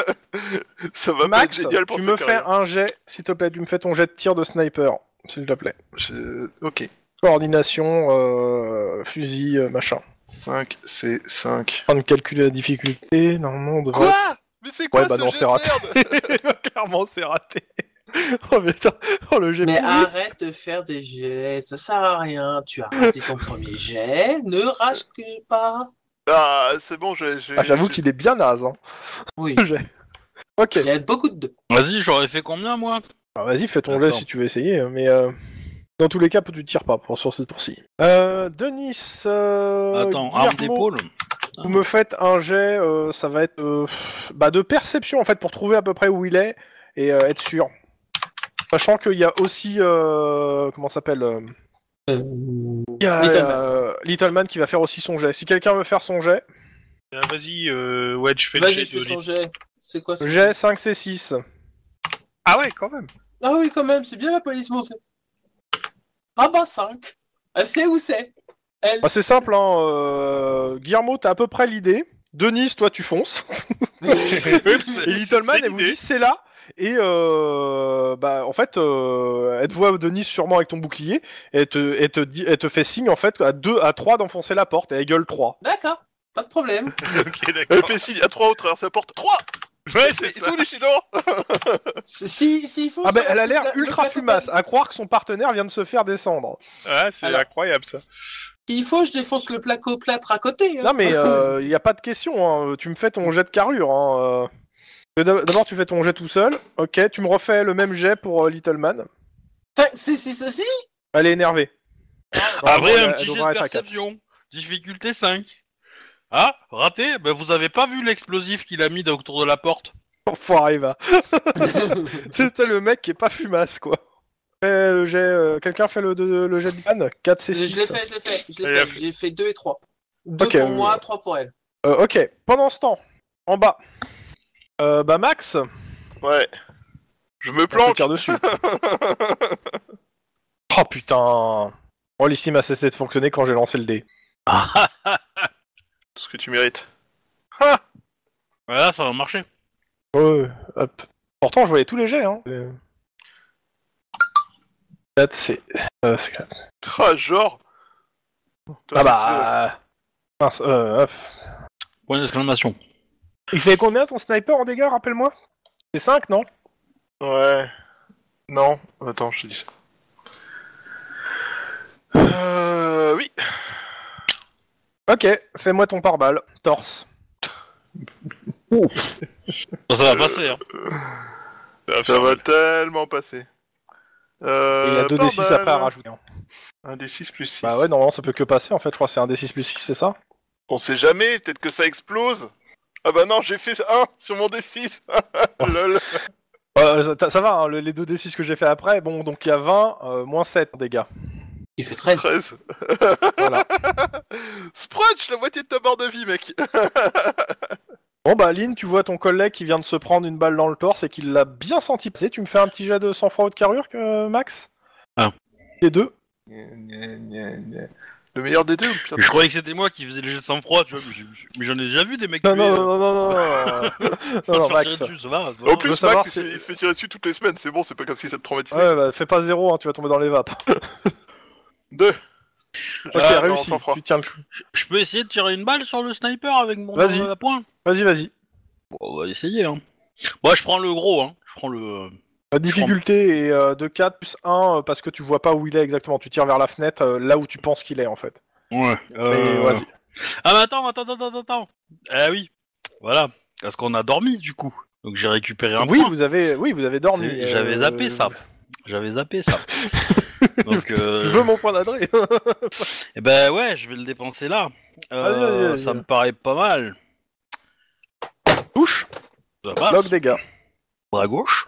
S5: ça va pas être
S3: Max,
S5: génial pour
S3: tu
S5: sa
S3: me fais
S5: carrière.
S3: un jet, s'il te plaît. Tu me fais ton jet de tir de sniper, s'il te plaît.
S5: Je- Ok.
S3: Coordination, euh, fusil, euh, machin.
S5: 5, c'est 5.
S3: En train de calculer la difficulté, normalement, on devrait
S5: Quoi Mais c'est quoi
S3: Ouais, bah
S5: ce
S3: non,
S5: jeu
S3: c'est
S5: de
S3: raté.
S5: merde
S3: Clairement, c'est raté. oh putain, oh le GP.
S4: Mais ah, arrête de faire des jets, ça sert à rien. Tu as raté ton premier jet, ne rage pas.
S5: Ah, c'est bon, j'ai... j'ai-
S3: J'avoue
S5: j'ai-
S3: qu'il est bien naze. Hein.
S4: Oui,
S3: le jet. Ok,
S4: il y a beaucoup de deux.
S2: Vas-y, j'aurais fait combien moi
S3: Alors, vas-y, fais ton jet
S2: Attends.
S3: si tu veux essayer, mais euh, dans tous les cas, tu tires pas pour sur cette pour-ci. Euh, Denis, euh,
S2: Attends, arme
S3: Guillermo,
S2: d'épaule. hein.
S3: vous me faites un jet, euh, ça va être euh, bah, de perception en fait pour trouver à peu près où il est et euh, être sûr. Sachant qu'il y a aussi euh, comment ça s'appelle euh,
S4: Euh,
S3: il y a,
S4: Little
S3: euh, Little Man qui va faire aussi son jet. Si quelqu'un veut faire son jet,
S1: Ah, Vas-y, euh, ouais, je fais le
S4: Vas-y,
S1: jet
S4: c'est
S1: de
S4: son jet. C'est quoi son
S3: J'ai 5 C6.
S1: Ah ouais, quand même.
S4: Ah oui, quand même, c'est bien la police montée. Ah bah 5. Elle sait où c'est. Elle...
S3: Bah, c'est simple, hein. euh, Guillermo, t'as à peu près l'idée. Denis, toi, tu fonces. Et Little Man, elle vous dit c'est là. Et euh, bah, en fait, euh, elle te voit Denis sûrement avec ton bouclier. Et elle te, elle te, dit- elle te fait signe en fait à 2 à 3 d'enfoncer la porte. Et elle gueule 3.
S4: D'accord, pas de problème.
S1: Ok, d'accord.
S5: Elle fait Eh, signe à 3 au travers de sa porte. 3
S1: Ouais,
S5: C'est
S1: c'est ça.
S5: tout les Chinois
S4: Si, si, si, il faut.
S3: Ah, bah,
S4: je
S3: elle a
S4: traverse
S3: l'air
S4: le pla-
S3: ultra
S4: le plateau
S3: fumasse. À croire que son partenaire vient de se faire descendre.
S1: Ah, c'est
S4: Alors.
S1: incroyable ça.
S4: S'il faut, je défonce le placo plâtre à côté. hein.
S3: Non, mais euh, il n'y a pas de question. hein. Tu me fais ton jet de carrure. Hein. euh. D'ab- D'abord, tu fais ton jet tout seul. Ok, tu me refais le même jet pour euh, Little Man.
S4: Enfin, si, si, si, si.
S3: Elle est énervée.
S2: Ah, Après,
S3: elle-
S2: un
S3: elle
S2: petit jet
S3: devrait
S2: de
S3: être à quatre.
S2: perception. Difficulté 5. Ah, raté Ben vous avez pas vu l'explosif qu'il a mis autour de la porte
S3: Enfoiré, va. C'est c'est le mec qui est pas fumasse, quoi. Fais le jet, euh, Quelqu'un fait le, de- le jet de ban 4
S4: je
S3: c'est
S4: je
S3: 6
S4: l'ai fait, je l'ai fait. Je
S1: Elle
S4: l'ai
S1: a
S4: fait. J'ai fait 2 et 3. 2
S3: Ok,
S4: pour
S3: euh,
S4: moi, 3 pour elle.
S3: Euh, ok, pendant ce temps, en bas. Euh, bah Max,
S5: Ouais. Je me
S3: on te
S5: planque
S3: tire dessus. oh putain. Bon, l'estime a cessé de fonctionner quand j'ai lancé le dé.
S2: Ah,
S5: Tout ce que tu mérites.
S2: voilà, ça va marcher.
S3: Ouais, hop. Pourtant, je voyais tous les jets, hein. 4, c'est... euh, c'est quatre.
S5: Ah, genre
S3: Ah bah... Mince, euh, hop.
S2: Point d'exclamation.
S3: Il fait combien ton sniper en dégâts, rappelle-moi C'est 5, non
S5: Ouais. Non, attends, je te dis ça. Euh, oui.
S3: Ok, fais-moi ton pare-balles. Torse.
S2: Ça va passer, hein.
S5: Ça va tellement passer. Euh,
S3: Il y a 2 d 6
S5: pare-balles.
S3: après à rajouter. hein.
S5: Un des 6 plus 6.
S3: Bah ouais, normalement, ça peut que passer, en fait. Je crois que c'est un d 6 plus 6, c'est ça
S5: On sait jamais, peut-être que ça explose. Ah bah non, j'ai fait 1 sur mon D6. Lol.
S3: Euh, ça, ça va, hein, le- les 2 d 6 que j'ai fait après, bon, donc il y a 20, euh, moins 7 dégâts.
S4: Il fait 13.
S5: 13.
S3: Voilà.
S5: Sprunch, la moitié de ta barre de vie, mec.
S3: Bon bah, Lynn, tu vois ton collègue qui vient de se prendre une balle dans le torse et qui l'a bien senti passer. Tu me fais un petit jet de sang-froid ou de carrure, euh, Max
S2: Un.
S3: Les deux
S5: Le meilleur des deux, ou le pire
S2: Je croyais que c'était moi qui faisais le jet de sang-froid, tu vois, mais j'ai- mais j'en ai déjà vu des mecs
S3: Non,
S2: tués,
S3: non,
S2: euh,
S3: non, non, non, non, non, non, non,
S2: se faire tirer
S3: Max.
S2: dessus, ça va, ça va.
S5: En
S3: Je veux
S5: plus,
S3: savoir
S5: Max,
S3: si-
S5: il, se fait, il se fait tirer dessus toutes les semaines, c'est bon, c'est pas comme si ça te traumatisait.
S3: Ouais, bah, fais pas zéro, hein, tu vas tomber dans les vapes.
S5: Deux.
S3: Ok,
S5: Ah, non,
S3: réussi,
S5: sans froid.
S3: tu tiens le coup.
S2: Je- Je peux essayer de tirer une balle sur le sniper avec mon
S3: Vas-y.
S2: euh, à point
S3: Vas-y, vas-y.
S2: Bon, on va essayer, hein. Moi, je prends le gros, hein. Je prends le...
S3: La difficulté est euh, de 4 plus 1 euh, parce que tu vois pas où il est exactement. Tu tires vers la fenêtre, euh, là où tu penses qu'il est, en fait.
S2: Ouais.
S3: Mais vas-y.
S2: euh, Ah, mais attends, attends, attends, attends, attends. Ah oui. Voilà. Parce qu'on a dormi, du coup. Donc j'ai récupéré un
S3: Oui,
S2: point.
S3: vous avez, oui, vous avez dormi.
S2: C'est-
S3: euh,
S2: J'avais zappé ça. J'avais zappé ça. Donc,
S3: Je
S2: euh,
S3: veux mon point d'adresse.
S2: eh ben ouais, je vais le dépenser là. Euh,
S3: Vas-y, vas-y, vas-y.
S2: Ça me paraît pas mal.
S3: Touche,
S2: Ça passe.
S3: log dégâts.
S2: à gauche.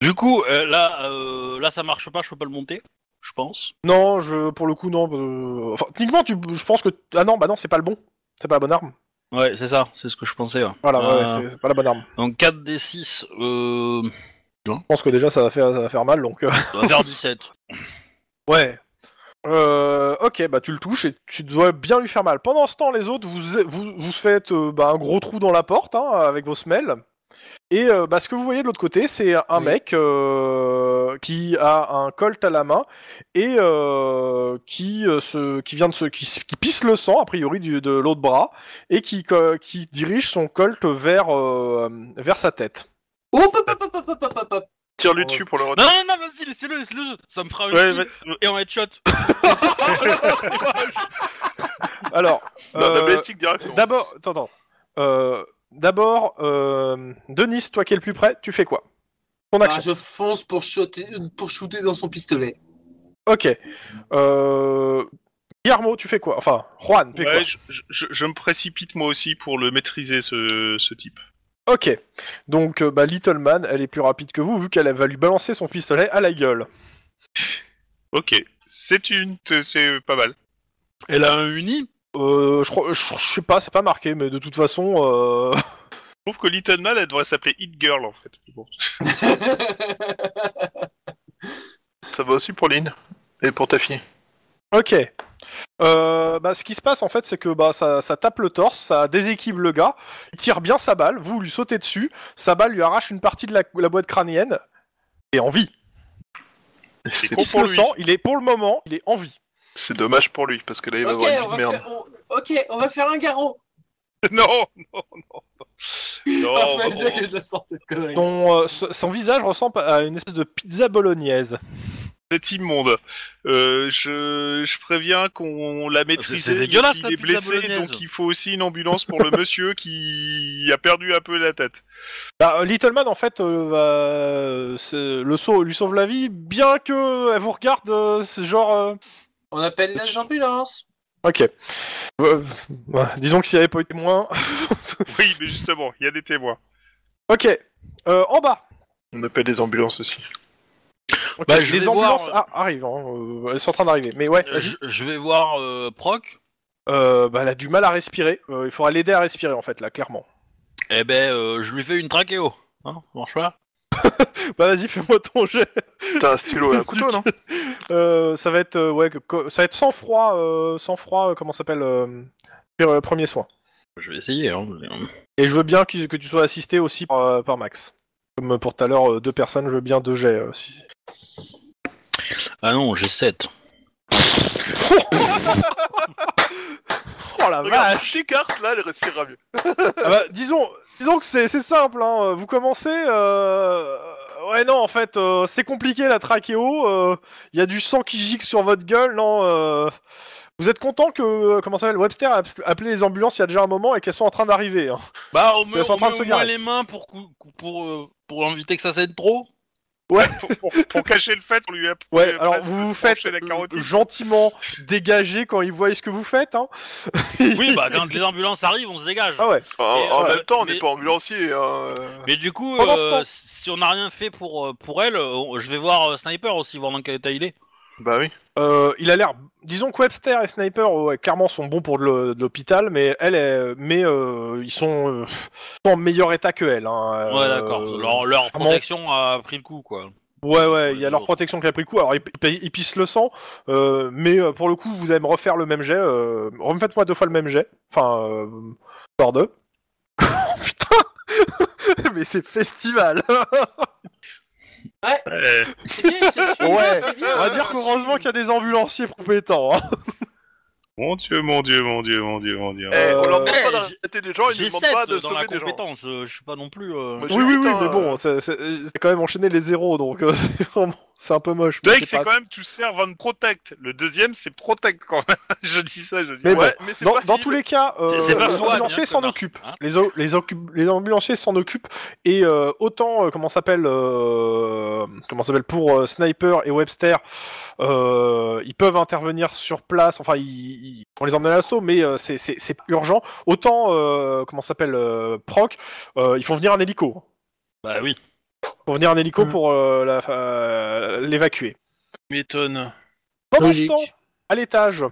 S2: Du coup, euh, là, euh, là, ça marche pas, je peux pas le monter, je pense.
S3: Non, je, pour le coup, non. euh, Enfin, techniquement, tu, je pense que. Ah non, bah non, c'est pas le bon. C'est pas la bonne arme.
S2: Ouais, c'est ça, c'est ce que je pensais. ouais.
S3: Voilà, ouais,
S2: Euh,
S3: c'est- c'est pas la bonne arme.
S2: Donc 4 d 6, euh,
S3: Je pense que déjà, ça va faire, ça va faire mal, donc. euh,
S2: ça va faire 17.
S3: Ouais. Euh, ok, bah tu le touches et tu dois bien lui faire mal. Pendant ce temps, les autres, vous vous, vous faites euh, bah, un gros trou dans la porte hein, avec vos semelles. Et euh, bah, ce que vous voyez de l'autre côté, c'est un
S4: Oui.
S3: mec euh, qui a un colt à la main et euh, qui, euh, se, qui vient de se, qui, s- qui pisse le sang a priori du- de l'autre bras et qui, co- qui dirige son colt vers, euh, vers sa tête.
S4: Oh, hop, hop, hop, hop, hop, hop, hop, hop.
S5: Tire-lui
S4: Oh,
S5: dessus pour le
S2: Non,
S5: retour.
S2: non, non, vas-y, laissez-le, laissez-le, ça me fera une
S1: Ouais,
S2: kill et un headshot.
S3: Alors,
S5: Non, la
S3: euh,
S5: balistique directement.
S3: D'abord, attends, attends. Euh, D'abord, euh, Denis, toi qui es le plus près, tu fais quoi Ton
S4: Ah,
S3: action.
S4: je fonce pour shooter, pour shooter dans son pistolet.
S3: Ok. Euh, Guillermo, tu fais quoi Enfin, Juan, tu fais
S1: Ouais, je, je- je- je me précipite moi aussi pour le maîtriser ce, ce type.
S3: quoi Ok. Donc, euh, bah, Little Man, elle est plus rapide que vous, vu qu'elle va lui balancer son pistolet à la gueule.
S1: Ok, c'est une, t- c'est pas mal.
S2: Elle a un uni.
S3: Euh, je, crois- je, je sais pas, c'est pas marqué, mais de toute façon, euh,
S1: Je trouve que Little Man, elle devrait s'appeler Hit Girl en fait. Bon.
S5: Ça va aussi pour Lynn. Et pour ta fille.
S3: Ok. Euh, bah, ce qui se passe en fait, c'est que bah, ça, ça tape le torse, ça déséquilibre le gars, il tire bien sa balle, vous lui sautez dessus, sa balle lui arrache une partie de la, la boîte crânienne, et en vie.
S5: C'est
S3: Il
S1: con
S3: pisse
S1: pour
S3: le
S1: lui.
S3: sang, il est pour le moment, il est en vie.
S5: c'est dommage pour lui, parce que là, il va
S4: ok, on
S5: avoir
S4: va
S5: une vie de bah merde.
S4: faire, on- ok, on va faire un garrot.
S1: non, non, non. Non,
S4: Ah,
S1: on va-
S4: fallait bien que je la sorte cette connerie.
S3: Son, euh, ce- son visage ressemble à une espèce de pizza bolognaise.
S1: c'est immonde. Euh, je, je préviens qu'on l'a maîtrisé.
S2: Ah, c'est
S1: mais
S2: dégueulasse,
S1: qu'il
S2: la
S1: est
S2: pizza
S1: blessé,
S2: bolognaise.
S1: donc il faut aussi une ambulance pour le monsieur qui a perdu un peu la tête.
S3: Bah, euh, Little Man en fait, euh, va- c'est- le saut lui sauve la vie, bien que elle vous regarde, euh, c'est genre. euh,
S4: On appelle l'ambulance.
S3: Ok. Euh, ouais, disons que s'il n'y avait pas eu de témoin.
S1: Oui, mais justement, il y a des témoins.
S3: ok. Euh, en bas.
S5: On appelle les ambulances aussi.
S3: Ok,
S2: Bah, je
S3: les
S2: vais
S3: ambulances
S2: voir,
S3: ah, arrivent, hein, euh, elles sont en train d'arriver. Mais ouais,
S2: Euh, Je, je vais voir euh, Proc.
S3: euh, bah, elle a du mal à respirer. Euh, il faudra l'aider à respirer en fait, là, clairement.
S2: Eh ben, euh, je lui fais une trachéo. Hein, ça marche pas
S3: bah vas-y, fais-moi ton jet.
S5: T'as un stylo et un couteau, non
S3: Euh, ça va être euh, ouais, que- que- ça va être sans froid, euh, sans froid, euh, comment ça s'appelle euh, euh, Premier soin.
S2: Je vais essayer. Hein. mais, euh,
S3: Et je veux bien que, que tu sois assisté aussi par, euh, par Max. Comme pour tout à l'heure, euh, deux personnes, je veux bien deux jets. euh, si-
S2: Ah non, j'ai 7.
S3: Oh la
S5: Regarde, si t'écartes, là, elle respirera mieux.
S3: Ah bah, disons, disons que c'est c'est simple, hein. vous commencez... euh, Ouais non, en fait, euh, c'est compliqué la trachéo, euh, il y a du sang qui gicle sur votre gueule, non euh, Vous êtes content que, euh, comment ça s'appelle, Webster a appelé les ambulances il y a déjà un moment et qu'elles sont en train d'arriver. hein.
S2: Bah, on
S3: Elles
S2: met,
S3: sont en
S2: on
S3: train
S2: met
S3: de
S2: au
S3: se
S2: moins
S3: garer.
S2: les mains pour, cou- cou- pour, euh, pour inviter que ça cède trop.
S1: Pour, pour- pour cacher le fait, on lui a
S3: Ouais,
S1: euh,
S3: alors
S1: presque
S3: vous vous
S1: tranché
S3: faites
S1: la carotide.
S3: euh, gentiment dégager quand ils voient ce que vous faites. Hein.
S2: Oui, bah, quand les ambulances arrivent, on se dégage.
S3: Ah ouais.
S5: En, en
S2: euh,
S5: même temps, on n'est
S2: mais-
S5: pas ambulancier. hein.
S2: Mais du coup,
S3: Pendant
S2: euh,
S3: ce temps-
S2: si on n'a rien fait pour, euh, pour elle, euh, je vais voir euh, Sniper aussi, voir dans quel état il est.
S5: Bah oui.
S3: Euh, il a l'air. Disons que Webster et Sniper, oh ouais, clairement, sont bons pour de l'hô- de l'hôpital, mais elle, est... mais euh, ils sont euh, sont en meilleur état que elle. Hein.
S2: Ouais,
S3: Euh,
S2: d'accord. Leur, leur
S3: clairement-
S2: protection a pris le coup, quoi.
S3: Ouais, ouais. Il y a leur
S2: Lourd.
S3: protection qui a pris le coup. Alors ils, ils- ils pissent le sang, euh, mais euh, pour le coup, vous allez me refaire le même jet. Euh... Refaites-moi deux fois le même jet. Enfin, euh... par deux. Putain. mais c'est festival.
S4: C'est bien, c'est sûr,
S3: Ouais,
S4: c'est bien,
S3: On va
S4: hein,
S3: dire
S4: c'est
S3: qu'heureusement
S4: sûr.
S3: qu'il y a des ambulanciers compétents. Hein.
S1: Mon dieu, mon dieu, mon dieu, mon dieu, mon dieu.
S5: Eh, on leur demande
S2: euh,
S5: pas d'arrêter des gens, ils
S2: J'ai
S5: nous demandent
S2: 7
S5: pas de
S2: dans la
S5: sauver des gens.
S2: compétence, euh, je suis pas non plus... euh,
S5: Moi, j'ai
S3: Oui, oui, oui,
S5: putain,
S3: mais
S5: euh,
S3: bon, c'est c'est- c'est quand même enchaîné les zéros, donc euh, c'est vraiment- c'est un peu moche. mais
S1: Drake,
S3: c'est
S1: c'est
S3: pas-
S1: quand même tu serves and protect. Le deuxième, c'est protect quand même. je dis ça, je dis.
S3: Mais bon,
S5: Ouais, mais c'est
S3: dans,
S5: pas
S3: dans
S5: fini.
S3: tous les cas, euh,
S2: C'est- c'est pas
S3: les
S2: toi,
S3: ambulanciers
S2: bien
S3: s'en
S2: connard.
S3: occupent.
S2: Hein
S3: les, o- les, occu- les ambulanciers s'en occupent et euh, autant euh, comment s'appelle euh, comment s'appelle pour euh, Sniper et Webster, euh, ils peuvent intervenir sur place. Enfin, ils, ils- on les emmène à l'assaut, mais euh, c'est- c'est c'est urgent. Autant euh, comment s'appelle euh, Proc, euh, ils font venir un hélico.
S2: Bah oui.
S3: Ils font venir un hélico
S4: Mm.
S3: pour euh, la- euh, l'évacuer.
S2: Bah,
S1: m'étonne.
S3: Pendant ce
S4: Logique.
S3: temps, à l'étage,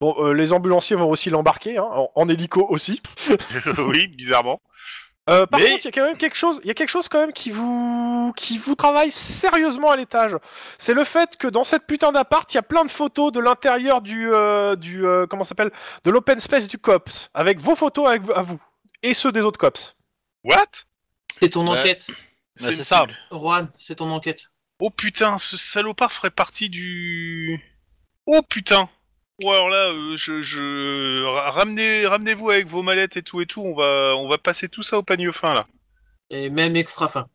S3: bon, euh, les ambulanciers vont aussi l'embarquer, hein, en, en hélico aussi.
S1: oui, bizarrement.
S3: Euh, par
S2: Mais-
S3: contre, il y a quand même quelque chose, il y a quelque chose quand même qui vous, qui vous travaille sérieusement à l'étage. C'est le fait que dans cette putain d'appart, il y a plein de photos de l'intérieur du, euh, du, euh, comment ça s'appelle, de l'open space du cops, avec vos photos avec- à vous et ceux des autres cops.
S1: What
S4: C'est ton
S2: Ouais.
S4: enquête.
S2: Bah,
S1: une-
S2: c'est ça.
S4: Juan, c'est ton enquête.
S1: Oh putain, ce salopard ferait partie du. Oh putain. Ou alors là, euh, je, je... ra- ramenez, ramenez-vous avec vos mallettes et tout et tout. On va, on va passer tout ça au panier fin là.
S4: Et même extra fin.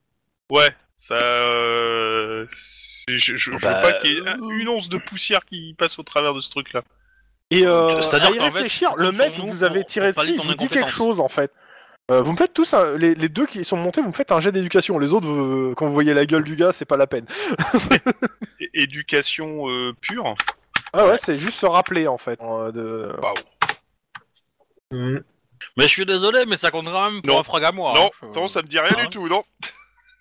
S1: Ouais, ça. euh, c'est- Je, je, je
S2: Bah,
S1: veux pas qu'il y ait un- une once de poussière qui passe au travers de ce truc là.
S3: Et euh,
S2: C'est-à-dire
S3: à y
S2: qu'en fait,
S3: réfléchir,
S2: tu
S3: le
S2: tombes
S3: mec
S2: sur
S3: que
S2: nous
S3: vous avez
S2: pour-
S3: tiré
S2: pour
S3: dessus,
S2: parler
S3: il
S2: de ton
S3: vous dit quelque
S2: incompétence.
S3: chose en fait. Euh, vous me faites tous un- les, les deux qui sont montés, vous me faites un jet d'éducation. Les autres, vous- quand vous voyez la gueule du gars, c'est pas la peine.
S1: É- Éducation euh, pure.
S3: Ah ouais, c'est juste se rappeler en fait. euh, de... Mm.
S2: Mais je suis désolé, mais ça compte quand même pour
S1: Non.
S2: un frag à moi.
S1: non,
S2: hein.
S1: non, ça me dit rien
S2: hein.
S1: du tout, non.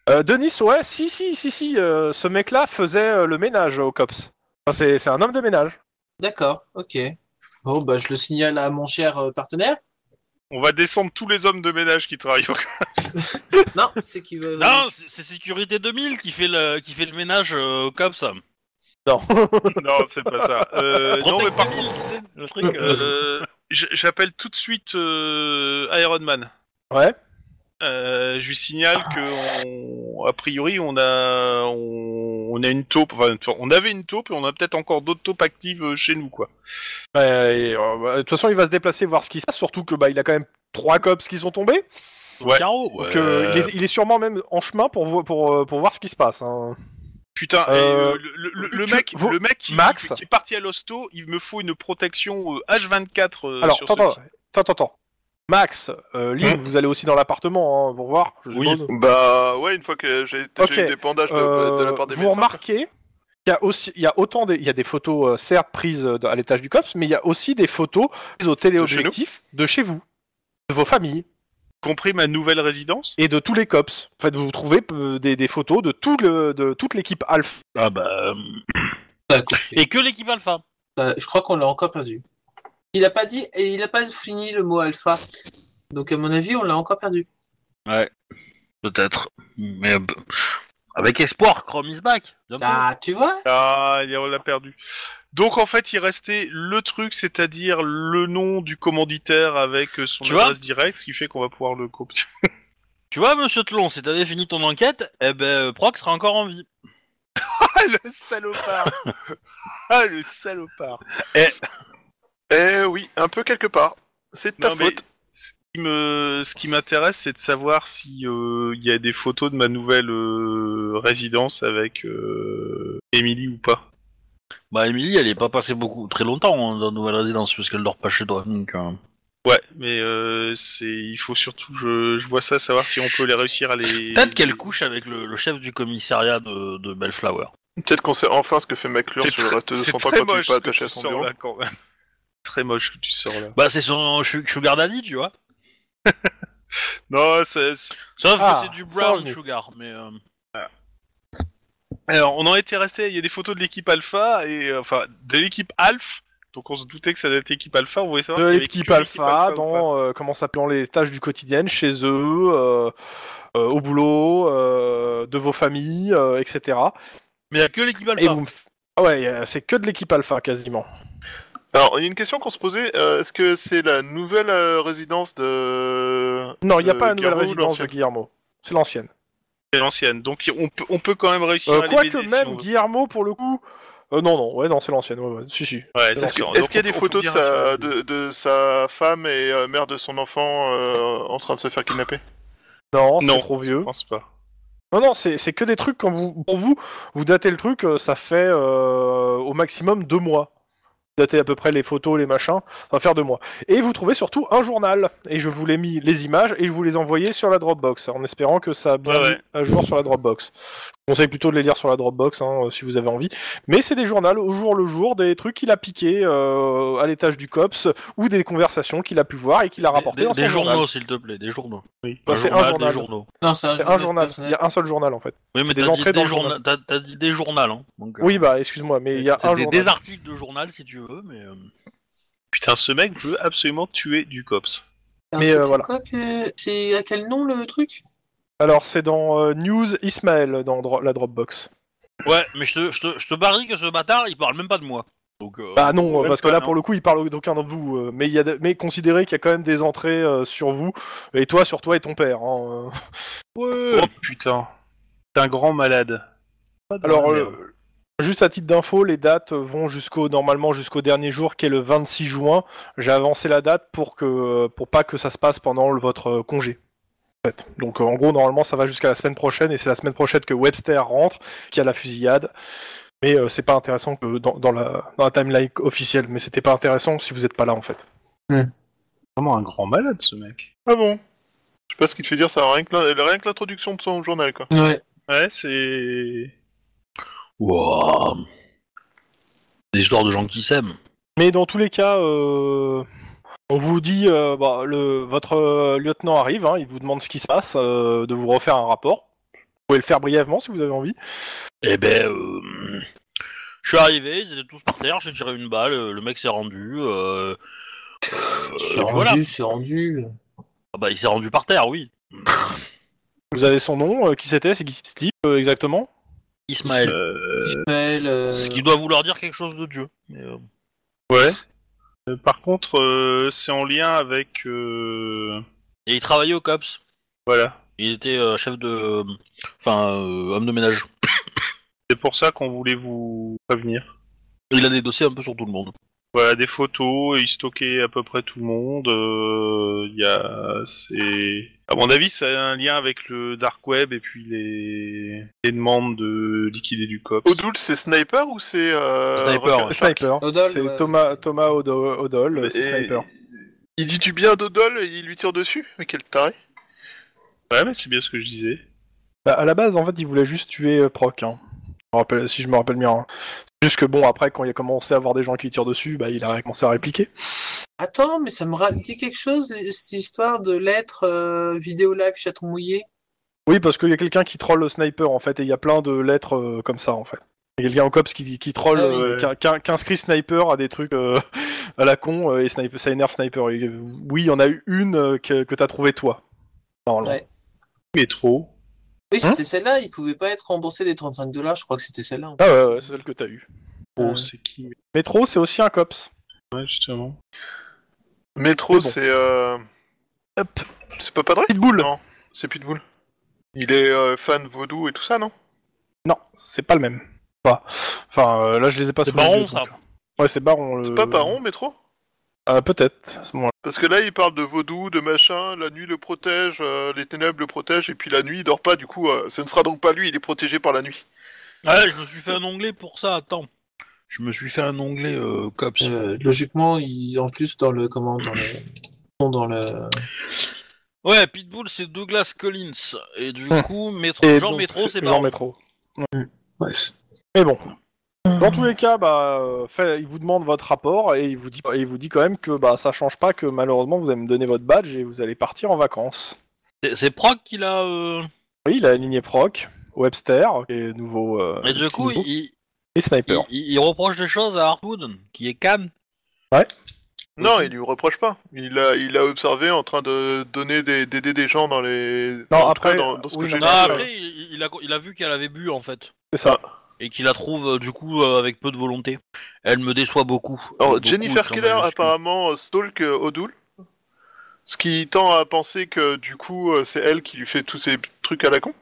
S3: Euh, Denis, ouais, si, si, si, si, euh, ce mec-là faisait euh, le ménage au COPS. Enfin, c'est c'est un homme de ménage.
S4: D'accord, ok. Bon, bah, je le signale à mon cher euh, partenaire.
S1: On va descendre tous les hommes de ménage qui travaillent au
S4: Non, c'est qui veut.
S2: Non, c'est c'est Sécurité 2000 qui fait le, qui fait le ménage euh, au COPS.
S1: Non, c'est pas ça. Euh, non, mais
S2: Protect
S1: par
S2: 2000,
S1: contre,
S2: tu sais, le truc. euh,
S1: euh, j- j'appelle tout de suite euh, Iron Man.
S3: Ouais.
S1: Euh, je lui signale que, on- a priori, on a, on, on a une taupe. Enfin, on avait une taupe et on a peut-être encore d'autres taupes actives euh, chez nous, quoi.
S3: Ouais, et, euh, bah, De toute façon, il va se déplacer voir ce qui se passe, surtout que bah, il a quand même trois COPS qui sont tombés.
S1: Ouais.
S2: Caro,
S3: Donc,
S2: ouais.
S3: euh, il, est, il est sûrement même en chemin pour, vo- pour, euh, pour voir ce qui se passe. hein.
S1: Putain, et,
S3: Euh,
S1: euh, le, le- le
S3: tu-
S1: mec,
S3: vous-
S1: le mec qui,
S3: Max
S1: qui- qui est parti à l'hosto, il me faut une protection euh, H24 euh,
S3: Alors,
S1: sur ce
S3: attends,
S1: type.
S3: attends, attends, attends. Max, euh, Lynn, vous allez aussi dans l'appartement hein, pour voir, je
S2: Oui.
S3: suppose.
S5: Bah ouais, une fois que j'ai j'ai
S3: Ok,
S5: eu des bandages de,
S3: Euh,
S5: de la part des
S3: vous
S5: médecins.
S3: remarquez qu'il y a aussi, il y a autant des, il y a des photos euh, certes prises euh, dans- à l'étage du cops, mais il y a aussi des photos prises au téléobjectif de chez vous, de vos familles
S1: Y compris ma nouvelle résidence.
S3: et de tous les cops. En fait, vous trouvez euh, des, des photos de tout le, de toute l'équipe Alpha.
S2: Ah bah. euh,
S4: Ah, quoi.
S2: Et que l'équipe Alpha.
S4: Euh, je crois qu'on l'a encore perdu. Il a pas dit, et il a pas fini le mot alpha. Donc, à mon avis, on l'a encore perdu.
S2: Ouais. peut-être. Mais euh, avec espoir, Chrome is back. bientôt.
S4: Bah, tu vois
S1: Ah, il- on l'a perdu. Donc en fait, il restait le truc, c'est-à-dire le nom du commanditaire avec euh, son
S2: Tu vois
S1: adresse directe, ce qui fait qu'on va pouvoir le copier.
S2: Tu vois, Monsieur Tlon, si t'avais fini ton enquête, eh ben euh, Proc sera encore en vie.
S1: Ah, le salopard Ah, le salopard
S5: Eh oui, un peu quelque part. C'est de ta
S1: Non, mais
S5: faute.
S1: ce qui me- ce qui m'intéresse, c'est de savoir si euh, il y a des photos de ma nouvelle euh, résidence avec euh, Emily ou pas.
S2: Bah Emily, elle est pas passée beaucoup, très longtemps hein, dans la nouvelle résidence puisqu'elle dort pas chez toi. Donc, euh,
S1: Ouais, mais euh, c'est, il faut surtout, je, je vois ça, savoir si on peut les réussir à les.
S2: peut-être qu'elle couche avec le, le chef du commissariat de, de Bellflower.
S5: Peut-être qu'on sait enfin ce que fait McClure sur le
S1: tr-
S5: reste de
S1: c'est
S5: son temps
S1: très
S5: quand il
S1: moche
S5: est pas
S1: ce que
S5: attaché à
S1: tu
S5: son
S1: sors
S5: bureau.
S1: là, quand même. Très moche que tu sors là.
S2: Bah c'est son su- sugar daddy, tu vois.
S1: Non, c'est, c'est-
S2: Sauf
S3: Ah,
S2: que c'est du
S3: ça,
S2: brown
S3: oui.
S2: sugar, mais euh,
S1: Alors, on en était resté. Il y a des photos de l'équipe Alpha et euh, enfin de l'équipe Alpha. Donc on se doutait que ça devait être l'équipe Alpha. On voulait savoir
S3: de
S1: s'il y avait
S3: l'équipe
S1: que
S3: alpha,
S1: ou pas.
S3: dans euh, comment s'appelant les tâches du quotidien chez eux, euh, euh, au boulot, euh, de vos familles, euh, etc.
S2: mais y a que l'équipe alpha.
S3: Et vous me f- ah ouais, euh, c'est que de l'équipe alpha quasiment.
S5: Alors, il y a une question qu'on se posait. euh, Est-ce que c'est la nouvelle euh, résidence de...
S3: Non, il n'y a
S5: Euh,
S3: pas la nouvelle
S5: Guillermo ou
S3: résidence de
S5: l'ancienne
S3: Guillermo. C'est l'ancienne.
S1: C'est l'ancienne. Donc on peut, on peut quand même réussir
S3: Euh,
S1: à les
S3: Quoique
S1: baiser, si
S3: même
S1: on veut.
S3: Guillermo, pour le coup. euh, non, non, ouais, non, c'est l'ancienne. Ouais, ouais, si, si.
S1: Ouais,
S5: Est-ce que- est-ce qu'il y a des photos de sa, de, de sa femme et euh, mère de son enfant euh, en train de se faire kidnapper
S3: Non,
S1: Non.
S3: c'est trop vieux.
S1: Je pense pas.
S3: Non, non, c'est c'est que des trucs, quand vous, pour vous, vous datez le truc, euh, ça fait euh, au maximum deux mois. Vous datez à peu près les photos, les machins, ça va faire deux mois. Et vous trouvez surtout un journal. Et je vous l'ai mis, les images, et je vous les envoyais sur la Dropbox, en espérant que ça a bien
S1: Ouais,
S3: mis
S1: ouais.
S3: à jour sur la Dropbox. Je conseille plutôt de les lire sur la Dropbox, hein, euh, si vous avez envie. Mais c'est des journaux au jour le jour, des trucs qu'il a piqué euh, à l'étage du COPS, ou des conversations qu'il a pu voir et qu'il a rapportées
S2: Des,
S3: dans
S2: des
S3: son
S2: journaux,
S3: journal.
S2: s'il te plaît, des journaux.
S3: Ça,
S2: Un
S3: c'est
S2: journal,
S3: un
S2: des
S3: journal.
S2: journal.
S4: Non, c'est un,
S3: C'est un
S4: journal.
S3: journal.
S4: personnel.
S3: Il y a un seul journal, en fait.
S2: Oui, mais
S3: C'est des
S2: t'as dit
S3: entrées
S2: des
S3: dans le
S2: journaux. T'as t'as dit des journaux, hein. Donc, euh,
S3: Oui, bah, excuse-moi, mais il y a
S2: c'est
S3: un
S2: des,
S3: journal.
S2: des articles de journal si tu veux, mais. euh,
S1: Putain, ce mec veut absolument tuer du cops.
S4: Alors,
S3: Mais, euh,
S4: c'était
S3: voilà.
S4: quoi que... C'est à quel nom le truc
S3: Alors c'est dans euh, News Ismaël dans dro- la Dropbox.
S2: Ouais, mais je te, je te, je te parie que ce bâtard, il parle même pas de moi. Donc, euh,
S3: Bah non,
S1: même
S3: parce que
S1: pas,
S3: là
S1: non.
S3: pour le coup il parle d'aucun de vous, euh, mais il y a de- mais considérez qu'il y a quand même des entrées euh, sur vous et toi sur toi et ton père. hein, euh.
S1: Oh putain. C'est un grand malade.
S3: Alors
S1: merde.
S3: euh, juste à titre d'info, les dates vont jusqu'au normalement jusqu'au dernier jour qui est le 26 juin. J'ai avancé la date pour que pour pas que ça se passe pendant le- votre euh, congé. En fait. Donc euh, en gros normalement ça va jusqu'à la semaine prochaine et c'est la semaine prochaine que Webster rentre, qu'il y a la fusillade. Mais euh, c'est pas intéressant que dans, dans la, dans la timeline officielle, mais c'était pas intéressant si vous êtes pas là en fait.
S1: Vraiment un grand malade, ce mec.
S5: Ah bon Je sais pas ce qu'il te fait dire ça, rien que la- rien que l'introduction de son journal quoi.
S4: Ouais.
S1: Ouais, c'est.
S2: Ouah. Des histoires de gens qui s'aiment.
S3: Mais dans tous les cas, euh, on vous dit, euh, bah, le, votre euh, lieutenant arrive, hein, il vous demande ce qui se passe, euh, de vous refaire un rapport. Vous pouvez le faire brièvement si vous avez envie.
S2: Eh ben, euh, je suis arrivé, ils étaient tous par terre, j'ai tiré une balle, euh, le mec s'est rendu. euh, euh,
S4: c'est rendu,
S2: voilà.
S4: c'est rendu.
S2: Ah bah, il s'est rendu par terre, oui.
S3: Vous avez son nom, euh, qui c'était, c'est qui ce type euh, exactement
S2: Ismaël.
S1: Euh,
S4: Ismaël, euh,
S2: Ce qui doit vouloir dire quelque chose de Dieu. Mais, euh,
S1: Ouais. Euh, par contre, euh, c'est en lien avec. euh,
S2: Et il travaillait au COPS.
S1: Voilà.
S2: Il était euh, chef de. euh, Enfin, euh, homme de ménage.
S1: C'est pour ça qu'on voulait vous prévenir.
S2: Il a des dossiers un peu sur tout le monde.
S1: Voilà, des photos, il stockait à peu près tout le monde. euh, Il y a. C'est. À mon avis, ça a un lien avec le Dark Web et puis les, les demandes de liquider du COPS.
S5: Odoul c'est sniper ou c'est euh,
S2: Sniper,
S5: requin
S4: Bah,
S2: ouais.
S3: Sniper.
S4: Odol,
S3: C'est
S4: ouais.
S3: Thomas, Thomas Odo- Odol, euh, c'est
S5: Et-
S3: Sniper.
S5: Il dit tu bien Dodol et il lui tire dessus Mais quel taré
S1: Ouais, mais c'est bien ce que je disais.
S3: Bah, à la base, en fait, il voulait juste tuer euh, Proc, hein. Je me rappelle- si je me rappelle bien. hein. C'est Juste que bon, après, quand il a commencé à avoir des gens qui tirent dessus, bah, il a commencé à répliquer.
S4: Attends, mais ça me ra- dit quelque chose, les- cette histoire de lettres euh, vidéo live chaton mouillé.
S3: Oui, parce qu'il y a quelqu'un qui troll le sniper en fait, et il y a plein de lettres euh, comme ça en fait. Il y a quelqu'un au cops qui, qui troll,
S4: Ah oui.
S3: euh, qui- qui- qui inscrit sniper à des trucs euh, à la con, euh, et sniper, ça énerve sniper. Et, euh, oui, il y en a eu une euh, que, que t'as trouvé toi. Normalement.
S4: Ouais.
S1: Métro.
S4: Oui, c'était celle-là, il pouvait pas être remboursé des 35 dollars, je crois que c'était celle-là. en fait.
S3: Ah ouais, ouais, c'est celle que t'as eu.
S1: Oh,
S4: Euh,
S1: c'est qui
S3: Métro, c'est aussi un cops.
S1: Ouais, justement.
S5: Métro,
S3: Mais bon.
S5: c'est. Euh...
S3: Hop.
S5: C'est pas Patrick
S3: Pitbull.
S5: Non, c'est Pitbull. Il est euh, fan vaudou et tout ça, non
S3: Non, c'est pas le même. Pas. Enfin, euh, là, je les ai pas
S2: C'est
S3: sous les
S2: Baron,
S3: yeux,
S2: ça.
S3: donc. euh, Ouais, c'est Baron. le-
S5: C'est pas Baron, Métro
S3: Ah, Peut-être, à ce moment-là.
S5: Parce que là, il parle de vaudou, de machin, la nuit le protège, euh, les ténèbres le protègent, et puis la nuit, il dort pas, du coup, euh, ce ne sera donc pas lui, il est protégé par la nuit.
S2: Ah, je me suis fait un onglet pour ça, attends. Je me suis fait un onglet euh, cops.
S4: Euh, logiquement, il, en plus, dans le, comment, dans le, dans le,
S2: Ouais, Pitbull c'est Douglas Collins. Et du
S3: Hmm.
S2: coup, métro...
S3: Et
S2: Jean
S3: donc,
S2: Métro c'est
S3: Jean
S2: pas.
S3: Métro.
S4: bref.
S3: Mais bon. Dans tous les cas, bah, euh, fait- il vous demande votre rapport et il vous dit, et il vous dit quand même que bah, ça change pas que malheureusement vous allez me donner votre badge et vous allez partir en vacances.
S2: C'est- C'est Proc qui l'a. euh,
S3: Oui, il a aligné Proc, Webster, qui est nouveau. euh,
S2: Et du
S3: qui est
S2: coup,
S3: nouveau,
S2: il,
S3: et Sniper.
S2: il- il- il reproche des choses à Hartwood, qui est calme.
S5: Non, il lui reproche pas. Il l'a il a observé en train de donner des d'aider des gens dans les.
S3: Non,
S5: en tout cas,
S3: après,
S5: dans, dans ce
S3: oui,
S5: que
S3: non,
S5: j'ai
S2: Non,
S3: mais-
S5: lu, euh,
S2: après, il, il a, il a vu qu'elle avait bu en fait.
S3: C'est ça.
S2: Et qu'il la trouve euh, du coup euh, avec peu de volonté. Elle me déçoit beaucoup.
S5: Alors,
S2: Beaucoup,
S5: Oh, Jennifer
S2: étant
S5: Keller
S2: majuscule.
S5: apparemment euh, stalk euh, O'Doul, ce qui tend à penser que du coup euh, c'est elle qui lui fait tous ces trucs à la con.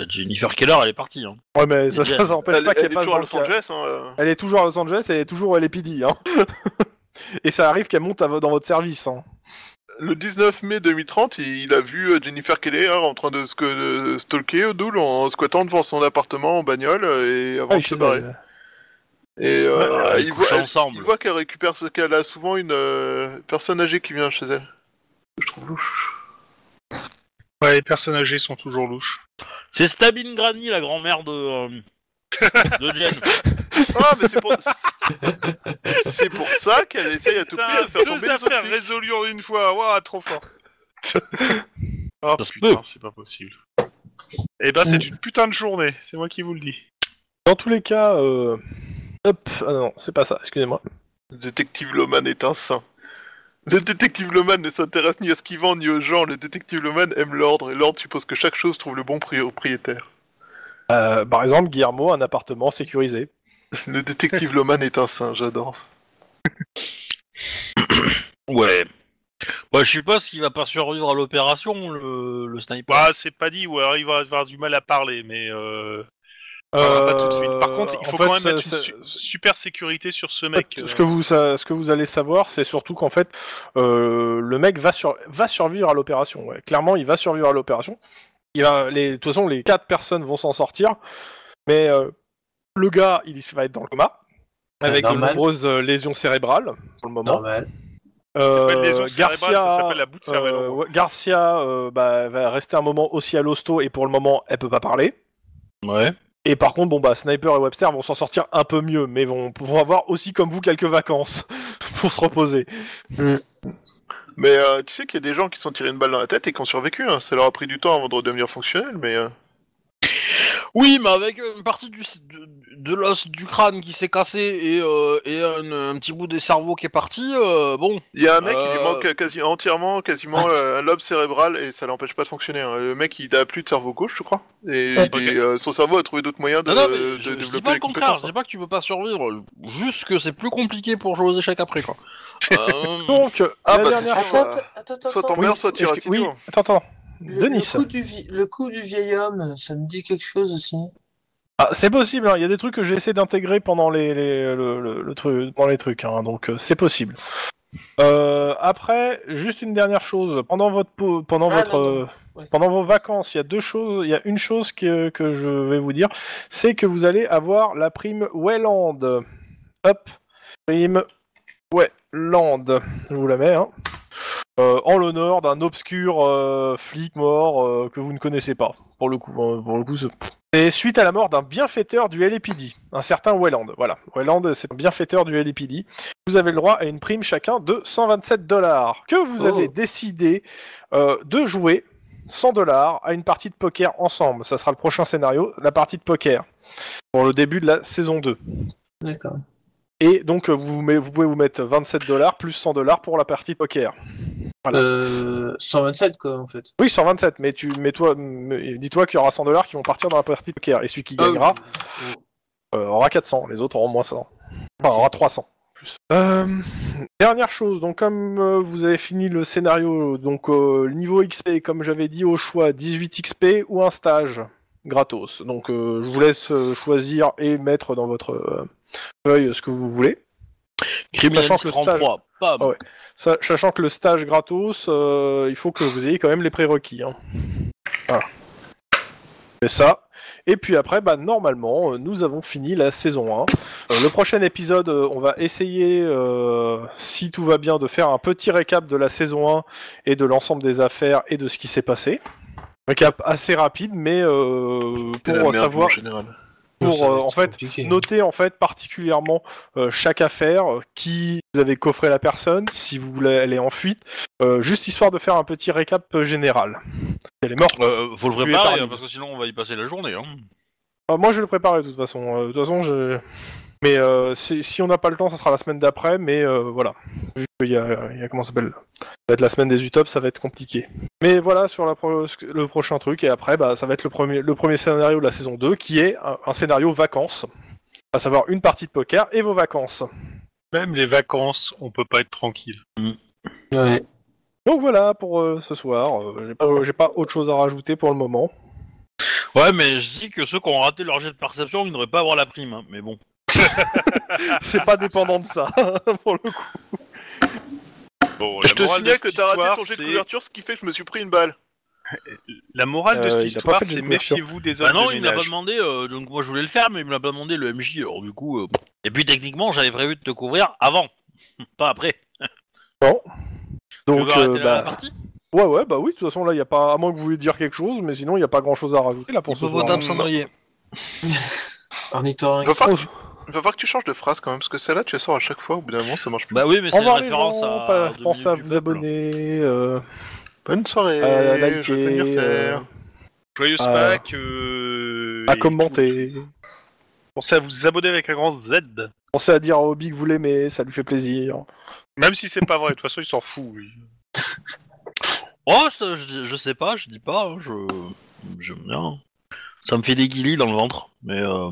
S2: Euh, Jennifer Keller elle est partie. Hein.
S3: Ouais, mais ça,
S2: Jen-
S3: ça, ça empêche
S5: Ah. Elle,
S3: Bah, pas qu'il
S5: elle
S3: y
S5: est
S3: ait pas
S5: toujours à
S3: de
S5: Los
S3: banque.
S5: Angeles. hein, euh.
S3: Elle est toujours à Los Angeles, elle est toujours à l'épidie. Hein. et ça arrive qu'elle monte à vo- dans votre service. Hein.
S5: Le 19 mai 2030, il, il a vu euh, Jennifer Keller en train de, sc- de stalker O'Doul en squattant devant son appartement en bagnole euh, et avant
S3: Ah,
S5: de se
S3: chez
S5: barrer.
S3: elle.
S5: Et euh,
S2: Ils
S5: il,
S2: couchent
S5: voit, elle-
S2: ensemble.
S5: il voit qu'elle récupère ce qu'elle a souvent une euh, personne âgée qui vient chez elle. Je trouve louche.
S1: Ouais, les personnes âgées sont toujours louches.
S2: C'est Stabine Granny, la grand-mère de, euh, de Jen.
S5: Ah mais c'est pour... c'est pour ça qu'elle essaye à tout prix de faire tomber les autres flics.
S1: résolues en une fois, waouh, trop fort. oh
S2: Ça se peut.
S1: putain, c'est pas possible. Eh ben, c'est une putain de journée, c'est moi qui vous le dis.
S3: Dans tous les cas, euh... hop, ah non, c'est pas ça, excusez-moi.
S5: Le détective Loman est un saint. Le détective Loman ne s'intéresse ni à ce qu'il vend ni aux gens. Le détective Loman aime l'ordre et l'ordre suppose que chaque chose trouve le bon pri- propriétaire.
S3: Euh, par exemple, Guillermo, un appartement sécurisé.
S5: Le détective Loman est un saint, j'adore. ça.
S2: Ouais. Bah, je sais pas s'il va pas survivre à l'opération, le, le sniper.
S1: Bah, c'est pas dit, ou alors il va avoir du mal à parler, mais euh... parlera pas tout de suite. Par contre, il
S3: Euh, en
S1: faut
S3: fait,
S1: quand même
S3: ça-
S1: mettre une
S3: ça-
S1: su- super sécurité sur ce
S3: En fait,
S1: mec.
S3: ce
S1: euh.
S3: que vous sa- ce que vous allez savoir, c'est surtout qu'en fait, euh, le mec va sur- va survivre à l'opération. ouais. Clairement, il va survivre à l'opération. Il va les de toute façon les quatre personnes vont s'en sortir, mais euh, le gars il va être dans le coma
S4: Ouais,
S3: avec de
S4: normal.
S3: nombreuses euh, lésions cérébrales pour le moment.
S4: Normal.
S3: Euh,
S1: s'appelle les os cérébrales, ça s'appelle la boue de cervelle. hein.
S3: euh, ouais, Garcia euh, bah, va rester un moment aussi à l'hosto et pour le moment elle peut pas parler.
S2: Ouais.
S3: Et par contre, bon bah, Sniper et Webster vont s'en sortir un peu mieux, mais vont, vont avoir aussi comme vous quelques vacances pour se reposer.
S5: Mais euh, tu sais qu'il y a des gens qui se sont tirés une balle dans la tête et qui ont survécu. hein. Ça leur a pris du temps avant de redevenir fonctionnel, mais euh,
S2: Oui, mais avec une partie du, de, de l'os du crâne qui s'est cassé et, euh, et un, un petit bout des cerveaux qui est parti, euh, bon.
S5: il y a un mec qui lui
S2: Euh.
S5: manque quasi entièrement, quasiment euh, un lobe cérébral et ça l'empêche pas de fonctionner. hein. Le mec, il a plus de cerveau gauche, je crois, et,
S4: Ok.
S5: et, euh, son cerveau a trouvé d'autres moyens de,
S2: Non, non, mais
S5: de
S2: Euh, je, je dis
S5: développer
S2: pas
S5: les
S2: le contraire,
S5: compétences. hein.
S2: je dis pas que tu peux pas survivre, juste que c'est plus compliqué pour jouer aux échecs après, quoi. Euh,
S3: Donc,
S5: Ah,
S3: la
S5: bah,
S3: dernière.
S5: c'est sûr.
S4: Attends,
S5: euh,
S4: att- attends, attends,
S5: soit
S4: attends.
S5: en mer, soit tu
S3: Est-ce
S5: restes
S3: que- oui, attends, attends.
S4: Le,
S3: Denis.
S4: le coup du vie- le coup du vieil homme, ça me dit quelque chose aussi.
S3: Ah, c'est possible. hein, Il y a des trucs que j'ai essayé d'intégrer pendant les, les- le, le- le truc, pendant les trucs. hein, donc, euh, c'est possible. Euh, après, juste une dernière chose. Pendant votre pau- pendant
S4: Ah,
S3: votre
S4: non, non.
S3: euh,
S4: Ouais.
S3: pendant vos vacances, il y a deux choses. Il y a une chose que, que je vais vous dire, c'est que vous allez avoir la prime Wayland. Hop, prime Wayland. Je vous la mets. Hein. Euh, en l'honneur d'un obscur euh, flic mort euh, que vous ne connaissez pas. Pour le coup, hein, pour le coup, c'est- et suite à la mort d'un bienfaiteur du LAPD, un certain Wayland. Voilà, Wayland, c'est un bienfaiteur du LAPD. Vous avez le droit à une prime chacun de 127 dollars que vous
S4: Oh.
S3: avez décidé euh, de jouer 100 dollars à une partie de poker ensemble. Ça sera le prochain scénario, la partie de poker pour le début de la saison 2.
S4: D'accord.
S3: Et donc euh, vous, vous met- vous pouvez vous mettre 27 dollars plus 100 dollars pour la partie de poker. Voilà.
S4: Euh, 127, quoi, en fait.
S3: Oui, 127, mais tu mets-toi, me- dis-toi qu'il y aura 100 dollars qui vont partir dans la partie de poker, et celui qui
S4: Ah,
S3: gagnera
S4: oui.
S3: euh, aura 400, les autres auront moins 100. Enfin, aura 300. Plus. Euh, dernière chose, donc comme euh, vous avez fini le scénario, donc euh, le niveau XP, comme j'avais dit au choix, 18 XP ou un stage gratos. Donc euh, je vous laisse euh, choisir et mettre dans votre euh, feuille ce que vous voulez.
S2: Criminaliste
S3: Sachant que le stage-
S2: 33, pam.
S3: Ah ouais. Sa- sachant que le stage gratos, euh, il faut que vous ayez quand même les prérequis. Hein. Voilà. C'est ça. Et puis après, bah, normalement, euh, nous avons fini la saison 1. Euh, le prochain épisode, euh, on va essayer, euh, si tout va bien, de faire un petit récap de la saison 1 et de l'ensemble des affaires et de ce qui s'est passé. Récap assez rapide, mais euh,
S5: C'est la
S3: pour
S5: merde,
S3: savoir
S5: en général.
S3: pour,
S4: Ça va
S3: euh,
S4: être
S3: en fait,
S4: compliqué.
S3: Notez en fait particulièrement euh, chaque affaire, euh, qui vous avez coffré la personne, si vous voulez aller en fuite, euh, juste histoire de faire un petit récap euh, général. Elle est morte.
S2: Euh, faut le
S3: Tu es
S2: préparer,
S3: parmi.
S2: parce que sinon on va y passer la journée. Hein.
S3: Ah, moi je le prépare de toute façon. Euh, de toute façon, je... mais euh, si, si on n'a pas le temps, ça sera la semaine d'après. Mais euh, voilà, Vu qu'il y a, il y a- comment ça s'appelle Ça va être la semaine des utopes, ça va être compliqué. Mais voilà sur la pro- le prochain truc et après, bah, ça va être le premier, le premier scénario de la saison 2 qui est un, un scénario vacances, à savoir une partie de poker et vos vacances.
S1: Même les vacances, on peut pas être tranquille.
S4: Ouais.
S3: Donc voilà pour euh, ce soir. Euh, j'ai pas, euh, j'ai pas autre chose à rajouter pour le moment.
S2: Ouais, mais je dis que ceux qui ont raté leur jet de perception, ils ne devraient pas avoir la prime. hein, Mais bon.
S3: C'est pas dépendant de ça pour le coup.
S1: Bon,
S5: Je te signale que
S1: t'as
S5: t'as raté ton jet de couverture, ce qui fait que je me suis pris une balle.
S1: La morale
S3: Euh,
S1: de cette
S3: il a pas
S1: histoire,
S3: fait de jet de
S1: c'est
S3: couverture.
S1: méfiez-vous des
S2: Bah
S1: hommes
S2: non,
S1: de
S2: il me l'a pas
S1: ménage.
S2: demandé, euh, donc moi je voulais le faire, mais il me l'a pas demandé le MJ, alors du coup. euh, Et puis techniquement, j'avais prévu de te couvrir avant, pas après.
S3: Donc
S2: tu
S3: euh,
S2: veux arrêter la- la
S3: bah,
S2: partie
S3: ouais ouais bah oui. De toute façon là il y a pas à moins que vous vouliez dire quelque chose, mais sinon il y a pas grand chose à rajouter là pour ce soir. hein.
S4: Ornithorynque.
S5: Va falloir,
S3: Oh.
S5: va falloir que tu changes de phrase quand même, parce que celle-là, tu la sors à chaque fois, au bout d'un moment, ça marche plus.
S2: Bah oui, mais
S3: Au
S2: c'est une
S3: revoir les
S2: référence
S3: gens.
S2: à.
S3: pas-
S2: Deux
S3: pensez à
S2: minutes du
S3: vous
S2: peuple.
S3: abonner, euh,
S5: Bonne soirée,
S3: à liker,
S5: joyeux anniversaire.
S3: euh,
S1: Joyeuse
S3: Ah.
S1: Pâques. euh,
S3: à
S1: et
S3: commenter.
S1: Pensez à vous abonner avec un grand Z.
S3: Pensez à dire à Hobby que vous l'aimez, ça lui fait plaisir.
S1: Même si c'est pas vrai, de toute façon, il s'en fout. lui.
S2: Oh, ça, je, je sais pas, je dis pas, hein, je. J'aime bien. Ça me fait des guilis dans le ventre, mais. Euh...